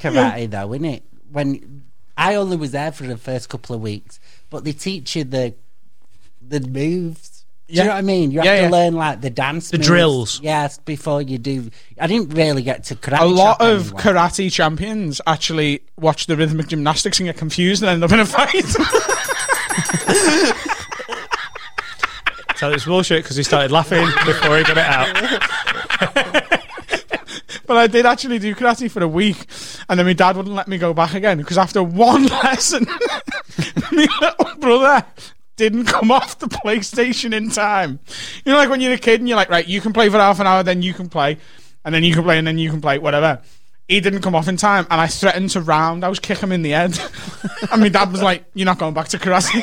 karate, though, isn't it? When I only was there for the first couple of weeks, but they teach you the the moves. Do you know what I mean? You have Yeah, to yeah. learn like the dance, the drills. Yes, before you do. I didn't really get to karate. A lot chop of anyone. karate champions actually watch the rhythmic gymnastics and get confused and end up in a fight. So it's bullshit because he started laughing before he got it (laughs) out. But I did actually do karate for a week, and then my dad wouldn't let me go back again because after one (laughs) lesson, my little brother didn't come off the PlayStation in time. You know, like when you're a kid and you're like, right, you can play for half an hour, then you can play, and then you can play, and then you can play, whatever. He didn't come off in time, and I threatened to round. I was kick him in the head, (laughs) and my dad was like, "You're not going back to karate."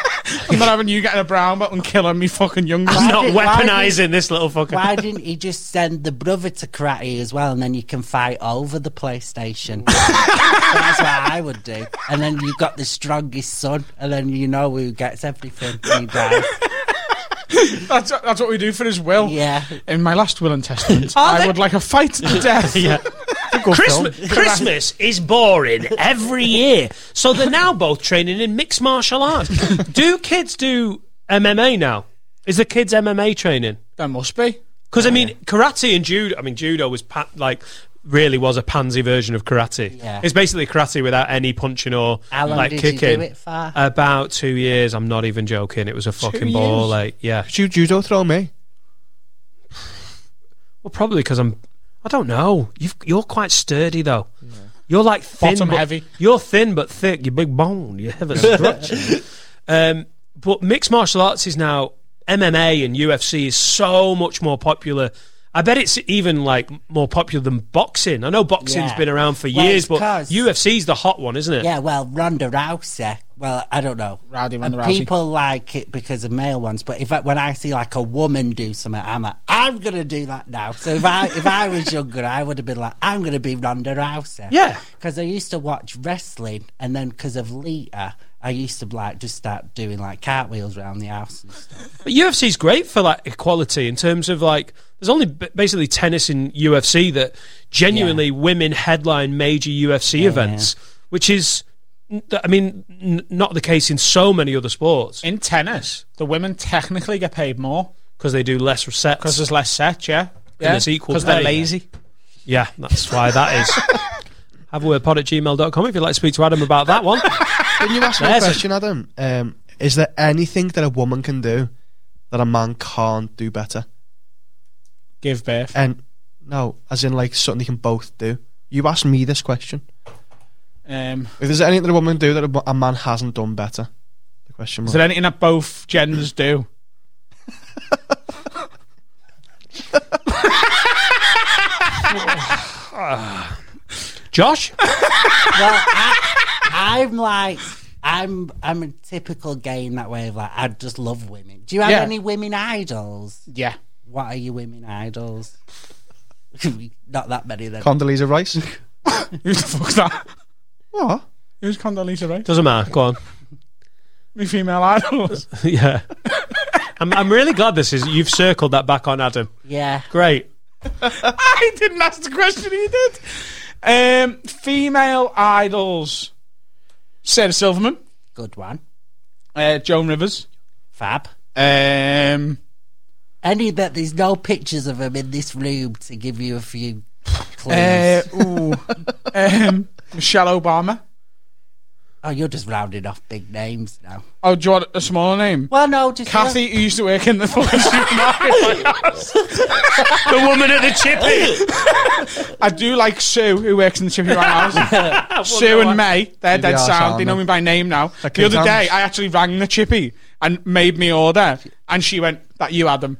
(laughs) I'm not having you getting a brown belt and killing me fucking young. He's (laughs) man." not did- why did- weaponizing this little fucker. Why didn't he just send the brother to karate as well, and then you can fight over the PlayStation? That's what I would do. And then you've got the strongest son, and then you know who gets everything. He dies. That's that's what we do for his will. Yeah. In my last will and (laughs) testament, Are I they- would like a fight to (laughs) the death. Yeah. Christmas, (laughs) Christmas is boring every year. So they're now both training in mixed martial arts. Do kids do MMA now? Is the kids MMA training? There must be. Because, I mean, karate and judo, I mean, judo was pa- like. Really was a pansy version of karate. Yeah. It's basically karate without any punching or How long like did you do kicking. it for? About two years. I'm not even joking. It was a fucking ball. years? Like, yeah. Shoot judo throw me. Well, probably because I'm. I don't know. You've, you're quite sturdy though. You're like thin, Bottom but- heavy. You're thin but thick. You're big boned. You (laughs) have a structure. um, but mixed martial arts is now MMA and UFC is so much more popular. I bet it's even like more popular than boxing. I know boxing's Yeah. been around for Well, years, it's but 'cause- UFC's the hot one, isn't it? Yeah, well, Ronda Rousey. Well, I don't know. Rowdy Ronda And Rousey. People like it because of male ones, but if I, when I see like a woman do something, I'm like, I'm gonna do that now. So if I if I was younger, I would have been like, I'm gonna be Ronda Rousey. Yeah. because I used to watch wrestling, and then because of Lita, I used to like just start doing like cartwheels around the house. And stuff. But UFC's great for like equality in terms of like there's only b- basically tennis in UFC that genuinely women headline major UFC events, which is n- th- I mean n- not the case in so many other sports In tennis, the women technically get paid more because they do less sets. because there's less sets, yeah? Yeah, it's equal Because they're pay. lazy. Yeah, that's why that (laughs) is. Have a word pod at gmail.com if you'd like to speak to Adam about that one. Can you ask me a There's a- question, Adam? Um, is there anything that a woman can do that a man can't do better? Give birth. And no, as in like something they can both do. You asked me this question. Um, If there's anything that a woman can do that a, wo- a man hasn't done better, the question is was. there anything that both genders do? Josh? well, I, I'm like, I'm I'm a typical gay in that way of like, I just love women. Do you have Yeah. any women idols? Yeah. What are your women idols? (laughs) Not that many then. Condoleezza Rice. (laughs) Who the fuck's that? what? Who's Condoleezza Rice? Doesn't matter. Go on. (laughs) Me female idols. (laughs) yeah. I'm, I'm really glad this is. You've circled that back on Adam. yeah. Great. I didn't ask the question he did. Um, female idols. Sarah Silverman, Good one. uh, Joan Rivers. Fab. Um, Any that there's no pictures of them in this room to give you a few clues. uh, (laughs) ooh, um, Michelle Obama. oh, you're just rounding off big names now. Oh, do you want a smaller name? Well, no, just Kathy, who used to work in the (laughs) fucking supermarket. my house. The woman at the (laughs) chippy. I do like Sue, who works in the chippy right house. Sue and May, they're Maybe dead I'll sound. sound They know them. me by name now. Like the other King's day, Arms. I actually rang the chippy and made me order, and she went, "That you, Adam."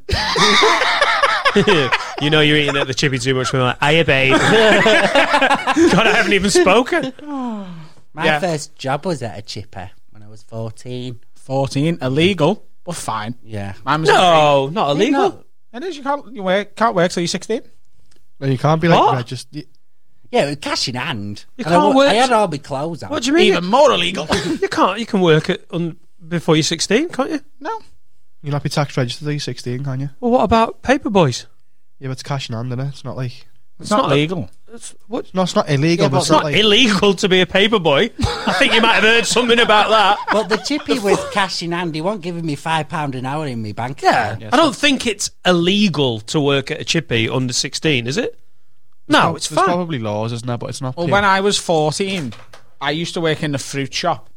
you know you're eating at the chippy too much. We're like, I babe. (laughs) God, I haven't even spoken. my yeah. first job was at a chipper when I was 14. 14, illegal, but fine. Yeah. Mine was No, not illegal. It is, you can't, you work, can't work till you're 16. No, you can't be like What? registered. Yeah, with cash in hand. You can't I, wa- work- I had all my clothes on. What do you mean? more illegal. you can't. You can work at on before you're 16, can't you? no. You'll not be tax registered till you're 16, can you? Well, what about paper boys? Yeah, but it's cash in hand, innit? It's not like. It's not, not legal. That's, what? No, it's not illegal, but, It's it's not not, like. illegal to be a paper boy. I think you might have heard something about that. (laughs) But the chippy was cash in hand. He wasn't giving me five pound an hour in my bank. account. I don't think it's illegal to work at a chippy under 16, is it? No, it's There's fine. probably laws, isn't there? But it's not. Well, paid. when I was 14, I used to work in the fruit shop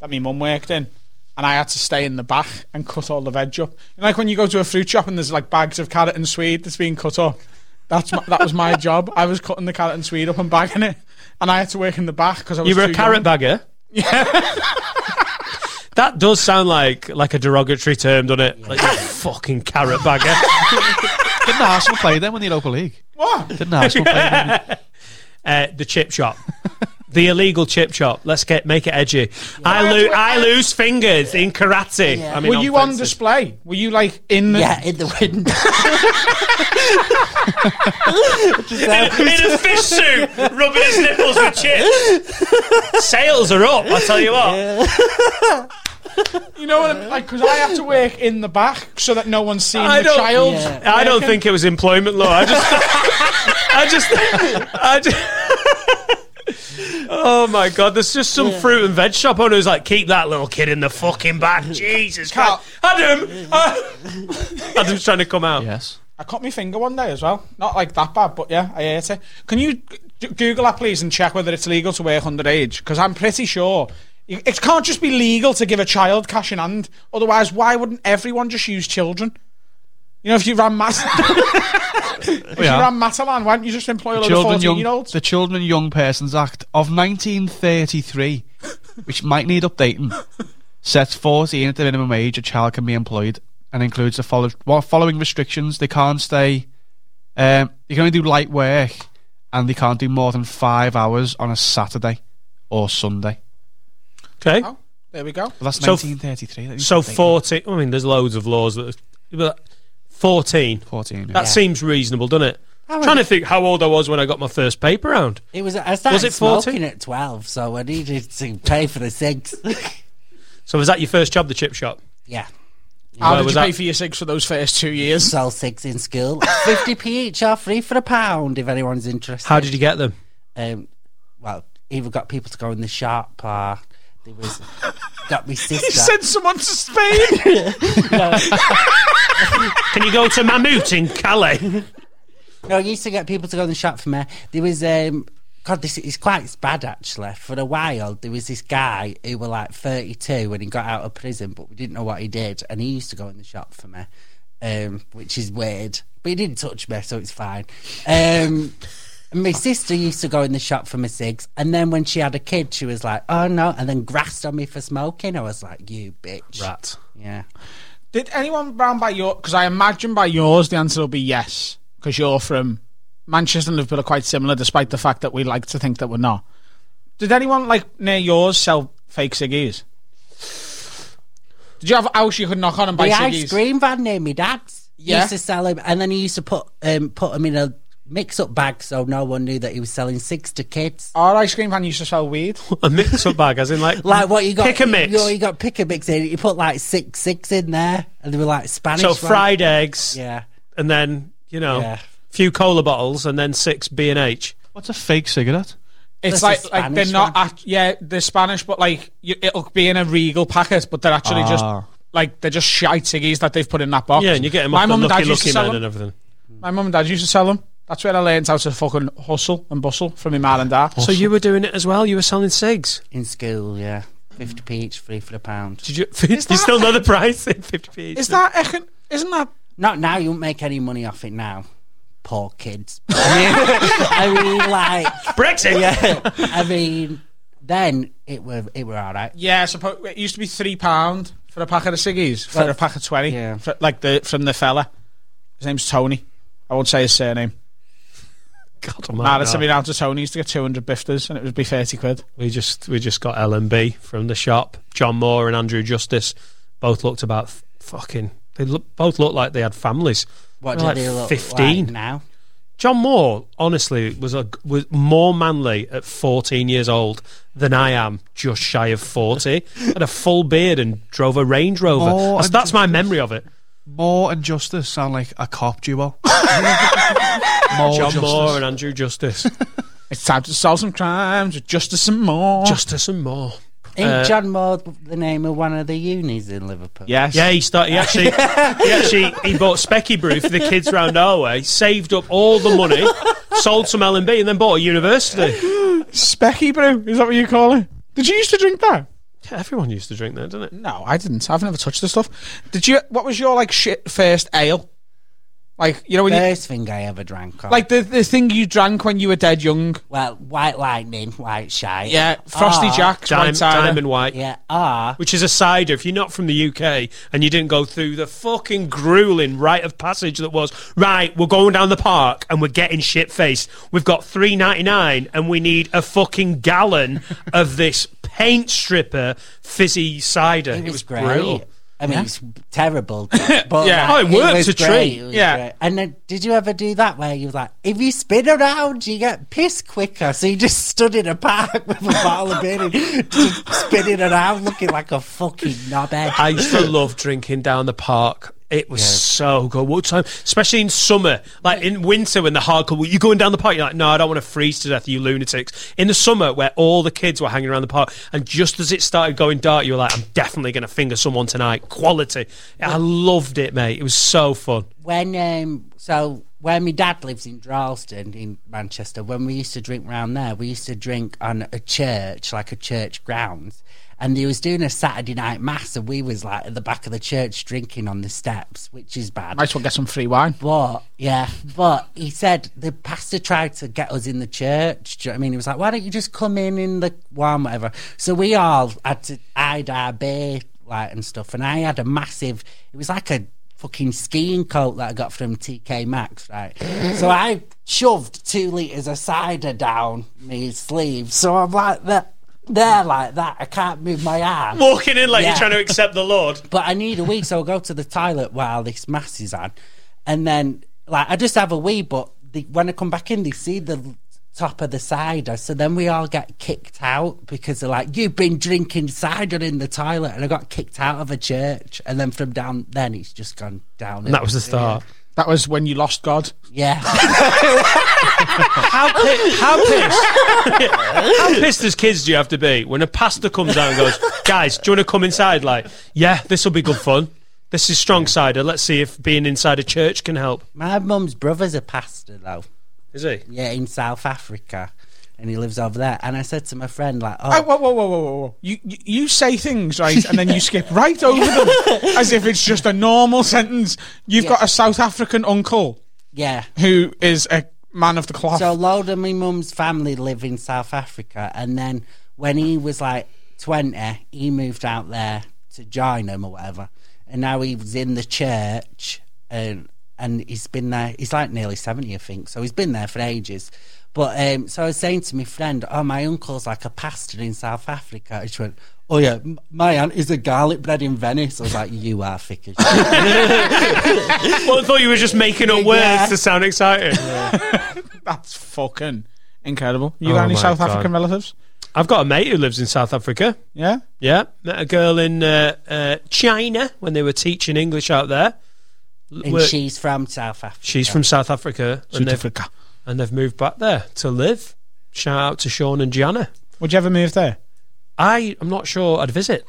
that my mum worked in. And I had to stay in the back and cut all the veg up. You know, like when you go to a fruit shop and there's like bags of carrot and swede that's being cut up. That's my, that was my job. I was cutting the carrot and swede up and bagging it, and I had to work in the back because I was. you were too a carrot young. (laughs) bagger. Yeah. that does sound like like a derogatory term, doesn't it? Like you fucking carrot (laughs) bagger. Didn't Arsenal play them in the local league? What? Didn't Arsenal (laughs) play them? uh, the chip shop. The illegal chip shop. Let's get make it edgy. I lose I lose fingers in karate. I mean, Were you on offensive. display? Were you like in the? Yeah, in the wind. Just there. (laughs) in a fish suit, rubbing his nipples with chips? (laughs) Sales are up. I tell you what. You know what? I'm, like because I have to work in the back so that no one's seeing I the don't- child. Yeah. I don't think it was employment law. I just, (laughs) I just, I just. (laughs) Oh my god! There's just some fruit and veg shop owner who's like, "Keep that little kid in the fucking back." Jesus Cut. Christ, Adam! Mm. (laughs) Ah! Adam's trying to come out. yes. I cut my finger one day as well. Not like that bad, but yeah, I ate it. Can you g- g- Google that please and check whether it's legal to work underage? Because I'm pretty sure you- it can't just be legal to give a child cash in hand. Otherwise, why wouldn't everyone just use children? You know, (laughs) if you ran Mat- if you Oh, Yeah. ran Matalan, why don't you just employ a lot of Children, young, fourteen-year-olds? the Children and Young Persons Act of 1933, which might need updating, sets 14 at the minimum age a child can be employed and includes the follow- well, following restrictions. They can't stay Um, you can only do light work, and they can't do more than five hours on a Saturday or Sunday. Okay. Oh, there we go. Well, that's So f- 1933. that you So can think 14. of. I mean, there's loads of laws that. But 14. 14. yeah. That seems reasonable, doesn't it? I'm trying to think how old I was when I got my first paper round. It was. I started Was it 40? smoking at twelve, so I needed to pay for the cigs. So was that your first job, the chip shop? (laughs) yeah, How Where did was you pay that? for your six for those first two (laughs) years? sell cigs in school. Fifty p each, or three for a pound, if anyone's interested. How did you get them? um, well, either got people to go in the shop or there was (laughs) got my sister. someone to Spain. Can you go to Mammut in Calais? (laughs) no, I used to get people to go in the shop for me. There was um, God, this is quite bad actually. For a while, there was this guy who was like thirty-two when he got out of prison, but we didn't know what he did, and he used to go in the shop for me, um, which is weird. But he didn't touch me, so it's fine. Um, And My sister used to go in the shop for my cigs, and then when she had a kid, she was like, "Oh no!" and then grassed on me for smoking. I was like, "You bitch!" Rat. Yeah. Did anyone round by your? Because I imagine by yours the answer will be yes, because you're from Manchester and Liverpool are quite similar, despite the fact that we like to think that we're not. Did anyone like near yours sell fake ciggies? Did you have a house you could knock on and buy the ciggies? ice cream van near my dad's Yeah. used to sell him, and then he used to put um, put him in a mix-up bag so no one knew that he was selling six to kids. Our ice cream van used to (laughs) sell weed. A mix-up bag, as in like, Like what you got? Pick a mix. You, you got pick a mix in. You put like six six in there, and they were like Spanish. so ones. fried eggs, Yeah. and then you know, Yeah. few cola bottles, and then six B and H. What's a fake cigarette? It's That's a like like they're Spanish not one. act- yeah they're Spanish, but like you, it'll be in a regal packet, but they're actually Ah. just like they're just shite ciggies that they've put in that box. Yeah, and you get them My off the mum and dad lucky used to lucky sell man them. and everything. My mum and dad used to sell them. That's where I learned how to fucking hustle and bustle from my mum and dad. So you were doing it as well. You were selling cigs. in school. Yeah, fifty p each, three for a pound. Did you? (laughs) you still know the (laughs) price? (laughs) Fifty p. is that econ- isn't that Not now. You won't make any money off it now. Poor kids. (laughs) I mean, (laughs) I mean, like, Brexit? I mean, then it were it were all right. yeah? I Suppose it used to be three pound for a packet of ciggies for Well, a pack of twenty. yeah. for- like the from the fella. His name's Tony. I won't say his surname. (laughs) God, Nah, that's something down to Tony. He used to get two hundred bifters and it would be thirty quid. We just we just got L and B from the shop. John Moore and Andrew Justice both looked about f- fucking. They look, both looked like they had families. What They were do they look Fifteen. like now? John Moore, honestly, was a was more manly at 14 years old than I am, just shy of (laughs) 40. Had a full beard and drove a Range Rover. Oh, that's, I'm that's my memory of it. More and Justice sound like a cop (laughs) duo. More John Justice. Oh. Moore and Andrew (laughs) Justice, It's time to solve some crimes with justice and more. Justice and Moore. Ain't Uh, John Moore the name of one of the unis in Liverpool? yes. Yeah, he (laughs) started. He actually, he actually, he bought Specky Brew for the kids round our way. Saved up all the money, sold some L and B, and then bought a university. (laughs) Specky brew. Is that what you call it? Did you used to drink that? Everyone used to drink that, didn't it? No, I didn't. I've never touched the stuff. Did you? What was your like shit first ale? Like you know when you First thing I ever drank. On. like the the thing you drank when you were dead young. well, White Lightning, White Shite. Yeah, Frosty Or- Jacks, Ah, Dime, white cider. diamond white. Yeah, ah, which is a cider. If you're not from the UK and you didn't go through the fucking grueling rite of passage that was, right, we're going down the park and we're getting shit faced. We've got three ninety nine and we need a fucking gallon of this paint stripper fizzy cider. it, was great. brutal. I mean, it's terrible, but Yeah. like, Oh, it worked was a treat. great, it was Yeah. great. And then, did you ever do that where you was like, if you spin around, you get pissed quicker? So you just stood in a park (laughs) with a bottle of beer and just spinning around, looking like a fucking knobhead. I used to love drinking down the park. It was so good. What time? Especially in summer, like in winter when the hardcore. You're going down the park. You're like, no, I don't want to freeze to death, you lunatics. In the summer, where all the kids were hanging around the park, and just as it started going dark, you were like, I'm definitely going to finger someone tonight. Quality. I loved it, mate. It was so fun. when um so when my dad lives in Drylston in Manchester, when we used to drink round there, we used to drink on a church, like a church grounds. And they was doing a Saturday night mass and we was like at the back of the church drinking on the steps, which is bad. Might as well get some free wine. But yeah, but he said the pastor tried to get us in the church. Do you know what I mean? He was like, "Why don't you just come in in the one whatever?" So we all had to hide our beer like and stuff. And I had a massive. It was like a fucking skiing coat that I got from TK Maxx, right? so I shoved two litres of cider down my sleeve. So I'm like that there like that. I can't move my arm. Walking in like Yeah. you're trying to accept the Lord. But I need a wee, so I'll go to the toilet while this mass is on. And then, like, I just have a wee, but the, when I come back in, they see the top of the cider. So then we all get kicked out because they're like, You've been drinking cider in the toilet. And I got kicked out of a church. And then from down, then it's just gone down. And that was the start. That was when you lost God. Yeah. (laughs) How, pi- how pissed? (laughs) how pissed as kids do you have to be when a pastor comes out and goes, "Guys, do you want to come inside?" Like, yeah, this will be good fun. This is strong cider. Let's see if being inside a church can help. My mum's brother's a pastor, though. Is he? Yeah, in South Africa. And he lives over there. And I said to my friend, like, oh, Oh, whoa, whoa, whoa, whoa, whoa, whoa! You you you say things right, and then (laughs) you skip right over them as if it's just a normal sentence. You've got a South African uncle yeah. who is a man of the cloth. So a load of my mum's family live in South Africa, and then when he was like twenty, he moved out there to join them or whatever, and now he was in the church, and and he's been there. He's like nearly seventy, I think. So he's been there for ages. But um, so I was saying to my friend, "Oh, my uncle's like a pastor in South Africa." And she went, "Oh yeah, m- my aunt is a garlic bread in Venice." I was like, "You are thick as shit." Well, I thought you were just making up words Yeah. to sound exciting. That's fucking incredible. You Oh got any my South God. African relatives? I've got a mate who lives in South Africa. Yeah. Yeah, met a girl in uh, uh, China when they were teaching English out there. L- and work- she's from South Africa. she's from South Africa, and South they've, Africa. and they've moved back there to live. Shout out to Sean and Gianna. Would you ever move there? I am not sure I'd visit.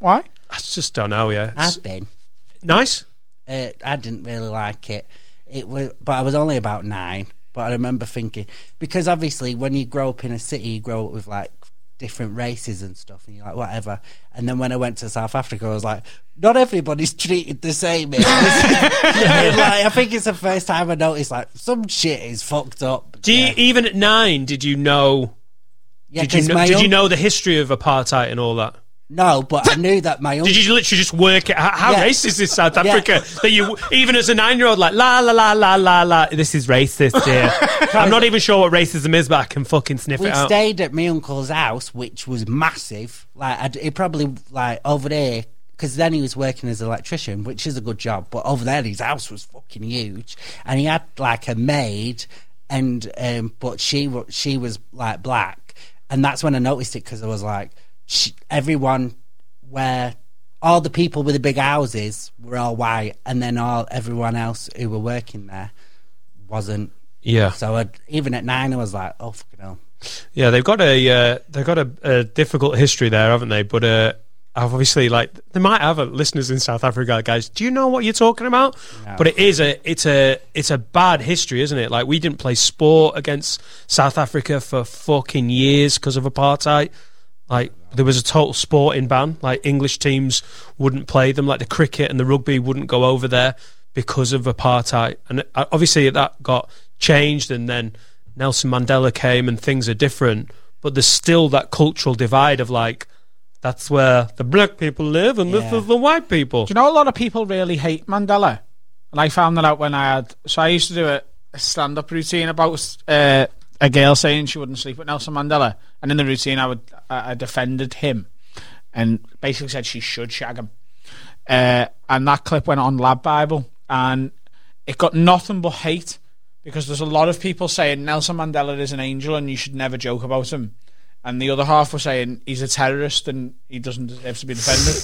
Why? I just don't know. Yeah, It's I've been. nice. uh, I didn't really like it. It was, but I was only about nine. But I remember thinking because obviously when you grow up in a city, you grow up with like different races and stuff, and you're like whatever. And then when I went to South Africa, I was like, not everybody's (laughs) treated the same. (laughs) here. And, like I think it's the first time I noticed like some shit is fucked up. Do you, even at nine, did you know? Yeah, Did you 'cause know, my did you un- know the history of apartheid and all that? No, but I knew that my uncle. Did you literally just work it? How, how Yeah. racist is South Yeah. Africa that you, even as a nine-year-old, like la la la la la la, this is racist. (laughs) Here, I'm not even sure what racism is, but I can fucking sniff we it out. stayed at my uncle's house, which was massive. Like, I'd, it probably like over there because then he was working as an electrician, which is a good job. But over there, his house was fucking huge, and he had like a maid, and um, but she wa- she was like black, and that's when I noticed it because I was like, she, everyone where all the people with the big houses were all white, and then all everyone else who were working there wasn't. Yeah, So i even at nine, I was like, oh fucking hell. yeah, they've got a uh, they've got a, a difficult history there, haven't they? But uh, I've obviously, like, they might have uh, listeners in South Africa, like, guys. Do you know what you're talking about? But it is a it's a it's a bad history, isn't it? Like, we didn't play sport against South Africa for fucking years because of apartheid. Like, there was a total sporting ban. Like, English teams wouldn't play them. Like, the cricket and the rugby wouldn't go over there because of apartheid. And uh, obviously, that got changed, and then Nelson Mandela came, and things are different. But there's still that cultural divide of like, that's where the black people live and this Yeah. is the white people. Do you know a lot of people really hate Mandela? And I found that out when I had. So I used to do a, a stand up routine about uh, a girl saying she wouldn't sleep with Nelson Mandela. And in the routine, I, would, I, I defended him and basically said she should shag him. Uh, and that clip went on Lab Bible and it got nothing but hate because there's a lot of people saying Nelson Mandela is an angel and you should never joke about him. And the other half were saying he's a terrorist and he doesn't deserve to be defended.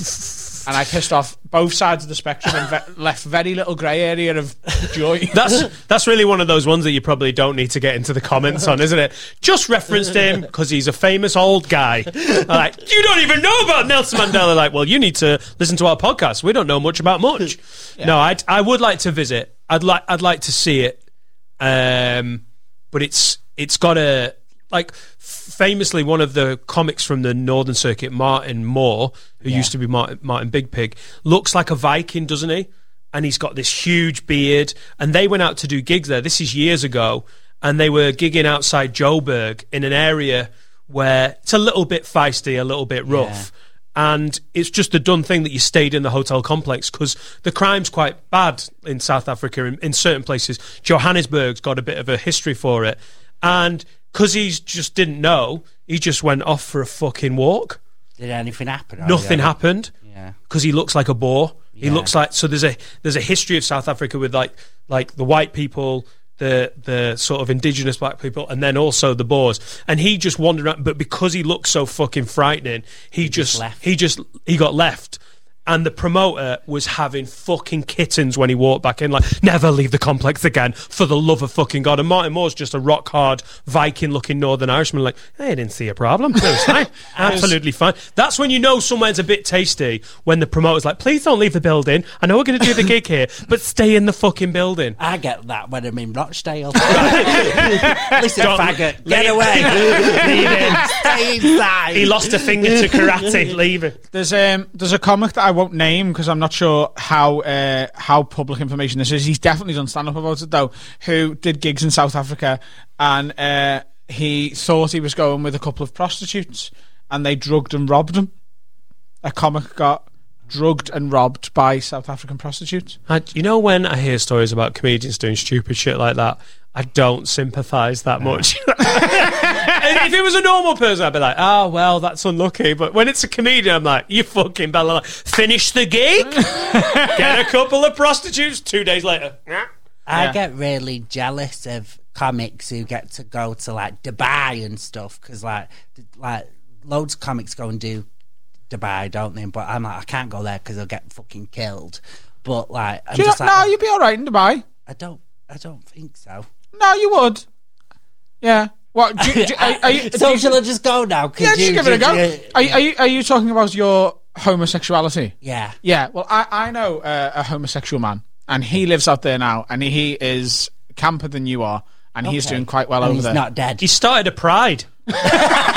and I pissed off both sides of the spectrum and ve- left very little grey area of (laughs) joy. That's that's really one of those ones that you probably don't need to get into the comments on, isn't it? Just referenced him because he's a famous old guy. Like you don't even know about Nelson Mandela. Like, well, you need to listen to our podcast. We don't know much about much. No, I I would like to visit. I'd like I'd like to see it. Um, but it's it's got a like famously one of the comics from the Northern Circuit, Martin Moore, who used to be Martin, Martin Big Pig, looks like a Viking, doesn't he? And he's got this huge beard. And they went out to do gigs there. This is years ago, and they were gigging outside Joburg in an area where it's a little bit feisty, a little bit rough. and it's just a done thing that you stayed in the hotel complex because the crime's quite bad in South Africa in, in certain places. Johannesburg's got a bit of a history for it, and because he just didn't know, he just went off for a fucking walk. Did anything happen? or Nothing Oh, yeah. happened Yeah. because he looks like a boar. He Yeah. looks like so. There's a there's a history of South Africa with like like the white people, the the sort of indigenous black people, and then also the Boers. And he just wandered around, but because he looked so fucking frightening, he, just, left. he just he got left. And the promoter was having fucking kittens when he walked back in, like never leave the complex again for the love of fucking god. And Martin Moore's just a rock hard Viking looking Northern Irishman, like hey, I didn't see a problem. It was (laughs) fine. absolutely fine. That's when you know someone's a bit tasty when the promoter's like, please don't leave the building. I know we're going to do the gig here, but stay in the fucking building. I get that when I'm in (laughs) Rochdale. Listen, Don't- faggot, get leave- away. (laughs) leave him. Stay inside. He lost a finger to (laughs) karate. leave it. There's um there's a comic that I won't name because I'm not sure how uh, how public information this is. He's definitely done stand up about it though. Who did gigs in South Africa and uh, he thought he was going with a couple of prostitutes and they drugged and robbed him. A comic got drugged and robbed by South African prostitutes. I, you know when I hear stories about comedians doing stupid shit like that, I don't sympathise that much. (laughs) And if it was a normal person, I'd be like, "Oh well, that's unlucky." But when it's a comedian, I'm like, "You fucking bella, like, finish the gig, get a couple of prostitutes." Two days later, I get really jealous of comics who get to go to like Dubai and stuff because like th- like loads of comics go and do Dubai, don't they? But I'm like, I can't go there because I'll get fucking killed. But like, I'm Do you just know, like, no, you'd be all right in Dubai. I don't, I don't think so. No, you would. Yeah. What? Do, do, are, are you, (laughs) so do you- shall I just go now? 'Cause yeah, just you- give it a you- go. you- Are, you- are you are you talking about your homosexuality? yeah, Yeah, well, I, I know uh, a homosexual man, and he lives out there now, and he is camper than you are, and he's Okay. doing quite well and over he's there. not dead. he started a pride. (laughs)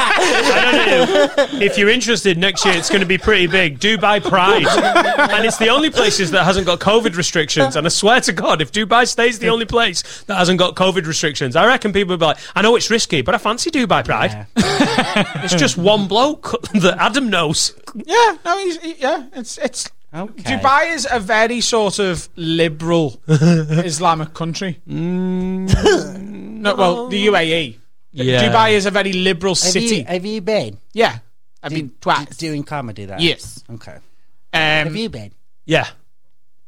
I don't know. If you're interested, next year it's going to be pretty big. Dubai Pride, and it's the only places that hasn't got COVID restrictions. And I swear to God, if Dubai stays the only place that hasn't got COVID restrictions, I reckon people will be like, "I know it's risky, but I fancy Dubai Pride." it's just one bloke (laughs) that Adam knows. Yeah, no, he's he, yeah, it's it's. Okay. Dubai is a very sort of (laughs) liberal Islamic country. Mm. (laughs) no, well, the UAE. Yeah. Dubai is a very liberal Have city. you, uh, have you been yeah, I mean, twice. doing comedy there? Yes. Okay. Have Um, you been? Yeah.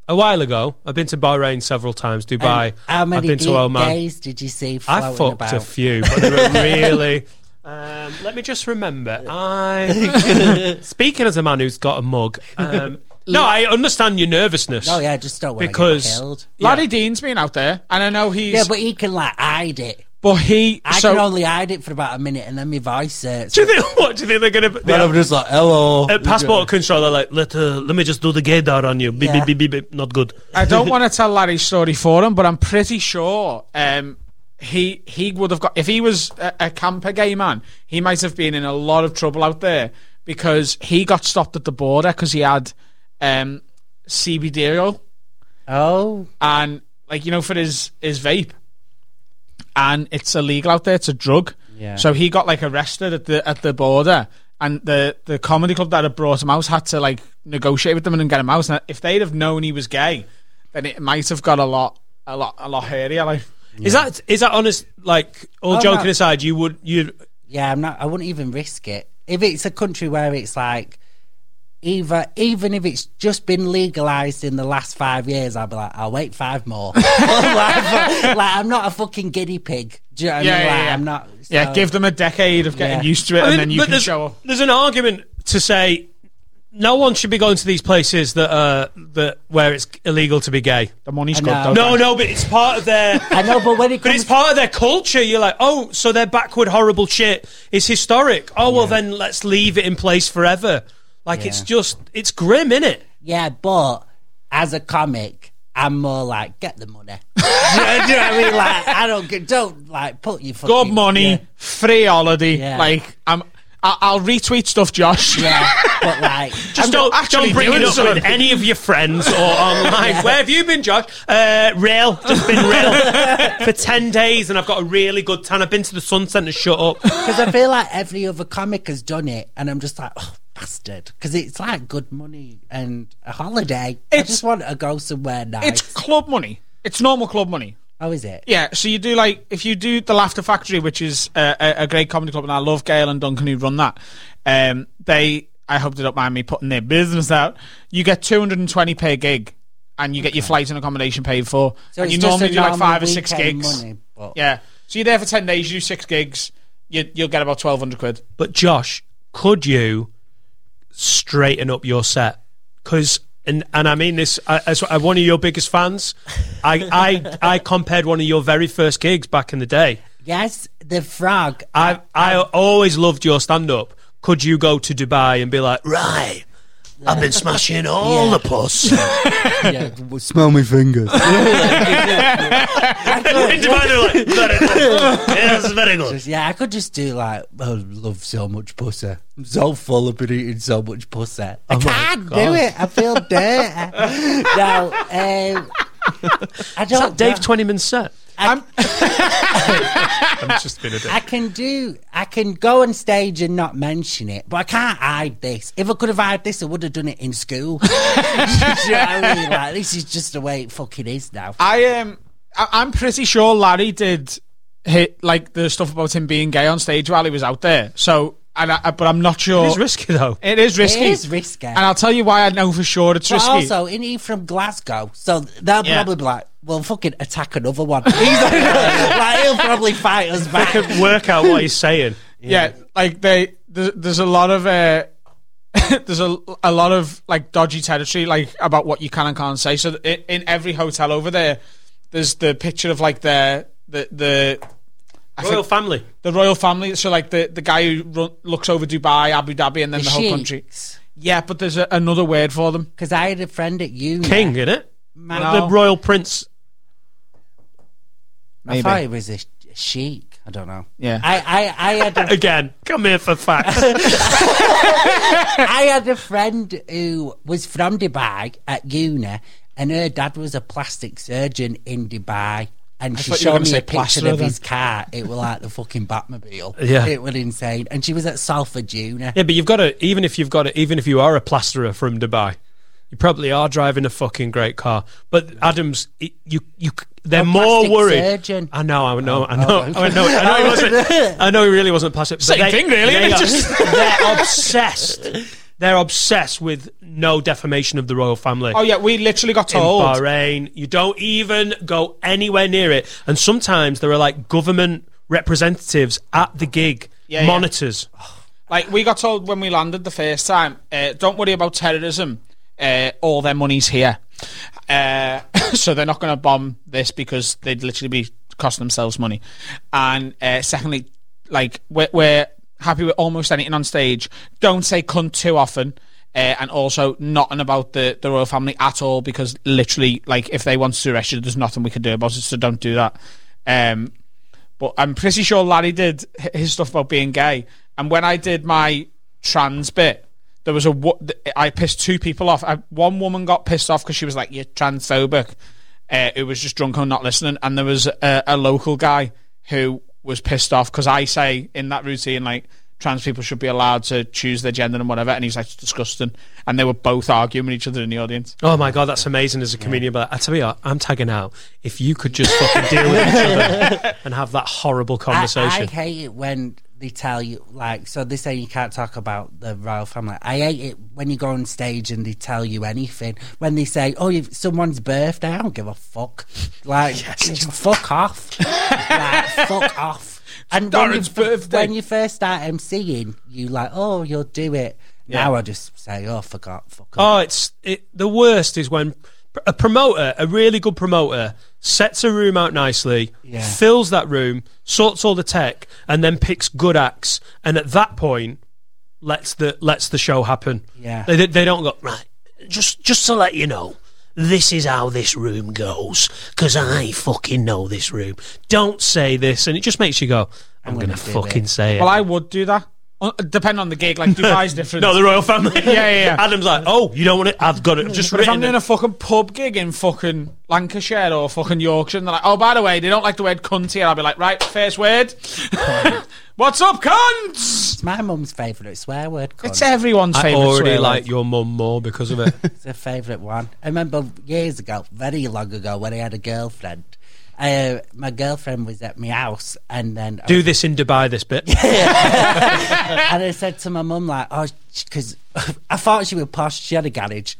A while ago, I've been to Bahrain several times. Dubai. And How many I've been to gay- Oman. gays did you see floating I fucked about? a few, but they (laughs) were really. Um, let me just remember. (laughs) I speaking as a man who's got a mug. (laughs) Um, no, I understand your nervousness. oh yeah, just don't want Because- to get killed. Laddie Dean's been out there, and I know he's. Yeah, but, but he can like hide it. he. I so, can only hide it for about a minute, and then my voice hurts. Do you think, (laughs) what do you think they're going to? I'm just like, hello. At passport control, they're like, let uh, let me just do the gaydar on you. Beep, Yeah. beep, beep, beep, beep. Not good. (laughs) I don't want to tell Larry's story for him, but I'm pretty sure um, he he would have got if he was a, a camper gay man, he might have been in a lot of trouble out there because he got stopped at the border because he had um, CBD oil Oh, and like you know for his his vape, and it's illegal out there. It's a drug. Yeah. So he got like arrested at the at the border, and the the comedy club that had brought him out had to like negotiate with them and get him out. And if they'd have known he was gay, then it might have got a lot a lot a lot hairier. Like Is that is that honest? Like all Oh, joking no. aside, you would you yeah. I'm not. I wouldn't even risk it if it's a country where it's like either even if it's just been legalized in the last five years. I'll be like, I'll wait five more. (laughs) like, like, I'm not a fucking guinea pig. Do you know what Yeah, I mean? yeah, Like, yeah. I'm not. So, yeah, give them a decade of getting Yeah. used to it, I mean, and then you but can there's, show up. There's an argument to say no one should be going to these places that uh, that where it's illegal to be gay. The money's I good. know. No, though. no, but it's part of their. (laughs) I know, but when it But it's comes, part of their culture. You're like, oh, so their backward, horrible shit is historic. Oh well, then let's leave it in place forever. Like it's just, it's grim, innit? it? yeah, but as a comic. I'm more like get the money. do, you know, do you know what I mean? Like I don't g- don't like put your fucking good money, Yeah. free holiday. Yeah. Like I'm, I, I'll retweet stuff, Josh. Yeah, but (laughs) like, Just I'm don't, don't actually bring it doing up something. with any of your friends or (laughs) online. Where have you been, Josh? Uh, real, just been (laughs) real for ten days, and I've got a really good tan. I've been to the Sun Centre. Shut up. because I feel like every other comic has done it, and I'm just like, oh, bastard because it's like good money and a holiday. I just want to go somewhere nice. (laughs) It's club money. It's normal club money. oh, is it? Yeah, so you do like if you do the Laughter Factory, which is uh, a, a great comedy club, and I love Gail and Duncan who run that. Um, they, I hope they don't mind me putting their business out. You get two hundred and twenty per gig, and you get your flight and accommodation paid for, So and it's you just normally a do like normal five or six weekend gigs. money, but- Yeah, so you're there for ten days, you do six gigs, you, you'll get about twelve hundred quid. But Josh, could you straighten up your set? Because and and I mean this I- as I'm one of your biggest fans. I I I compared one of your very first gigs back in the day. Yes, the (laughs) frog. Oh, I I always loved your stand up. Could you go to Dubai and be like, right? I've been smashing all the puss. Smell my fingers. In (laughs) Dubai, they're like, "Very good. Yes, very good. Yeah, I could just do like, oh, love so much pussy. I'm so full. I've been eating so much pussy. Oh, I can't do it. I (laughs) feel dirty. no, um, I Is don't. that Dave know. Twentyman's set? I'm- (laughs) I'm just being a dick. I can do. I can go on stage and not mention it, but I can't hide this. If I could have hid this, I would have done it in school. (laughs) Do you know what I mean? Like, this is just the way it fucking is now. I Um, I, I'm pretty sure Larry did hit like the stuff about him being gay on stage while he was out there. So, and I, but I'm not sure. It's risky though. It is risky. It is risky. And I'll tell you why I know for sure it's But risky. also, isn't he from Glasgow? So they'll Yeah. probably be like, well, fucking attack another one. (laughs) He's like, like, he'll probably fight us back. Work out what he's saying. yeah. like they there's, there's a lot of uh, (laughs) there's a, a lot of like dodgy territory like about what you can and can't say. So in, in every hotel over there, there's the picture of like their the the I Royal think family. the royal family. So like the the guy who run, looks over Dubai, Abu Dhabi, and then the, whole country. Yeah, but there's a, another word for them. Because I had a friend at uni. King, innit? Man, No. The royal (laughs) prince. I thought it was a sh- sheik. I don't know. Yeah. I, I, I had a Again, come here for facts. (laughs) I had a friend who was from Dubai at uni, and her dad was a plastic surgeon in Dubai. And she thought you were showed gonna me say a picture plasterer of his car. It was like the fucking (laughs) Batmobile. Yeah. It was insane. And she was at Salford Uni. Yeah, but you've got to even if you've got to even if you are a plasterer from Dubai, you probably are driving a fucking great car. But Adams, it, you you c- they're A more plastic worried. surgeon. I know, I know, I know, oh, I know, I know he wasn't. I know he really wasn't plastic. but Same they- thing, really, They (laughs) isn't it? are, Just- they're obsessed. They're obsessed with no defamation of the royal family. Oh yeah, we literally got In told. Bahrain, you don't even go anywhere near it. And sometimes there are like government representatives at the gig, yeah. monitors. Like we got told when we landed the first time, uh, don't worry about terrorism. Uh, all their money's here, uh, (coughs) so they're not going to bomb this because they'd literally be costing themselves money. And uh, secondly, like we're, we're happy with almost anything on stage. Don't say cunt too often. Uh, and also nothing about the, the royal family at all because literally like if they want to arrest you there's nothing we can do about it so don't do that um, but I'm pretty sure Larry did h- his stuff about being gay. And when I did my trans bit, there was a wo- th- I pissed two people off. I, one woman got pissed off because she was like, "You're transphobic." Uh, who was just drunk and not listening. And there was a, a local guy who was pissed off because I say in that routine like trans people should be allowed to choose their gender and whatever. And he was like, "It's disgusting." And they were both arguing with each other in the audience. Oh my god, that's amazing as a comedian. But I tell you, what, I'm tagging out. If you could just fucking deal with each other and have that horrible I, conversation. I hate it when they tell you, like, so they say you can't talk about the royal family. I hate it when you go on stage and they tell you anything. When they say, oh, you've, someone's birthday, I don't give a fuck. Like, (laughs) fuck off. like, fuck off. And when you, Darren's birthday. when you first start MCing, you like, oh, you'll do it. Now I just say, oh, forgot, fuck off. oh, it's it, the worst is when pr- a promoter, a really good promoter, sets a room out nicely, fills that room, sorts all the tech, and then picks good acts. And at that point, lets the lets the show happen. Yeah. they, they- they don't go right. Just just to let you know. This is how this room goes because I fucking know this room. Don't say this, and it just makes you go. I'm, gonna, gonna do fucking it." say it. Well, I would do that. Uh, Depending on the gig, like (laughs) Dubai's different. No, the royal family. (laughs) Yeah, yeah, yeah. (laughs) Adam's like, oh, you don't want it? I've got it. I've just But if I'm written doing it. a fucking pub gig in fucking Lancashire or fucking Yorkshire, and they're like, oh, by the way, they don't like the word cunt here, I'll be like, right, first word. (laughs) What's up, cunts? It's my mum's favourite swear word. cunt. It's everyone's I favourite already swear like word. your mum more because of it. It's a favourite one. I remember years ago, very long ago, when I had a girlfriend. Uh, my girlfriend was at my house, and then (laughs) I Do this in Dubai, this bit. (laughs) and I said to my mum, like, oh, because I thought she was posh. She had a garage.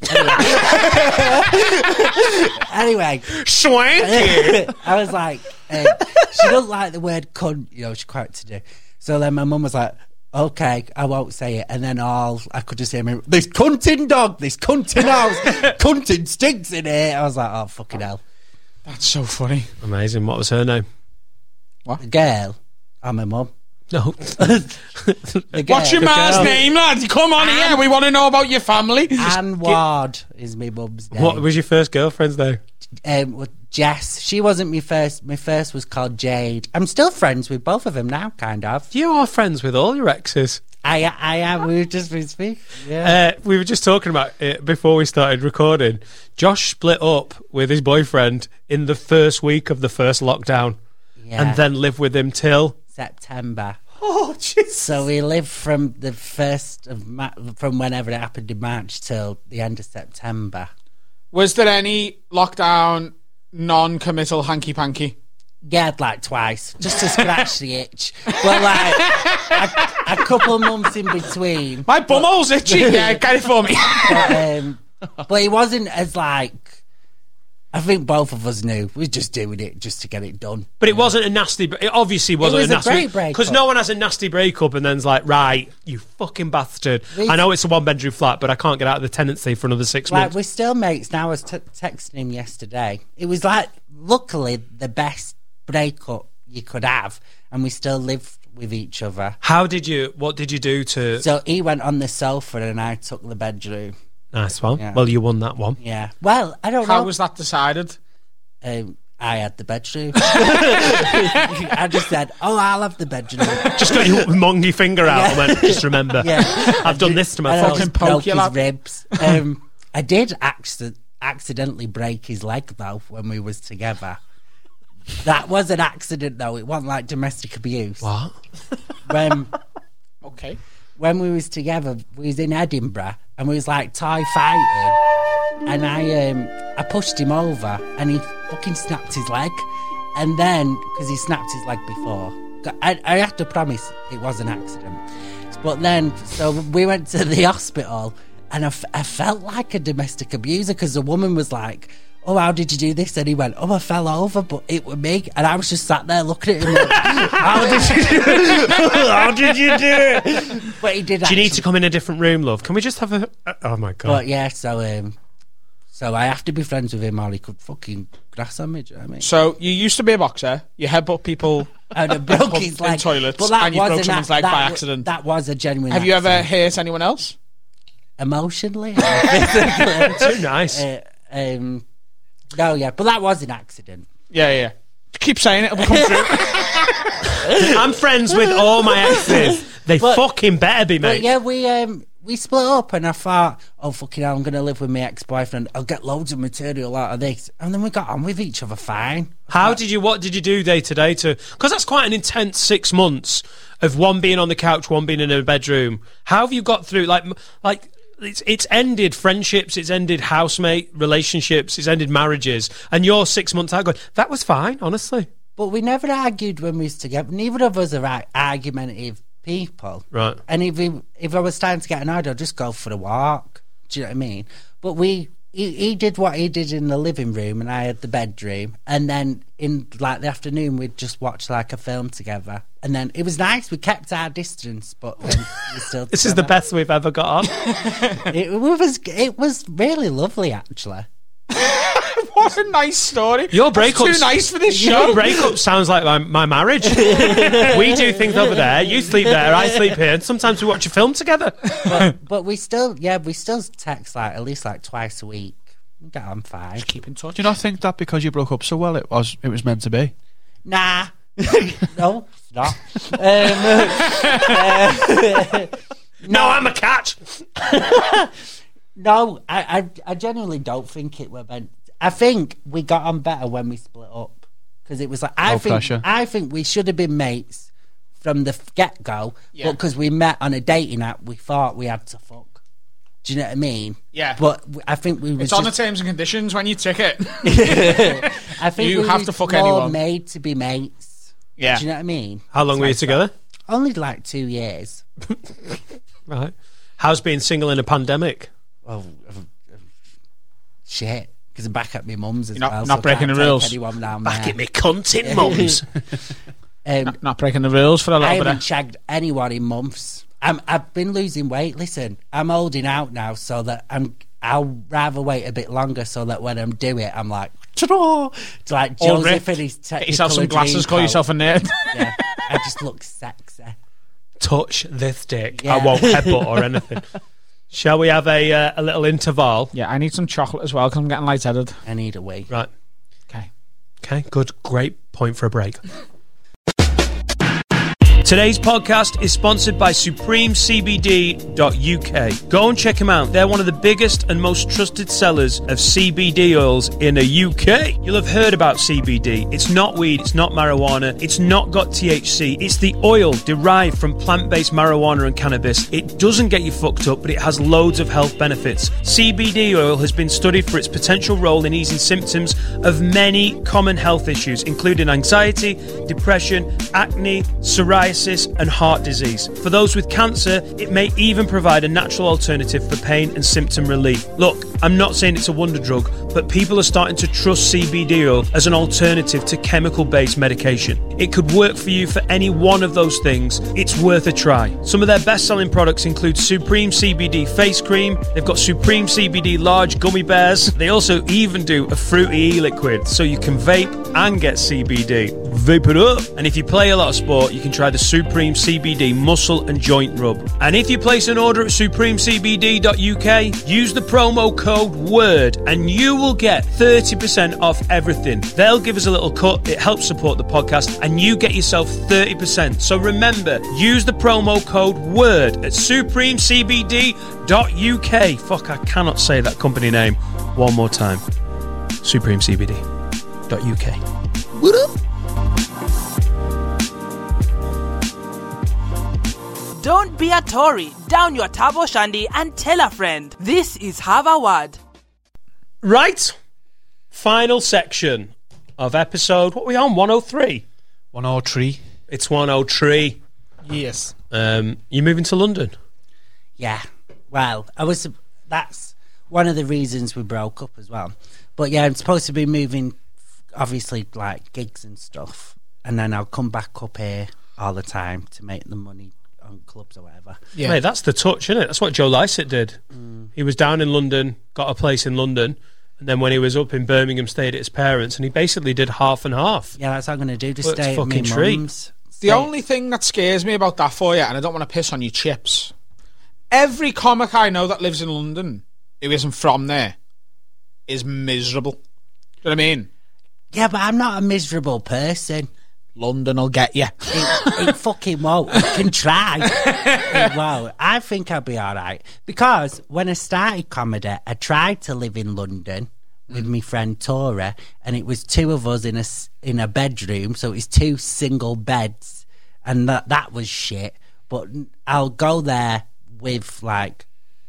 (laughs) anyway, (laughs) I was like, uh, she doesn't like the word cunt. You know, she's quite to do. So then my mum was like, okay, I won't say it. And then all I could just hear me, this cunting dog, this cunting (laughs) house, cunting stinks in here. I was like, oh, fucking hell. That's so funny. (laughs) Amazing. What was her name? The girl, I'm my mum. No. The girl, What's your ma's girl, name, lad? Come on here, we want to know about your family. Anne Ward is my mum's name. (laughs) what was your first girlfriend's name? um, with Jess. She wasn't my first. My first was called Jade. I'm still friends with both of them now, kind of. You are friends with all your exes. I, I am. We've just been speaking. Uh, Yeah. we were just talking about it before we started recording. Josh split up with his boyfriend in the first week of the first lockdown yeah. and then lived with him till. September. Oh, jeez. So we lived from the first of Ma- from whenever it happened in March till the end of September. Was there any lockdown, non committal hanky panky? Yeah, I'd like twice just to scratch the itch, but like a, a couple months in between. My bumhole's itchy. (laughs) yeah, get (laughs) it for me. But, um, but it wasn't as like. I think both of us knew we were just doing it just to get it done. But it wasn't a nasty. It obviously wasn't was a a nasty. great breakup. Because no one has a nasty breakup and then's like, right, you fucking bastard. We- I know it's a one bedroom flat, but I can't get out of the tenancy for another six Like months. we're still mates now. I was t- texting him yesterday. It was like luckily the best breakup you could have, and we still lived with each other. How did you? What did you do to? So he went on the sofa, and I took the bedroom. nice one. Yeah. Well, you won that one. Yeah. Well, I don't How know. was that decided? um, I had the bedroom. (laughs) I just said, "Oh, I'll have the (laughs) bedroom." Just got your mongy finger out and went, just remember, Yeah. I've done this to And I myself. just poke broke your his lap. ribs. Um, I did accident- accidentally break his leg though when we was together. That was an accident though. It wasn't like domestic abuse. What? When Okay. when we was together, we was in Edinburgh and we was like tie fighting, and I um I pushed him over and he fucking snapped his leg, and then because he snapped his leg before, I, I have to promise it was an accident, but then so we went to the (laughs) hospital and I, f- I felt like a domestic abuser because the woman was like. Oh, how did you do this? And he went, Oh, I fell over, but it was me. And I was just sat there looking at him like, (laughs) How did you do (laughs) How did you do it? But he did Do you need actually- to come in a different room, love? Can we just have a? uh, Oh my god! But yeah, so um, so I have to be friends with him, or he could fucking grass on me. Do you know what I mean? (laughs) So you used to be a boxer. You headbutt people. And I broke his in leg. toilets, But that and you was broke an someone's ac- leg by that wa- accident. That was a genuine. Have you ever accident. hurt anyone else? (laughs) emotionally? or physically? Too nice. uh, um, no, yeah, but that was an accident. Yeah, yeah. Keep saying it. It'll come true. I'm friends with all my exes. They fucking better be, But mate. yeah, we um we split up, and I thought, oh fucking, hell, I'm gonna live with my ex boyfriend. I'll get loads of material out of this, and then we got on with each other fine. How did you? What did you do day to day to? Because that's quite an intense six months of one being on the couch, one being in a bedroom. How have you got through? Like, m- like it's it's ended friendships, it's ended housemate relationships, it's ended marriages, and you're six months out. Going, that was fine, honestly. But we never argued when we was together. Neither of us are ar- argumentative people. Right. And if we, if I was starting to get annoyed, I'd just go for a walk. Do you know what I mean? But we, he, he did what he did in the living room, and I had the bedroom. And then in like the afternoon, we'd just watch like a film together. And then it was nice. We kept our distance, but then we still. (laughs) This is the together. best we've ever (laughs) got on. It, was it was really lovely actually. (laughs) what a nice story. Your That's breakups- too nice for this Your show. breakup sounds like my, my (laughs) marriage. we do things over there. You sleep there, I sleep here, and sometimes we watch a film together. But, but we still yeah we still text like at least like twice a week. We Get on fine. Keep in touch. Do you not think that because you broke up so well, it was it was meant to be? Nah. (laughs) no, it's not. um, uh, No, I'm a cat. no, I, I, I genuinely don't think it were meant. I think we got on better when we split up because it was like I No think pressure. I think we should have been mates from the get go, but because we met on a dating app, we thought we had to fuck. Do you know what I mean? Yeah. But w- I think we was It's on the just- terms and conditions when you tick it. I think You we have was to fuck more anyone. made to be mates. (laughs) yeah. Do you know what I mean? How long were you together? Only like two years. Right. How's being single in a pandemic? Oh, shit. Because I'm back at my mum's as not- well. not so I breaking can't the take rules. Anyone down Back there. at me cunting Oh. mums. Um, Not breaking the rules for a I little bit. haven't Of, shagged anyone in months. I'm, I've been losing weight. Listen, I'm holding out now so that I'm. I'll rather wait a bit longer so that when I'm doing it, I'm like, ta-da! It's like All Joseph ripped. and his technical get yourself some glasses, call yourself a nerd. (laughs) Yeah, I just look sexy. Touch this dick. I Yeah. won't headbutt or (laughs) anything. Shall we have a uh, a little interval? yeah, I need some chocolate as well because I'm getting lightheaded. I need a wee. Right. Okay. Okay, good. Great point for a break. Today's podcast is sponsored by supremecbd.uk. Go and check them out. They're one of the biggest and most trusted sellers of CBD oils in the UK. You'll have heard about CBD. It's not weed, it's not marijuana, it's not got THC. It's the oil derived from plant based marijuana and cannabis. It doesn't get you fucked up, but it has loads of health benefits. CBD oil has been studied for its potential role in easing symptoms of many common health issues, including anxiety, depression, acne, psoriasis, and heart disease. For those with cancer, it may even provide a natural alternative for pain and symptom relief. Look, I'm not saying it's a wonder drug, but people are starting to trust CBD oil as an alternative to chemical based medication. It could work for you for any one of those things. It's worth a try. Some of their best selling products include Supreme CBD face cream, they've got Supreme CBD large gummy bears. They also even do a fruity e liquid so you can vape and get CBD. Vape it up. And if you play a lot of sport, you can try the Supreme CBD muscle and joint rub. And if you place an order at supremecbd.uk, use the promo code WORD and you will get 30% off everything. They'll give us a little cut, it helps support the podcast, and you get yourself 30%. So remember, use the promo code WORD at supremecbd.uk. Fuck, I cannot say that company name one more time. supremecbd.uk. Don't be a Tory. Down your Tabo Shandy and tell a friend. This is Harvard. Right. Final section of episode. What are we on? 103. One or three. It's 103. Yes. Um, you're moving to London. Yeah. Well, I was. That's one of the reasons we broke up as well. But yeah, I'm supposed to be moving, obviously, like gigs and stuff, and then I'll come back up here all the time to make the money on clubs or whatever. Yeah. Mate, that's the touch, isn't it? That's what Joe Lycett did. He was down in London, got a place in London, and then when he was up in Birmingham, stayed at his parents, and he basically did half and half. Yeah, that's what I'm gonna do. Just Well, it's stay at my fucking treat. mum's. The only thing that scares me about that for you, and I don't want to piss on your chips, every comic I know that lives in London who isn't from there is miserable. Do you know what I mean? Yeah, but I'm not a miserable person. London will get you. It, (laughs) it fucking won't. You can try. It won't. I think I'll be all right. Because when I started comedy, I tried to live in London with my friend Tora, and it was two of us in a, s- in a bedroom. So it was two single beds. And that, that was shit. But I'll go there with like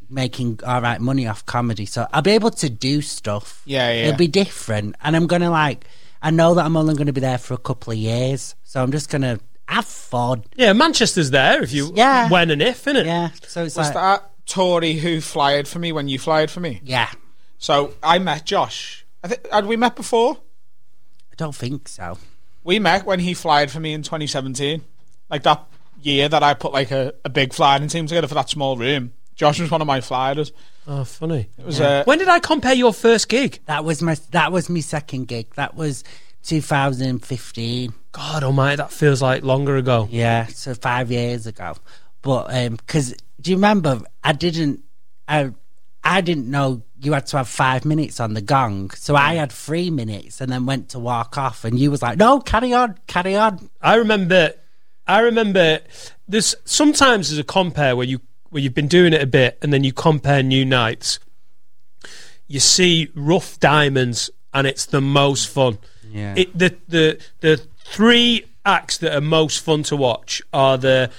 making all right money off comedy. So I'll be able to do stuff. Yeah, yeah, yeah. It'll be different. And I'm going to like, I know that I'm only going to be there for a couple of years. So I'm just going to have fun. Yeah, Manchester's there if you Yeah. when and if, innit? Yeah. So it's Was like, that Tory who flyed for me when you flyed for me? yeah, So I met Josh. I th- had we met before? I don't think so. We met when he flyed for me in 2017. Like that year that I put like a, a big flying team together for that small room. Josh was one of my flyers. Oh, funny. It was uh, When did I compare your first gig? That was my, that was my second gig. That was 2015. God almighty, that feels like longer ago. Yeah, so five years ago. But um 'cause because do you remember? I didn't. I I didn't know you had to have five minutes on the gong, so I had three minutes and then went to walk off, and you was like, "No, carry on, carry on." I remember I remember there's sometimes there's a compare where you where you've been doing it a bit and then you compare new nights. You see rough diamonds and it's the most fun. Yeah. It, the the the three acts that are most fun to watch are the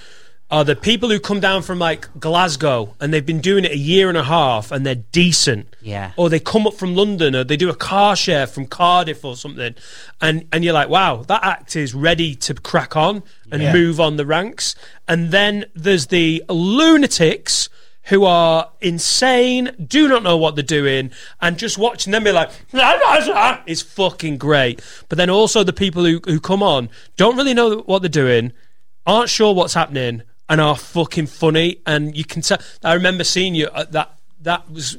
are the people who come down from like Glasgow and they've been doing it a year and a half and they're decent. Yeah. Or they come up from London or they do a car share from Cardiff or something. And and you're like, wow, that act is ready to crack on and move on the ranks. And then there's the lunatics who are insane, do not know what they're doing, and just watching them be like, (laughs) is fucking great. But then also the people who, who come on don't really know what they're doing, aren't sure what's happening, and are fucking funny. And you can tell. I remember seeing you at that. That was.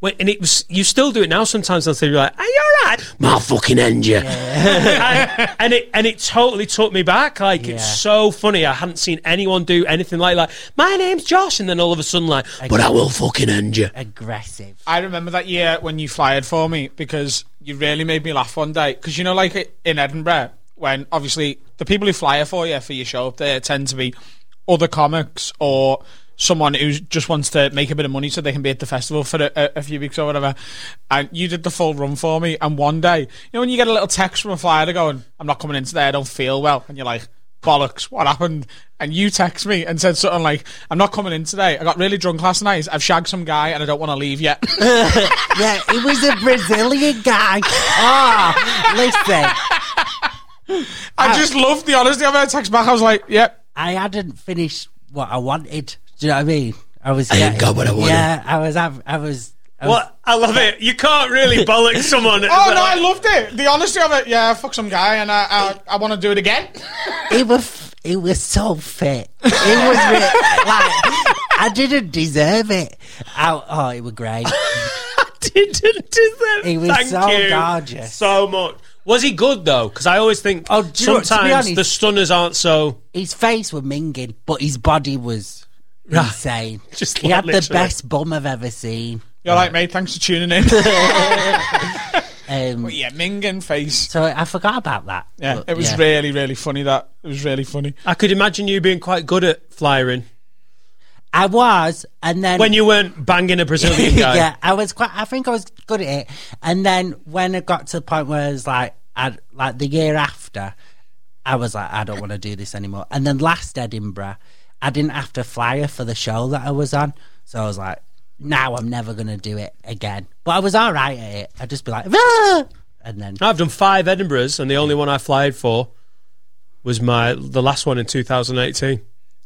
When, and it was you still do it now sometimes and you're like, Are you alright? My fucking end you (laughs) and, and it and it totally took me back. Like it's Yeah. so funny. I hadn't seen anyone do anything like that. My name's Josh, and then all of a sudden like But I will fucking end you. Aggressive. I remember that year when you fired for me because you really made me laugh one day. Because you know, like i- in Edinburgh, when obviously the people who flyer for you for your show up there tend to be other comics or someone who just wants to make a bit of money so they can be at the festival for a, a, a few weeks or whatever. And you did the full run for me. And one day, you know, when you get a little text from a flyer going, "I'm not coming in today. I don't feel well," and you're like. Bollocks! What happened? And you text me and said something like, "I'm not coming in today. I got really drunk last night. I've shagged some guy and I don't want to leave yet." (laughs) Yeah, it was a Brazilian guy. Ah, listen, I just love the honesty. I had a text back. I was like, "Yep, I hadn't finished what I wanted. Do you know what I mean? I was. I getting, got what I wanted. Yeah, I was. hav- I was. I was What I love it. You can't (laughs) really bollocks someone. oh no, I (laughs) loved it." The honesty of it. Yeah, fuck some guy, and I I, I want to do it again. (laughs) it was it was so fit. It was re- like I didn't deserve it. Oh, oh it was great. didn't deserve. He was Thank so you gorgeous. so much. Was he good though? Because I always think Oh, do you know what, to be sometimes honest- the stunners aren't so. His face was minging, but his body was (laughs) insane. Just he like had the literally. best bum I've ever seen. You're like, mate, thanks for tuning (laughs) in. Um, yeah, Ming and face. so I forgot about that. Yeah, But, it was yeah. really, really funny. That it was really funny. I could imagine you being quite good at flyering I was, and then (laughs) when you weren't banging a (laughs) Brazilian guy. yeah, I was quite. I think I was good at it. And then when it got to the point where it was like, I like the year after, I was like, I don't want to do this anymore. And then last Edinburgh, I didn't have to flyer for the show that I was on, so I was like, now I'm never gonna do it again. But I was all right at it. I'd just be like, "Ah!" and then I've done five Edinburghs, and the only one I flyed for was my the last one in 2018.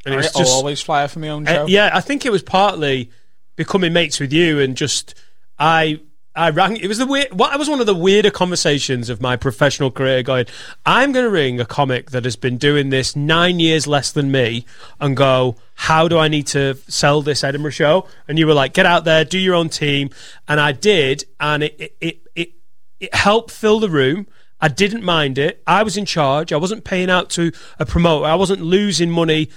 And it was I just always flyer for my own Uh, show. yeah, I think it was partly becoming mates with you and just I I rang. It was the weird. What I was one of the weirder conversations of my professional career. Going, I'm going to ring a comic that has been doing this nine years less than me, and go, how do I need to sell this Edinburgh show? And you were like, get out there, do your own team, and I did, and it it it it, it helped fill the room. I didn't mind it. I was in charge. I wasn't paying out to a promoter. I wasn't losing money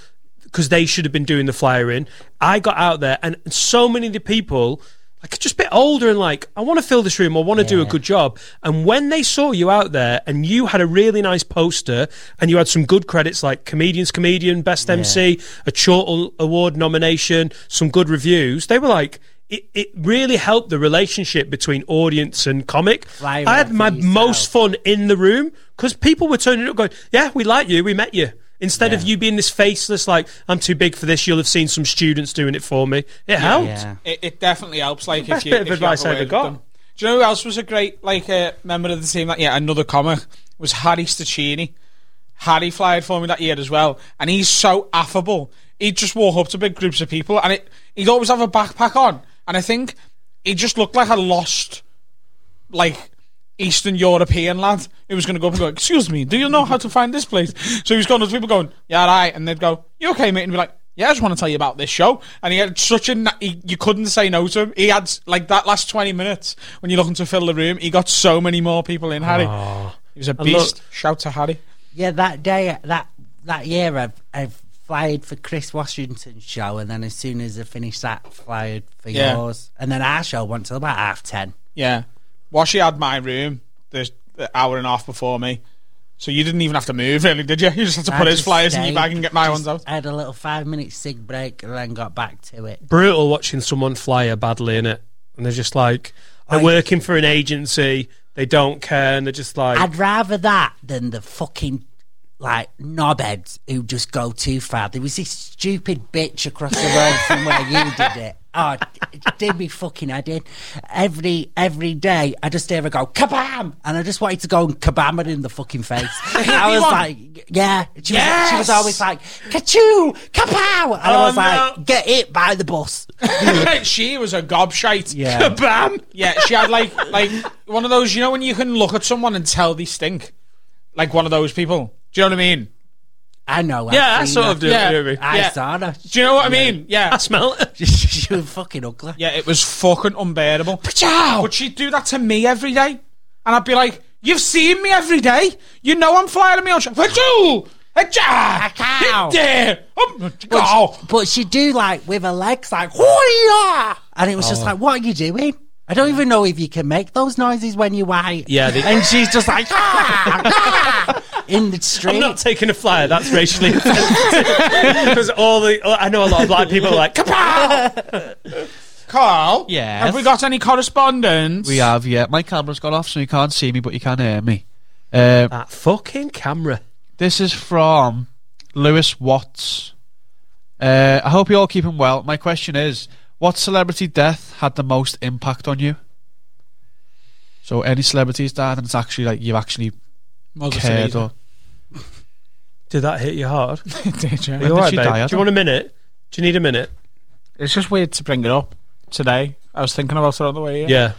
because they should have been doing the flyer in. I got out there, and so many of the people, like, are just a bit older and like, I want to fill this room, I want to do a good job. And when they saw you out there and you had a really nice poster and you had some good credits like Comedians Comedian, Best MC, a Chortle Award nomination, some good reviews, they were like, it, it really helped the relationship between audience and comic. Flyer I had for my yourself. most fun in the room because people were turning up going, Yeah, we like you, we met you. Instead of you being this faceless, like, I'm too big for this, you'll have seen some students doing it for me. It helped. yeah, It, it definitely helps. Like Best if you, bit of if you advice have a I ever word with got. them. Do you know who else was a great like uh, member of the team? That yeah, another comic was Harry Stacini. Harry flyed for me that year as well, and he's so affable. He'd just walk up to big groups of people, and it, he'd always have a backpack on, and I think he just looked like a lost, like Eastern European lad who was going to go up and go, "Excuse me, do you know how to find this place?" So he was going to people going, "Yeah, right," and they'd go, "You okay, mate?" and he'd be like, "Yeah, I just want to tell you about this show." And he had such a na- he, you couldn't say no to him. He had like that last twenty minutes when you're looking to fill the room, he got so many more people in. Harry, Oh. he was a beast. Shout to Harry. yeah. That day, that that year, I I flyed for Chris Washington's show, and then as soon as I finished that, flyed for Yeah. yours, and then our show went till about half ten. Yeah, Washi had my room the, the hour and a half before me, So you didn't even have to move, really, did you? You just had to I put his just flyers in your stayed, bag and get my just ones out. had a little five minute sig break and then got back to it. Brutal watching someone flyer badly in it, and they're just like they're working for an agency. They don't care, and they're just like I'd rather that than the fucking like knobheads who just go too far. There was this stupid bitch across the road from where you did it. Oh, it did me fucking head in. Every every day, I just hear her go kabam, and I just wanted to go and kabam her in the (laughs) fucking face. I was one. like, yeah. She, was, she was Yes! always like, kachoo, kapow, and Oh, I was no. like, get it by the bus. (laughs) she was a gobshite. Yeah. Kabam! Yeah, she had like like one of those, you know, when you can look at someone and tell they stink. Like one of those people. Do you know what I mean? I know. I've yeah, I seen sort her. of do. Yeah. do me. I Yeah. saw her. Do you know what I mean? Yeah. I smell it. (laughs) She was fucking ugly. Yeah, it was fucking unbearable. But she'd do that to me every day. And I'd be like, You've seen me every day. You know I'm flying on my own. She'd, Achoo! Achah! Achoo!" Get there! Um, But, go! but she do like with her legs like hoo and it was just like, what are you doing? I don't even know if you can make those noises when you white. Yeah, they- and she's just like "Ah, ah," in the street. (laughs) I'm not taking a flyer. That's (laughs) racially (laughs) because all the I know a lot of black people are (laughs) like kapow. Carl, Yes? have we got any correspondence? We have, yeah. My camera's gone off, so you can't see me, but you can hear me. Um, That fucking camera. This is from Lewis Watts. Uh, I hope you're all keeping well. My question is what celebrity death had the most impact on you? So, any celebrities died, and it's actually like you've actually Mother cared. Teresa. Or, Did that hit you hard? Did you? Are you all right, she babe? die? I Do you don't- want a minute? Do you need a minute? It's just weird to bring it up today. I was thinking about it on the way here.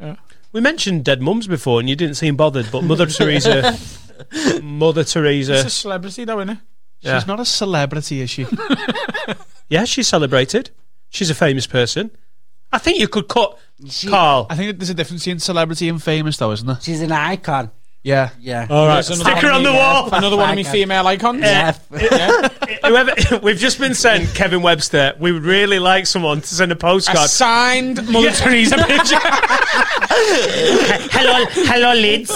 Yeah. We mentioned dead mums before, and you didn't seem bothered. But Mother (laughs) Teresa, Mother It's Teresa, a celebrity, though, innit? yeah. She's not a celebrity, is she? yeah, she's celebrated. She's a famous person. I think you could cut She- Carl. I think that there's a difference in celebrity and famous, though, isn't there? She's an icon. Yeah. Yeah. All right, There's stick her another on the one of wall. (laughs) me, uh, Another one of my female icons. yeah. Whoever (laughs) we've just been sent, Kevin Webster. We would really like someone to send a A postcard. signed Mother Teresa picture. (laughs) hello, hello, Lids.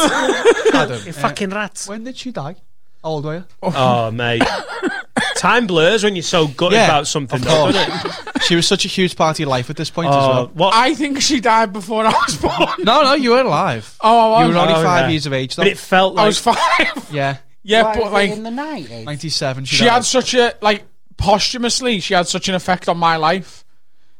you fucking rats. When did she die? How old were you? Oh, mate. Time blurs when you're so gutted Yeah, about something, of though, course. doesn't it? she was such a huge part of your life at this point as Oh, well. what? I think she died before I was born. No, no, you were alive. Oh, I you was. were only Oh, five yeah. years of age, though. but it felt like I was five. yeah, Yeah, Why but was it like in the nineties. 97. She, she died. had such a like posthumously, she had such an effect on my life.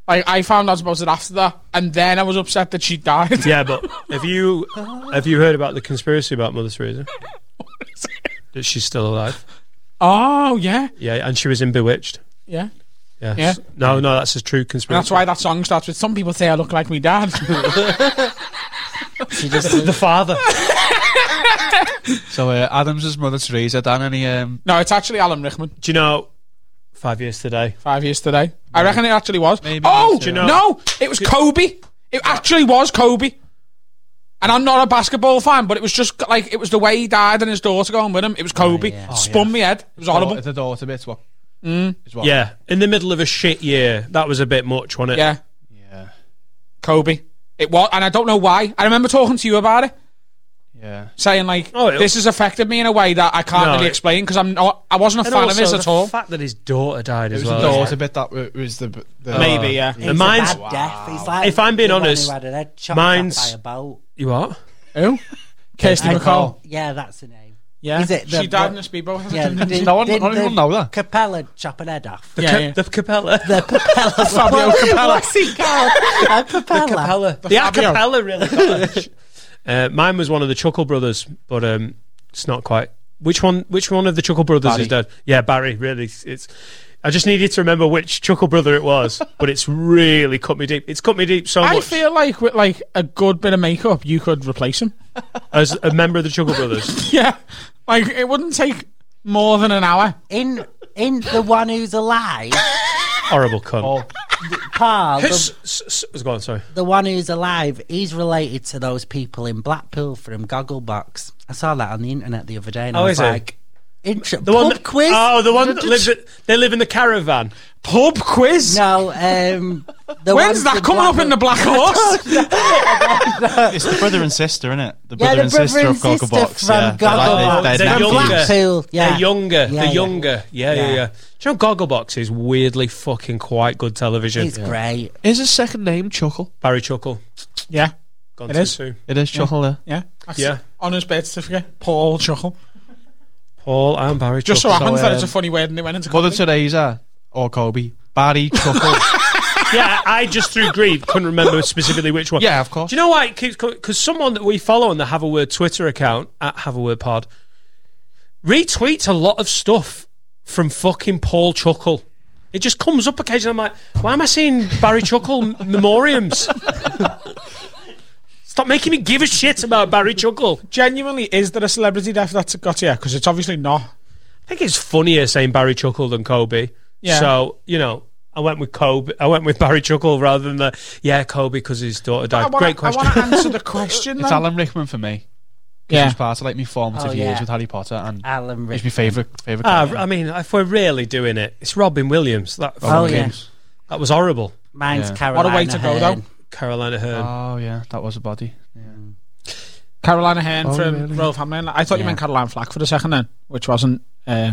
Like I found out about it after that, and then I was upset that she died. Yeah, but have you have you heard about the conspiracy about Mother (laughs) Teresa? That she's still alive. (laughs) Oh yeah, Yeah, and she was in Bewitched. yeah. Yes. Yeah. No, no, that's a true conspiracy. That's why that song starts with "Some people say I look like me (laughs) dad." She just the father. (laughs) So uh, Adams' mother Teresa, Dan, any um, no, it's actually Alan Rickman. Do you know? Five years today. Five years today, I reckon it actually was. Maybe oh that's it. know- no, it was Kobe. It actually was Kobe. And I'm not a basketball fan, but it was just like it was the way he died and his daughter going with him. It was Oh, Kobe. Spun me head. It was horrible. the daughter bits? What? Is what? Yeah, in the middle of a shit year, that was a bit much, wasn't it? Yeah. yeah, Kobe. It was, and I don't know why. I remember talking to you about it, yeah. saying like, Oh, it- "This has affected me in a way that I can't No, really it- explain because I'm not. I wasn't a And fan also of his the at all." fact that his daughter died It as was well. the daughter bit that w- was the. the Maybe, yeah. Oh. The mine's bad death. He's like If I'm being the one who honest, had her head chopped off mine's- by a boat. you are. Who? Kirsty I- McCall. Yeah, that's the name. Yeah, Is it the- she died the- in a speedboat. (laughs) Yeah, did- No one- did not even the know that. Capella chop her head off. The, Yeah, ca- yeah. the Capella. The Capella. Fabio (laughs) Capella. What's he called? A Capella. The Fabio. acapella really got us. uh, Mine was one of the Chuckle Brothers, but um, it's not quite. Which one? Which one of the Chuckle Brothers is dead? Yeah, Barry. Really, it's- it's. I just needed to remember which Chuckle Brother it was, but it's really cut me deep. It's cut me deep so I much feel like with like a good bit of makeup, you could replace him. as a member of the Chuckle Brothers. (laughs) yeah, like it wouldn't take more than an hour. In in the one who's alive, Horrible cunt. Carl. His- The, s- s- s- go on, sorry. the one who's alive, he's related to those people in Blackpool from Gogglebox. I saw that on the internet the other day, and Oh, I is was he? like, Intro- The one pub that- quiz. Oh, the one that lives. At, they live in the caravan. Pub quiz? No, um, the ones When's that with coming up in (laughs) the Black Horse? It's the brother and sister, isn't it? Yeah, The brother the and brother sister and of sister Gogglebox. from yeah, They're Gogglebox. Like, they're, They're nephews. younger. Blackpool, They're yeah. younger. Yeah, they're yeah. younger. Yeah, yeah, Yeah. yeah. Do you know Gogglebox is weirdly fucking quite good television? It's great. Is his second name Chuckle? Barry Chuckle. yeah. Gone It too is. soon. It is Chuckle. there. Yeah. Yeah. On his birth certificate, Paul Chuckle. Paul and Barry Just so Chuckle. happens that it's a um, funny word and it went into Mother comedy. Teresa or Kobe? Barry (laughs) Chuckle. yeah, I just through grief couldn't remember specifically which one. yeah, of course. Do you know why it keeps coming? Because someone that we follow on the Have a Word Twitter account at Have a Word Pod retweets a lot of stuff from fucking Paul Chuckle. It just comes up occasionally. I'm like, why am I seeing Barry Chuckle m- memoriams? (laughs) Stop making me give a shit about Barry Chuckle. Genuinely, is there a celebrity death that's got here? Because it's obviously not. I think it's funnier saying Barry Chuckle than Kobe. Yeah. So you know. I went with Kobe. I went with Barry Chuckle rather than the yeah Kobe because his daughter died. I wanna, Great question. I want to answer the question. It's though. Alan Rickman for me. He yeah. was part of like my formative Oh, years yeah. with Harry Potter, and Alan he's Rickman. my favorite favorite. Ah, I mean, if we're really doing it, it's Robin Williams. That Oh, fucking- yeah. that was horrible. Mine's Yeah. Carolina. What a way to go, Hearn. though. Carolina Hearn. Ah, oh yeah, that was a body. Carolina Hearn Oh, from really? Rolf Hamlin. I thought you Yeah. meant Caroline Flack for a second then, which wasn't. Uh,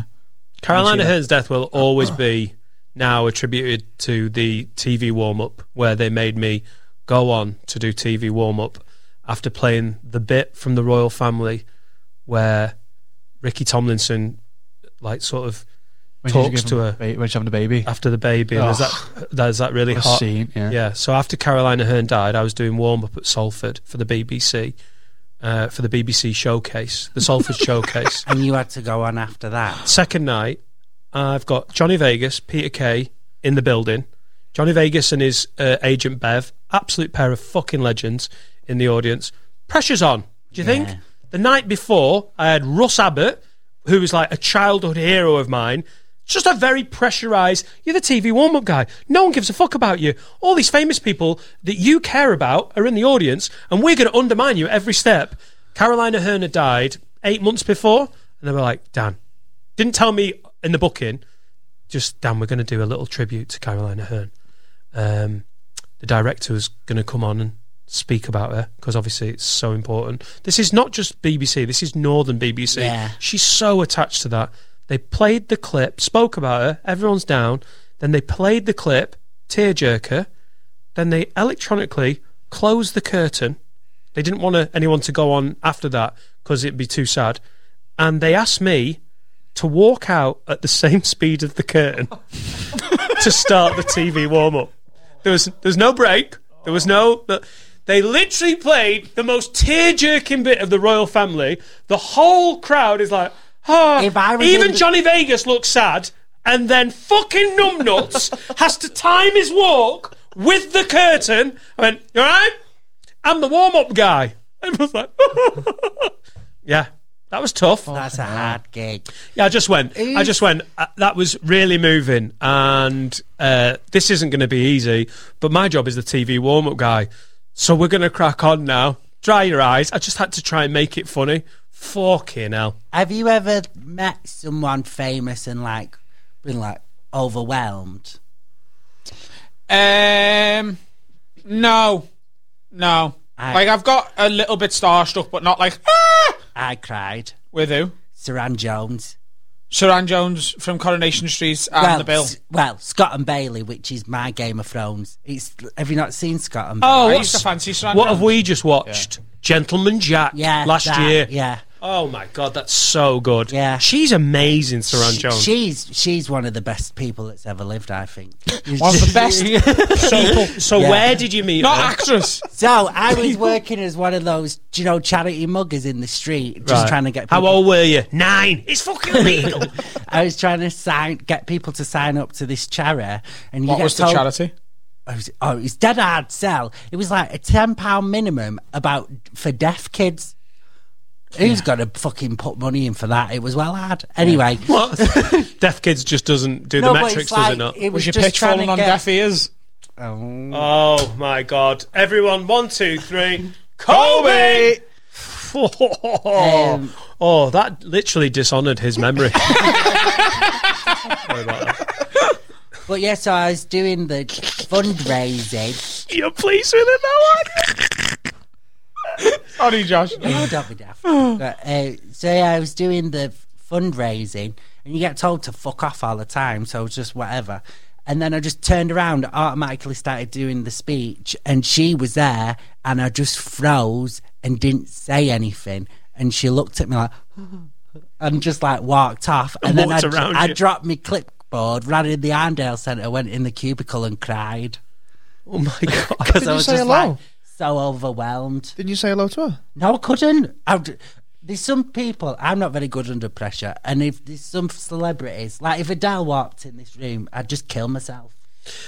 Carolina I see that. Ah. Hearn's death will always be now attributed to the TV warm up where they made me go on to do TV warm up after playing the bit from the royal family where Ricky Tomlinson like sort of When she's talks giving to her ba- when she's having Ah, a baby. after the baby. And is that there's that really What a hot scene, yeah. So after Carolina Hearn died, I was doing warm up at Salford for the BBC, uh, for the BBC showcase, the (laughs) Salford showcase. And you had to go on after that. Second night, I've got Johnny Vegas, Peter Kay in the building. Johnny Vegas and his uh, agent Bev, absolute pair of fucking legends in the audience. Pressure's on. Do you think? The night before, I had Russ Abbott, who was like a childhood hero of mine. Just a very pressurized, you're the TV warm up guy. No one gives a fuck about you. All these famous people that you care about are in the audience, and we're going to undermine you at every step. Carolina Hearn had died eight months before, and they were like, Dan, didn't tell me in the booking. Just Dan, we're going to do a little tribute to Carolina Hearn. Um, the director was going to come on and speak about her because obviously it's so important. This is not just BBC. This is Northern BBC. Yeah. She's so attached to that. They played the clip, spoke about her. Everyone's down. Then they played the clip, tearjerker. Then they electronically closed the curtain. They didn't want to- anyone to go on after that because it'd be too sad. And they asked me to walk out at the (laughs) same speed of the curtain (laughs) to start the TV warm up. There was there's no break. There was no. the- They literally played the most tear jerking bit of the royal family. The whole crowd is like, ah. If I was Even in the- Johnny Vegas looks sad, and then fucking numbnuts (laughs) has to time his walk with the curtain. I went, you all right? I'm the warm up guy. (laughs) And I was like, yeah, that was tough. That's a hard gig. Yeah, I just went. I just went. Uh, that was really moving, and uh, this isn't going to be easy. But my job is the TV warm-up guy, so we're going to crack on now. Dry your eyes. I just had to try and make it funny. Fucking hell! Have you ever met someone famous and like been like overwhelmed? Um, no, no. I- like I've got a little bit starstruck, but not like ah! I cried. with who? Saran Jones. Saran Jones from Coronation Street and well, The Bill. s- well, Scott and Bailey, which is my Game of Thrones. It's have you not seen Scott and Bailey? Oh, I what's- used to fancy Saran. what Jones. have we just watched? Gentleman Jack. yeah, last that, year. Yeah, Oh my god, that's so good. Yeah. she's amazing, Saran She- Jones. She's she's one of the best people that's ever lived. I (laughs) think. One of the best people. (laughs) so Yeah. where did you meet Not her? actress. (laughs) So I (laughs) was working as one of those, you know, charity muggers in the street, just Right. trying to get. People, How old were you? Nine. It's fucking (laughs) illegal. I was trying to sign, get people to sign up to this charity, and you What get was the told- charity? I was- oh, it was dead hard sell. It was like a ten pound minimum about for deaf kids. Who's got to fucking put money in for that? It was well hard. Anyway, what? (laughs) Deaf kids just doesn't do no, the but metrics, it's does like it not? it was, Was your just pitch trying falling to on get- deaf ears? (laughs) Oh my god. Everyone, one, two, three. Kobe! Oh, Um, (laughs) oh, that literally dishonoured his (laughs) memory. (laughs) Sorry about that. But yeah, so I was doing the fundraising. You're pleased with it, that one? Sorry, Josh. Oh, don't (sighs) be daft. But, uh, so yeah, I was doing the fundraising, and you get told to fuck off all the time, so it's just whatever. And then I just turned around, automatically started doing the speech, and she was there, and I just froze and didn't say anything. And she looked at me like, (laughs) and just like walked off. And, then I, walked around I you. dropped my clipboard, ran in the Arndale Centre, went in the cubicle, and cried. (laughs) Oh my (laughs) god. because I you was say just hello? like so overwhelmed. Didn't you say hello to her? No, I couldn't. I would- there's some people I'm not very good under pressure, and if there's some celebrities, like if Adele walked in this room, I'd just kill myself.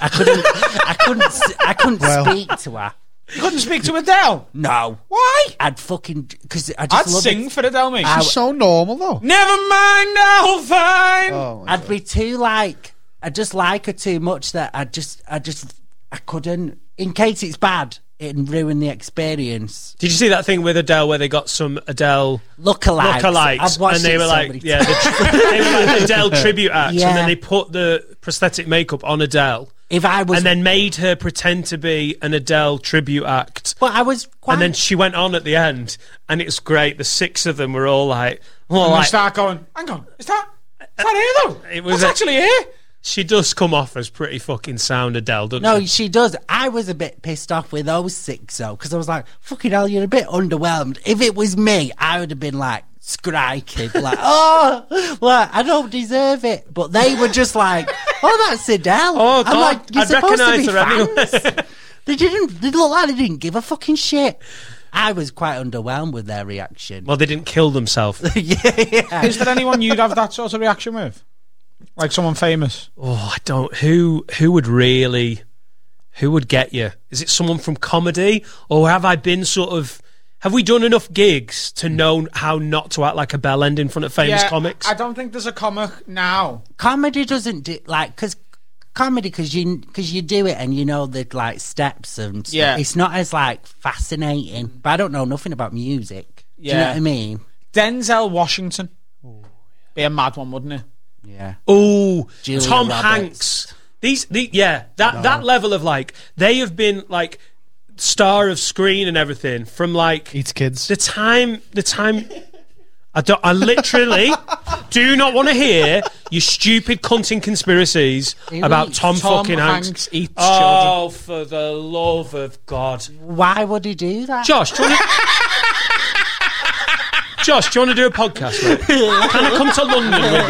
I couldn't. I couldn't. s- I couldn't speak to her. You couldn't speak to Adele. No, Why? I'd fucking because I I'd just love sing It. for Adele, mate. I- So normal though. Never mind, I'll find. Oh, my- I'd be too like. I just like her too much that I just. I just. I couldn't. In case it's bad, it'd ruin the experience. Did you see that thing with Adele where they got some Adele Lookalikes. lookalikes I've watched and they it were so like, many (laughs) yeah, the, tr- they were like the Adele tribute acts, Yeah. and then they put the prosthetic makeup on Adele, If I was, and then made her pretend to be an Adele tribute act. but I was quite. And then she went on at the end, and it's great. The six of them were all like, well, And I like, start going, hang on, is that, is that here though? It It was was a- actually here. she does come off as pretty fucking sound Adele, doesn't no, she? she does. I was a bit pissed off with those six though, because I was like, "Fucking hell, you're a bit underwhelmed." If it was me, I would have been like scriking, (laughs) like, "Oh, well, I don't deserve it." But they were just like, "Oh, that's Adele." Oh, God, I'm like, "You're I'd supposed to recognise be her fans." they didn't. They looked like they didn't give a fucking shit. I was quite underwhelmed with their reaction. Well, they didn't kill (laughs) themselves. Is there anyone you'd have that sort of reaction with? Like someone famous? Oh, I don't. Who who would really, who would get you? Is it someone from comedy, or have I been sort of? Have we done enough gigs to know how not to act like a bell end in front of famous comics? I don't think there's a comic now. comedy doesn't do like because comedy because you because you do it and you know the like steps and stuff. Yeah. it's not as like fascinating but i don't know nothing about music do you know Yeah. what i mean Denzel Washington. Be a mad one, wouldn't it? yeah Oh, Julia Tom Roberts. Hanks. These, the, yeah, that that level of like they have been like star of screen and everything from like Eats kids. the time the time. I don't. I literally do not want to hear your stupid cunting conspiracies Who about eats? Tom, Tom fucking Hanks Hanks. eats oh, for the love of God, why would he do that Josh! Do you want to- Josh, do you want to do a podcast? Mate? Can I come to London with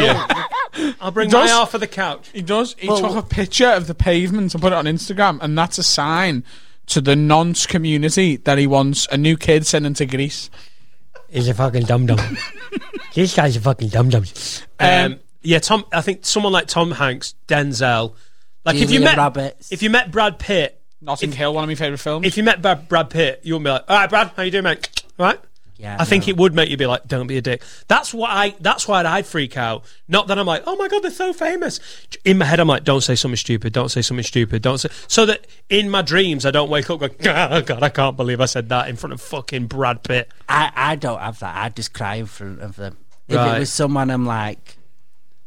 you? I'll bring my Does- half of the couch. He does. He Well- took a picture of the pavement and put it on Instagram, and that's a sign to the nonce community that he wants a new kid sent into Greece. He's a fucking dum dum. this guy's a fucking dum dum. Um, yeah, Tom. I think someone like Tom Hanks, Denzel, like if you Julia met Roberts. if you met Brad Pitt, Notting Hill, one of my favourite films. if you met Brad, Brad Pitt, you would be like, "All right, Brad, how you doing, mate? All right." yeah I think no. it would make you be like, "Don't be a dick." That's why. I, that's why I'd freak out. Not that I'm like, "Oh my god, they're so famous." In my head, I'm like, "Don't say something stupid. Don't say something stupid. Don't say." So that in my dreams, I don't wake up going, (laughs) "Oh god, I can't believe I said that in front of fucking Brad Pitt." I, I don't have that. I just cry in front of them. If Right. it was someone I'm like,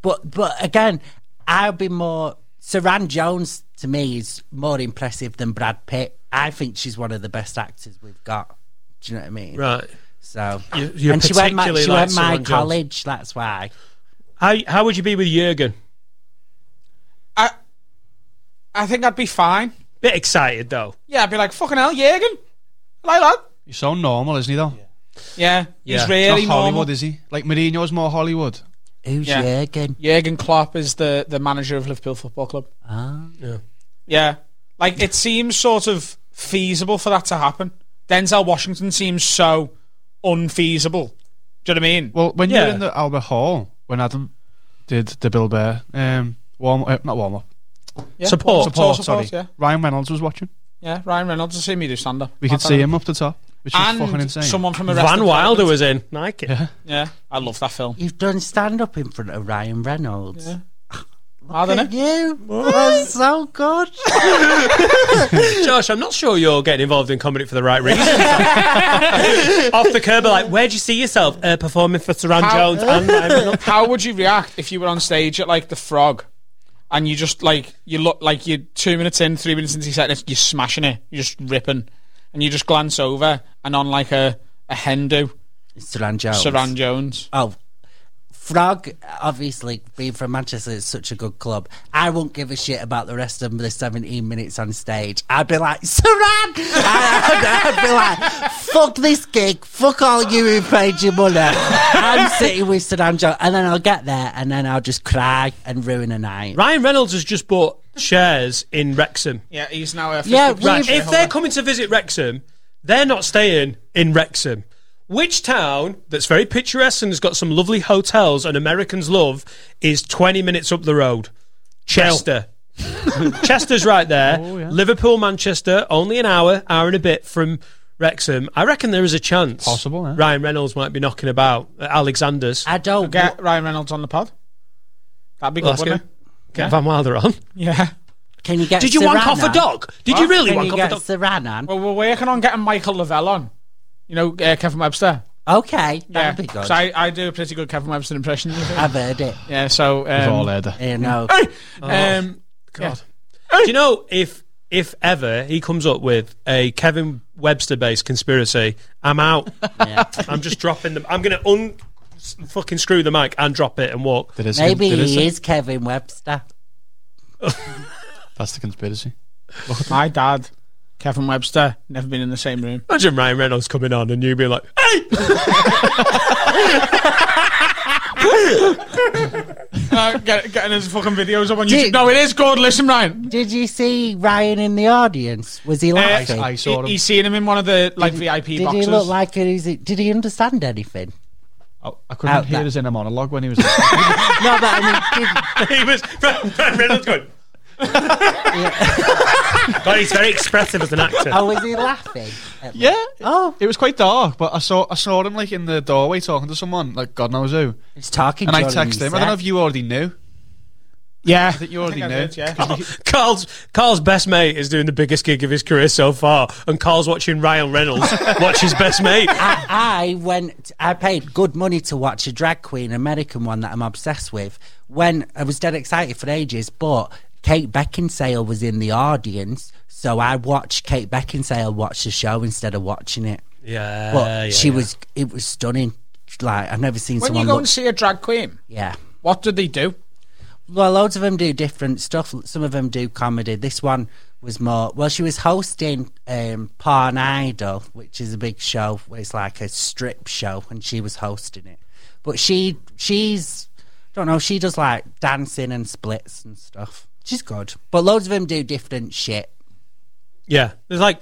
but but again, I'd be more. Saran Jones to me is more impressive than Brad Pitt. I think she's one of the best actors we've got. Do you know what I mean? Right? So You- you're and she went my, particularly she like went my Saran Jones. college. That's why. How how would you be with Jurgen? I, I think I'd be fine. Bit excited though. Yeah, I'd be like, fucking hell, Jürgen. Like that. He's so normal, isn't he? Though Yeah, Yeah. he's really he's not Hollywood, normal. is he? Like Mourinho's more Hollywood. Who's Yeah. Jurgen? Jurgen Klopp is the, the manager of Liverpool Football Club. Ah. Yeah. Like, it seems sort of feasible for that to happen. Denzel Washington seems so unfeasible. Do you know what I mean? Well, when you Yeah. were in the Albert Hall, when Adam did the Bill Bear um, warm, uh, not warm up, Yeah. Support. Support, Support, sorry. Yeah. Ryan Reynolds was watching. yeah, Ryan Reynolds has seen me do stand up. We could Uh-huh. see him up the top, which was fucking And insane. someone from Arrested Van Wilder Development. was in Nike. (laughs) Yeah, I love that film. You've done stand up in front of Ryan Reynolds. I don't know. You was so good. Josh, I'm not sure you're getting involved in comedy for the right reasons. Off the curb, like, where do you see yourself uh, performing for Saran How- Jones? And um, Ryan Reynolds?" How would you react if you were on stage at like the frog, and you just like you look like you're two minutes in, three minutes into your set, and you're smashing it, you're just ripping, and you just glance over and on like a a Hindu, Saran Jones. Saran Jones. Oh, Frog, obviously, being from Manchester, is such a good club. I won't give a shit about the rest of the 17 minutes on stage. I'd be like, Saran! I- I'd, I'd be like, fuck this gig, fuck all you who paid your money. I'm sitting with Saran Jones, and then I'll get there, and then I'll just cry and ruin a night. Ryan Reynolds has just bought shares in Wrexham. Yeah, he's now a Yeah, 50% right, If shareholder. they're coming to visit Wrexham, they're not staying in Wrexham. Which town that's very picturesque and has got some lovely hotels and Americans love is 20 minutes up the road? Chester. (laughs) (laughs) Chester's right there. Oh, Liverpool, Manchester, only an hour, hour and a bit from Wrexham. I reckon there is a chance. Possible, yeah. Ryan Reynolds might be knocking about at Alexander's. I don't. get Ryan Reynolds on the pod. That'd be We'll good, ask wouldn't him. it? Get Van Wilder on. Yeah. Can you get Did you Saran wank off a on? dog? Did you really Can wank you off a get dog? Saran on? Well, we're working on getting Michael Lavelle on. You know, uh, Kevin Webster. Oh. Okay, Yeah. that'd be good. So I, I do a pretty good Kevin Webster impression. I've heard it. yeah. So. Um, all Ed. You know, (laughs) um, Oh, God. Do you know if if ever he comes up with a Kevin Webster based conspiracy, I'm (laughs) out. I'm just dropping them. I'm gonna un s- fucking screw the mic and drop it and walk. There is maybe there he is Kevin Webster. That's the conspiracy. My dad, Kevin Webster, never been in the same room. Imagine Ryan Reynolds coming on and you being like, (laughs) "Hey, get, getting his fucking videos up on Dude. YouTube. No, it is good. Listen, Ryan. Did you see Ryan in the audience? Was he laughing? Uh, I saw Uh, He, him. he's seen him in one of the like VIP did boxes. he look like it? Is it? Did he understand anything? I, Oh, I couldn't Out hear that- his inner monologue when he was. No, but I mean, he was Ryan, Ryan Reynolds going." God, he's very expressive as an actor. did, (laughs) oh, was he laughing? at me? yeah. Oh, It was quite dark, but I saw I saw him like in the doorway talking to someone, like God knows who. he's talking. And I during texted him. I set. don't know if you already knew. yeah, That you already I knew. did, yeah. Carl's Carl's best mate is doing the biggest gig of his career so far, and Carl's watching Ryan Reynolds (laughs) watch his best mate. I, I went. I paid good money to watch a drag queen American one that I'm obsessed with. When I was dead excited for ages, but Kate Beckinsale was in the audience, so I watched Kate Beckinsale watch the show instead of watching it. Yeah, But Uh, yeah, she yeah. was. It was stunning. Like I've never seen when you someone go look. and see a drag queen, yeah. what did they do? Well, loads of them do different stuff. Some of them do comedy. This one was more. Well, she was hosting um, Porn Idol, which is a big show. where It's like a strip show, and she was hosting it. But she, she's, don't know. She does like dancing and splits and stuff. She's good. But loads of them do different shit. yeah. There's like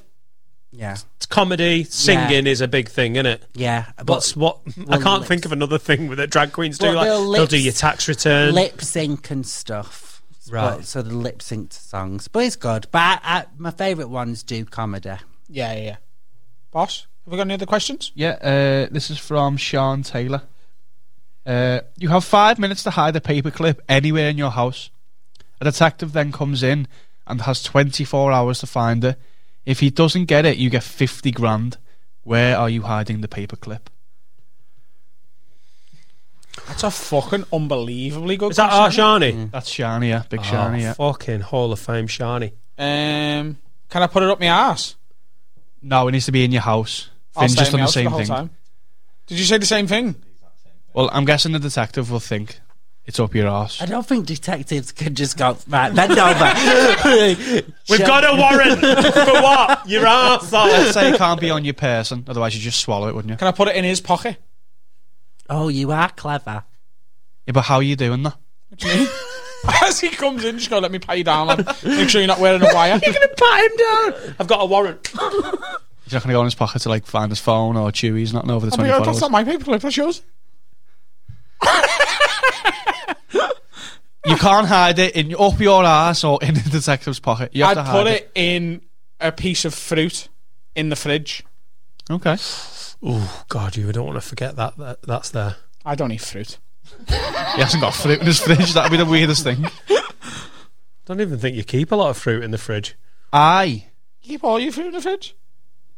Yeah, comedy, singing is a big thing, isn't it? yeah. But What's what? I Well, can't lips. think of another thing that drag queens do. Well, like their they'll lips- do your tax return. lip sync and stuff. Right. But- so the lip sync to songs, but it's good. But I, I, my favourite ones do comedy. Yeah, yeah. yeah. Boss, have we got any other questions? Yeah, uh, this is from Sean Taylor. Uh, you have five minutes to hide a paperclip anywhere in your house. A detective then comes in and has 24 hours to find it. If he doesn't get it, you get 50 grand. Where are you hiding the paperclip? That's a fucking unbelievably good. is that our Mm-hmm. Shani? That's Shani, yeah. Big Oh, Shani, yeah. fucking Hall of Fame Shani. Um, can I put it up my ass? No, it needs to be in your house. Finn's just done the same thing. Did you say the same thing? Well, I'm guessing the detective will think it's up your arse. I don't think detectives can just go right bend over. We've Shall- got a (laughs) warrant for what? Your arsehole. Let's say it can't be on your person, otherwise you just swallow it, wouldn't you? Can I put it in his pocket? Oh, you are clever. Yeah, but how are you doing that? (laughs) As he comes in, just go, let me pat you down. lad. Make sure you're not wearing (laughs) a wire. Pat him down. I've got a warrant. He's not going to go in his pocket to like find his phone or Chewy's not know over the 24 Yeah, that's hours. not my paperclip, that's yours. You can't hide it in up your ass or in the detective's pocket. You have to I'd hide put it in a piece of fruit in the fridge. Okay. Oh God, you don't want to forget that, that that's there. I don't eat fruit. He hasn't got fruit in his fridge. That'd be the weirdest thing. Don't even think you keep a lot of fruit in the fridge. I Keep all your food in the fridge.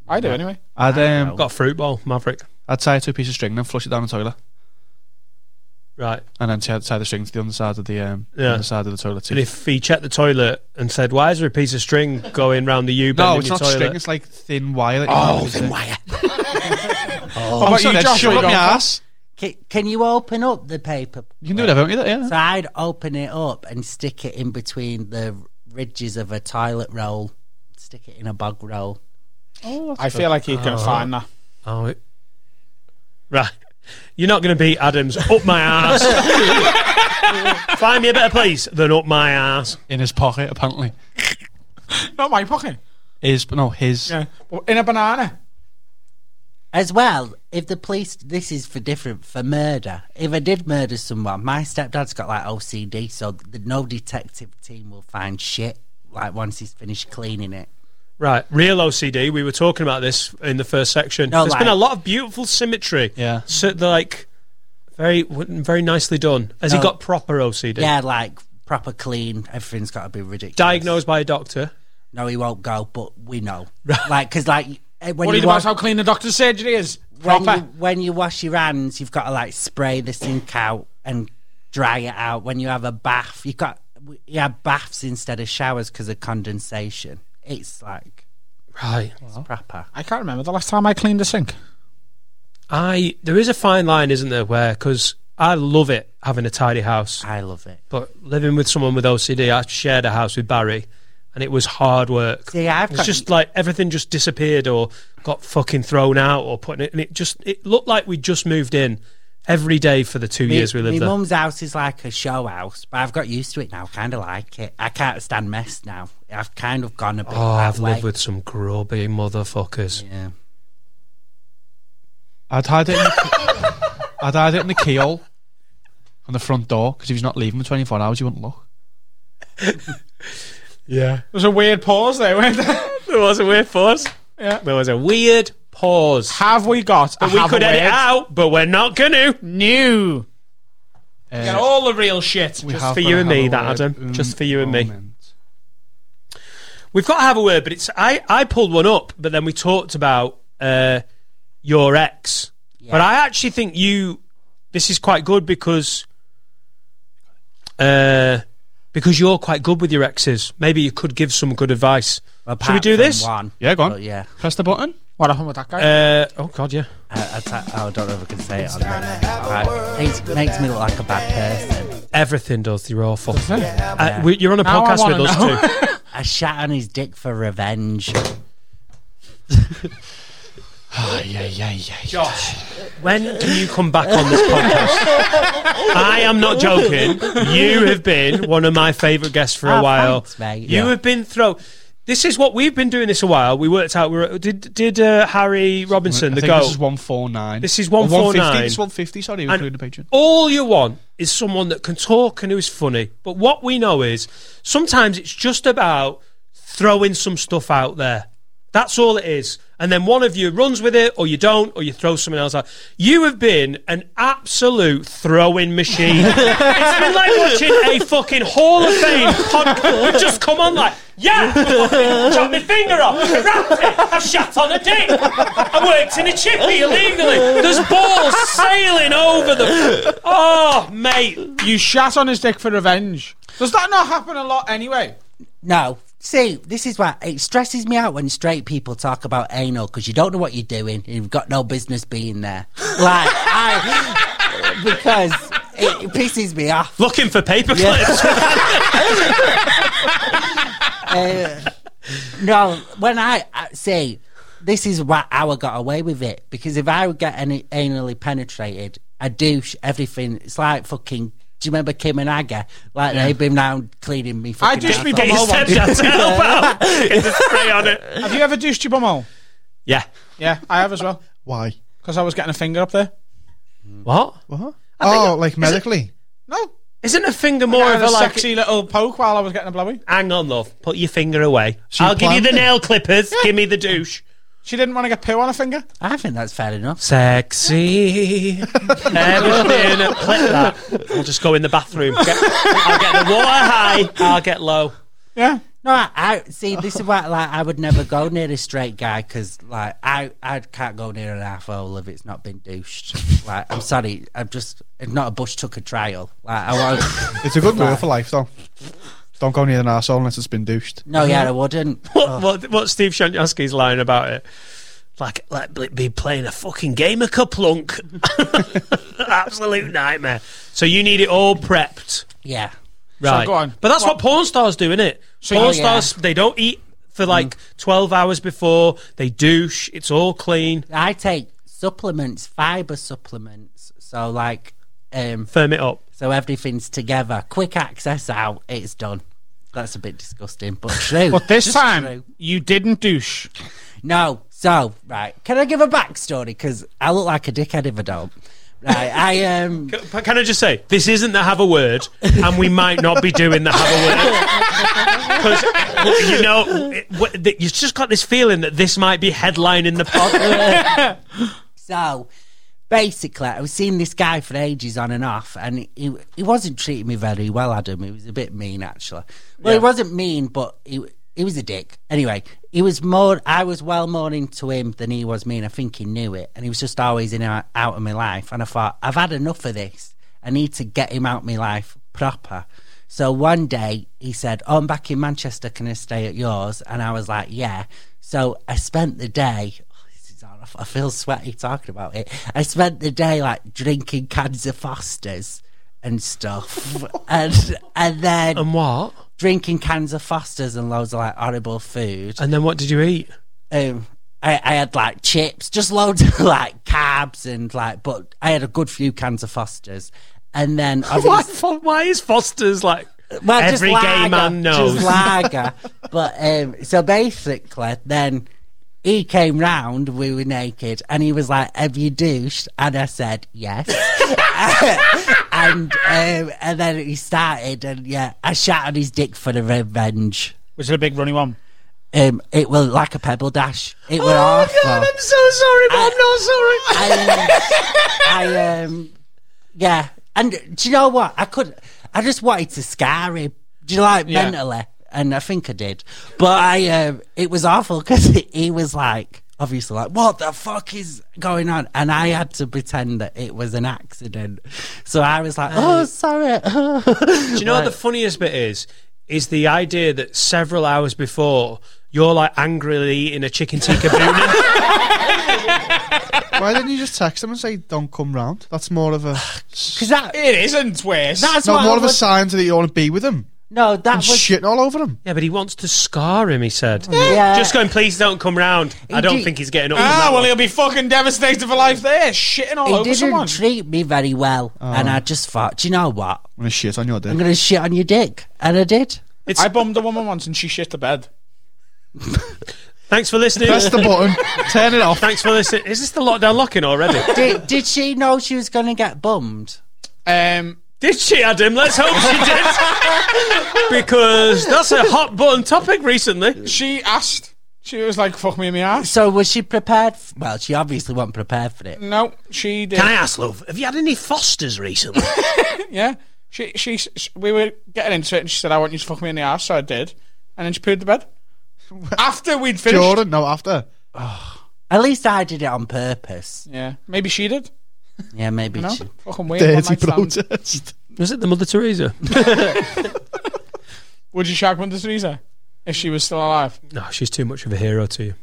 I do anyway. I'd um, got a fruit bowl, Maverick. I'd tie it to a piece of string and flush it down the toilet. Right. And then tie, tie the string to the underside of the um, Yeah. underside of the toilet. And if he checked the toilet and said, "Why is there a piece of string going round the U bend no, in it's your not toilet?" string. It's like thin wire. Oh, thin (laughs) wire. Oh, What about you, Josh? What Joshua? about my ass? Can, can you open up the paper? You can do whatever, haven't you? Yeah. So I'd open it up and stick it in between the ridges of a toilet roll. Stick it in a bog roll. Oh, I feel like he can find that. Oh, it... right. You're not going to beat Adams up my (laughs) ass. Find me a better place than up my ass. In his pocket, apparently. Not my pocket. Is no his. Yeah. Well, in a banana. As well, if the police, this is for different, for murder. If I did murder someone, my stepdad's got like OCD, so the, no detective team will find shit, like once he's finished cleaning it. Right, real OCD. We were talking about this in the first section. No, There's like- been a lot of beautiful symmetry. Yeah, so, they're like very, very nicely done. Has he No. got proper OCD? Yeah, like proper clean. Everything's got to be ridiculous. Diagnosed by a doctor. No, he won't go, but (laughs) we know. like, because like eh, when Worried you about wash, how clean the doctor's surgery is. when you, Proper. when you wash your hands, you've got to like spray the sink out and dry it out. When you have a bath, you got you have baths instead of showers because of condensation. It's like Right. it's proper. I can't remember the last time I cleaned a sink. I there is a fine line, isn't there? Where because I love it having a tidy house. I love it. But living with someone with OCD, I shared a house with Barry, and it was hard work. See, I've it's got- just like everything just disappeared or got fucking thrown out or put in it, and it just it looked like we just moved in every day for the two Me- years we lived my there. mum's house is like a show house, but I've got used to it now. Kind of like it. I can't stand mess now. I've kind of gone a bit. oh, I've that way. lived with some grubby motherfuckers. Yeah. I'd hide it. In the, I'd hide it in the keyhole on the front door because if he's not leaving for 24 hours, he wouldn't look. Yeah, There was a weird pause there, weren't there? there was a weird pause. Yeah. There was a weird pause. Have we got? But we could edit out, but we're not gonna. New. Uh, Get all the real shit. we Just have for got you to and have me, a that word. Adam. Um, Just for you and me. moment. We've got to have a word, but it's I, I pulled one up, but then we talked about uh, your ex. But I actually think you this is quite good because uh, because you're quite good with your exes. Maybe you could give some good advice. Should we Apart do from this? One. Yeah, go on. But yeah. Press the button. What happened with that guy? Uh, oh God, yeah. I, I, ta- I don't know if I can say it on there. It makes me look like a bad person. Everything does. You're awful. Uh, we, you're on a Now I podcast with wanna us (laughs) know. too. I shat on his dick for revenge. Yeah, yeah, yeah. When can you come back on this podcast? I am not joking. You have been one of my favourite guests for a Oh, while. thanks, mate. You Yeah. have been throw. This is what we've been doing this a while. We worked out. We were, did did uh, Harry Robinson I the think go? This is 149. This is Or 149. It's 150, sorry, And- including the patron. All you want is someone that can talk and who is funny. But what we know is sometimes it's just about throwing some stuff out there. That's all it is. And then one of you runs with it, or you don't, or you throw someone else out. You have been an absolute throwing machine. it's been like watching a fucking Hall of Fame podcast. You've just come on like, yeah, I fucking chopped my finger off, I wrapped it, I shat on a dick, I worked in a chippy illegally. There's balls sailing over the. Oh, mate. you shat on his dick for revenge. Does that not happen a lot anyway? No. See, this is why it stresses me out when straight people talk about anal because you don't know what you're doing and you've got no business being there. Like, I. (laughs) Because it, it pisses me off. Looking for paper Yeah. clips. (laughs) Uh, (laughs) no, when I, I say this is why I got away with it because if I would get any anally penetrated, I do sh- everything. It's like fucking. Do you remember Kim and Aga? Like they've been round cleaning me. I Fucking douched me arsehole. Get your bumhole stepdad once. to help out. Get the spray on it. Have you ever douched your bumhole? Yeah. Yeah, I have as well. Why? Because I was getting a finger up there. What? What? Oh, like medically? No. Isn't a finger more I of had a a like? sexy little poke while I was getting a blowy. Hang on, love. Put your finger away. you I'll give you planned the it? nail clippers. Give me the douche. She didn't want to get poo on her finger. I think that's fair enough. Sexy. Everything. (laughs) Clip that. I'll just go in the bathroom. Get- I'll get the water high. I'll get low. Yeah. No, I, I see. This is why, like, I would never go near a straight guy because, like, I I can't go near an asshole if it's not been douched. Like, I'm sorry, I'm just I'm not a bush tucker trial. Like, I want. It's a good rule for life, though. Don't go near an asshole unless it's been douched. No, yeah, I wouldn't. What, what, what Steve Shanyaski's lying about it. Like, like be playing a fucking game of kaplunk. (laughs) Absolute nightmare. So you need it all prepped. Yeah. Right. go on. But that's what porn stars do, innit? porn Oh, yeah. stars, they don't eat for like 12 hours before. They douche. It's all clean. I take supplements, fiber supplements. So like, um, Firm it up. so everything's together. Quick access out. It's done. That's a bit disgusting, (laughs) but true. But this Just time, true. you didn't douche. No. So, right. Can I give a backstory? Because I look like a dickhead if I don't. Right. I um. But can I just say, this isn't the have a word, and we might not be doing the (laughs) have a word. Because, you know, it, w- th- you've just got this feeling that this might be headline in the pod. So, basically, I was seeing this guy for ages on and off, and he he wasn't treating me very well, Adam. He was a bit mean, actually. Well, he wasn't mean, but he he was a dick. Anyway, he was more. I was well more into him than he was me, and I think he knew it. And he was just always in and out of my life. And I thought, I've had enough of this. I need to get him out of my life proper. So one day he said, oh, I'm back in Manchester. Can I stay at yours? And I was like, Yeah. So I spent the day. oh, this is hard. I feel sweaty talking about it. I spent the day like drinking cans of Fosters and stuff, and and then and what? drinking cans of Fosters and loads of like horrible food. And then what did you eat? Um, I, I had like chips, just loads of like carbs and like, but I had a good few cans of Fosters, and then Why, obviously- fo- why is Foster's like well, every just gay lager, man knows? (laughs) Just lager. but um, so basically, then he came round, we were naked, and he was like, Have you douched? And I said, (laughs) Yes. and um, and then he started, and yeah, I shot on his dick for the revenge. Was it a big runny one? Um, it was like a pebble dash. It was oh, awful. God, I'm so sorry, but I'm not sorry. I, um, I um, yeah. And do you know what? I could. I just wanted to scar him. Do you like Yeah. mentally? And I think I did. But I, um, it was awful because (laughs) he was like, obviously, like, what the fuck is going on? And I had to pretend that it was an accident. So I was like, oh, sorry. Do you know what the funniest bit is? Is the idea that several hours before, you're like angrily eating a chicken tikka (laughs) buna. Why didn't you just text them and say, don't come round? That's more (sighs) of a. Because that, (laughs) It isn't worse. that's No, what more I of a was- sign to that you want to be with them. No, that And was. shitting all over them. yeah, but he wants to scar him, he said. Yeah. Just going, please don't come round. I don't did- think he's getting up. from ah, that well, one. he'll be fucking devastated for life there, shitting all He over didn't someone. treat me very well. And I just thought, do you know what? Oh. I'm going to shit on your dick. I'm going to shit on your dick. And I did. I bummed a woman once and she shit the bed. Thanks for listening. Press (laughs) the button, turn it off. Thanks for listening. Is this the lockdown locking already? (laughs) did, did she know she was going to get bummed? Um, did she, Adam? Let's hope she (laughs) did. because that's a hot button topic recently. she asked. She was like, "Fuck me in the ass." So was she prepared? F- well, she obviously wasn't prepared for it. No, she did. Can I ask, love, have you had any Fosters (laughs) recently? Yeah, she, she she we were getting into it and she said, "I want you to fuck me in the ass," so I did, and then she pooed the (laughs) bed. After we'd finished. Jordan, no, after. At least I did it on purpose. Yeah, maybe she did. Yeah, maybe No, she. fucking weird. one Dirty night stand. protest. Was it the Mother Teresa? Would you shag Mother Teresa if she was still alive? no, she's too much of a hero to you.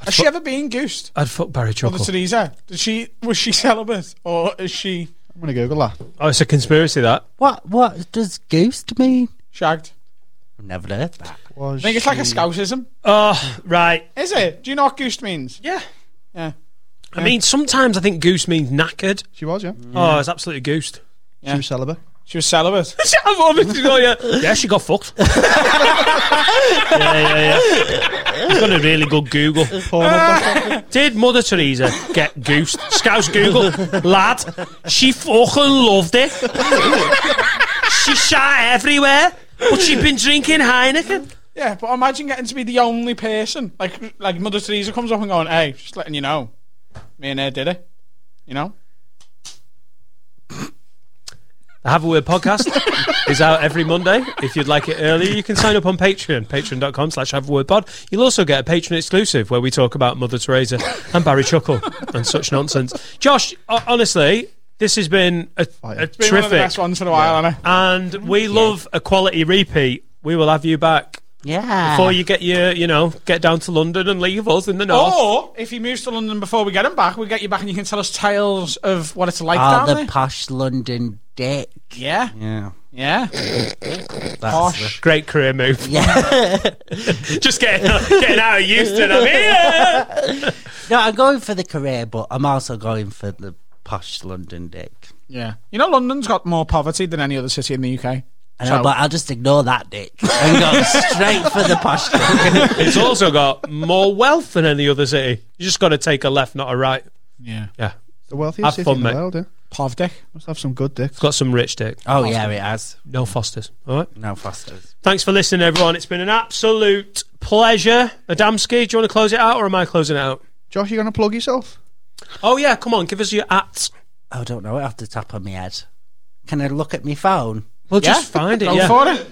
Has she ever been goosed? I'd fuck Barry Mother Chuckle. Teresa. Did she was she (laughs) celibate or is she I'm going to Google that. Oh, it's a conspiracy, that. What What does goosed mean? shagged? I've never heard that. Was I think it's like a she- scoutism. Oh, right. Is it? Do you know what goosed means? Yeah. Yeah. I mean, sometimes I think goose means knackered. She was, yeah. Oh, it's absolutely goosed. She was celibate. She was celibate. I'm obviously not, yeah. yeah, she got fucked. (laughs) yeah, yeah, yeah. You've got a really good Google. Ah. Did Mother Teresa get goosed? Scouse Google. Lad, she fucking loved it. she shot everywhere, but she'd been drinking Heineken. yeah, but imagine getting to be the only person. Like like Mother Teresa comes up and going, Hey, just letting you know. Me and her did it. You know? The Have a Word podcast. is out every Monday. If you'd like it earlier, you can sign up on Patreon, patreon.com slash havewordpod. You'll also get a patron exclusive where we talk about Mother Teresa and Barry Chuckle and such nonsense. Josh, ho- honestly, this has been a, a Oh, It's been one of the terrific. best ones in a while, hasn't And we love a quality repeat. We will have you back. Ah. Yeah. Before you get your, you know, get down to London and leave us in the it? north. Or if he moves to London before we get him back, we get you back and you can tell us tales of what it's like All Ah, down the there. posh London dick. Yeah. Yeah. Yeah. Posh. Great career move. Yeah. (laughs) Just getting, getting out of Houston. I'm here. no, I'm going for the career, but I'm also going for the posh London dick. Yeah. You know, London's got more poverty than any other city in the UK. I know, but I'll just ignore that dick (laughs) and go straight for the posh dick. It's also got more wealth than any other city. You just got to take a left, not a right. Yeah. Yeah. The wealthiest Have city fun, in the mate. world, yeah. Pav dick. Must have some good dick. It's got some rich dick. Oh, yeah, it has. No Fosters. All right. No Fosters. Thanks for listening, everyone. It's been an absolute pleasure. Adamski, do you want to close it out or am I closing it out? Josh, you gonna plug yourself? Oh, yeah. Come on. Give us your at. Oh, I don't know it off the top of my head. Can I look at my phone? We'll just find it. Go yeah. for it.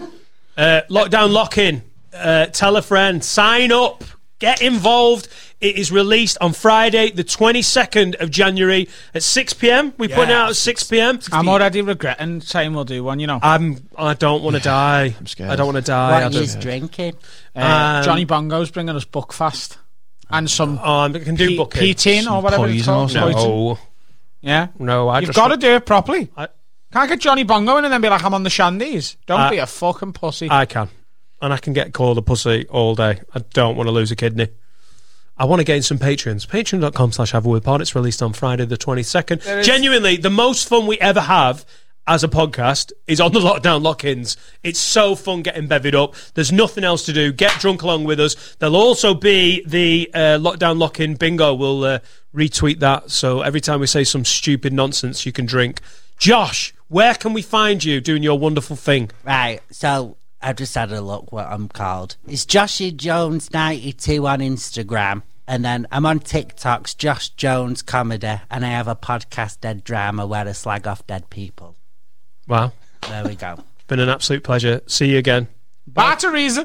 Uh, lockdown lock in. Uh, tell a friend. Sign up. Get involved. It is released on Friday, the 22nd of January at 6 p.m. We put it out at 6 p.m. I'm already regretting saying we'll do one, you know. I'm. I don't want to die. I'm scared. I don't want to What die. I are you don't- drinking? Uh, Um, Johnny Bongo's bringing us Buckfast and some Oh, I can do P- bucket. poutine or whatever it's poison or called. Poutine. No, Yeah. no. I You've just got to do it properly. I- Can't get Johnny Bongo in and then be like, I'm on the shandies. Don't Uh, be a fucking pussy. I can, and I can get called a pussy all day. I don't want to lose a kidney. I want to gain some patrons. Patreon.com slash have a word pod. It's released on Friday the 22nd. Genuinely, the most fun we ever have as a podcast is on the (laughs) lockdown lock ins. It's so fun getting bevied up. There's nothing else to do. Get drunk along with us. There'll also be the uh, lockdown lock in bingo. We'll uh, retweet that. So every time we say some stupid nonsense, you can drink. Josh, where can we find you doing your wonderful thing? Right, so I've just had a look what I'm called. It's Joshy Jones ninety two on Instagram. And then I'm on TikTok's Josh Jones Comedy and I have a podcast Dead Drama where I slag off dead people. Wow. There we go. Been an absolute pleasure. See you again. Batteries.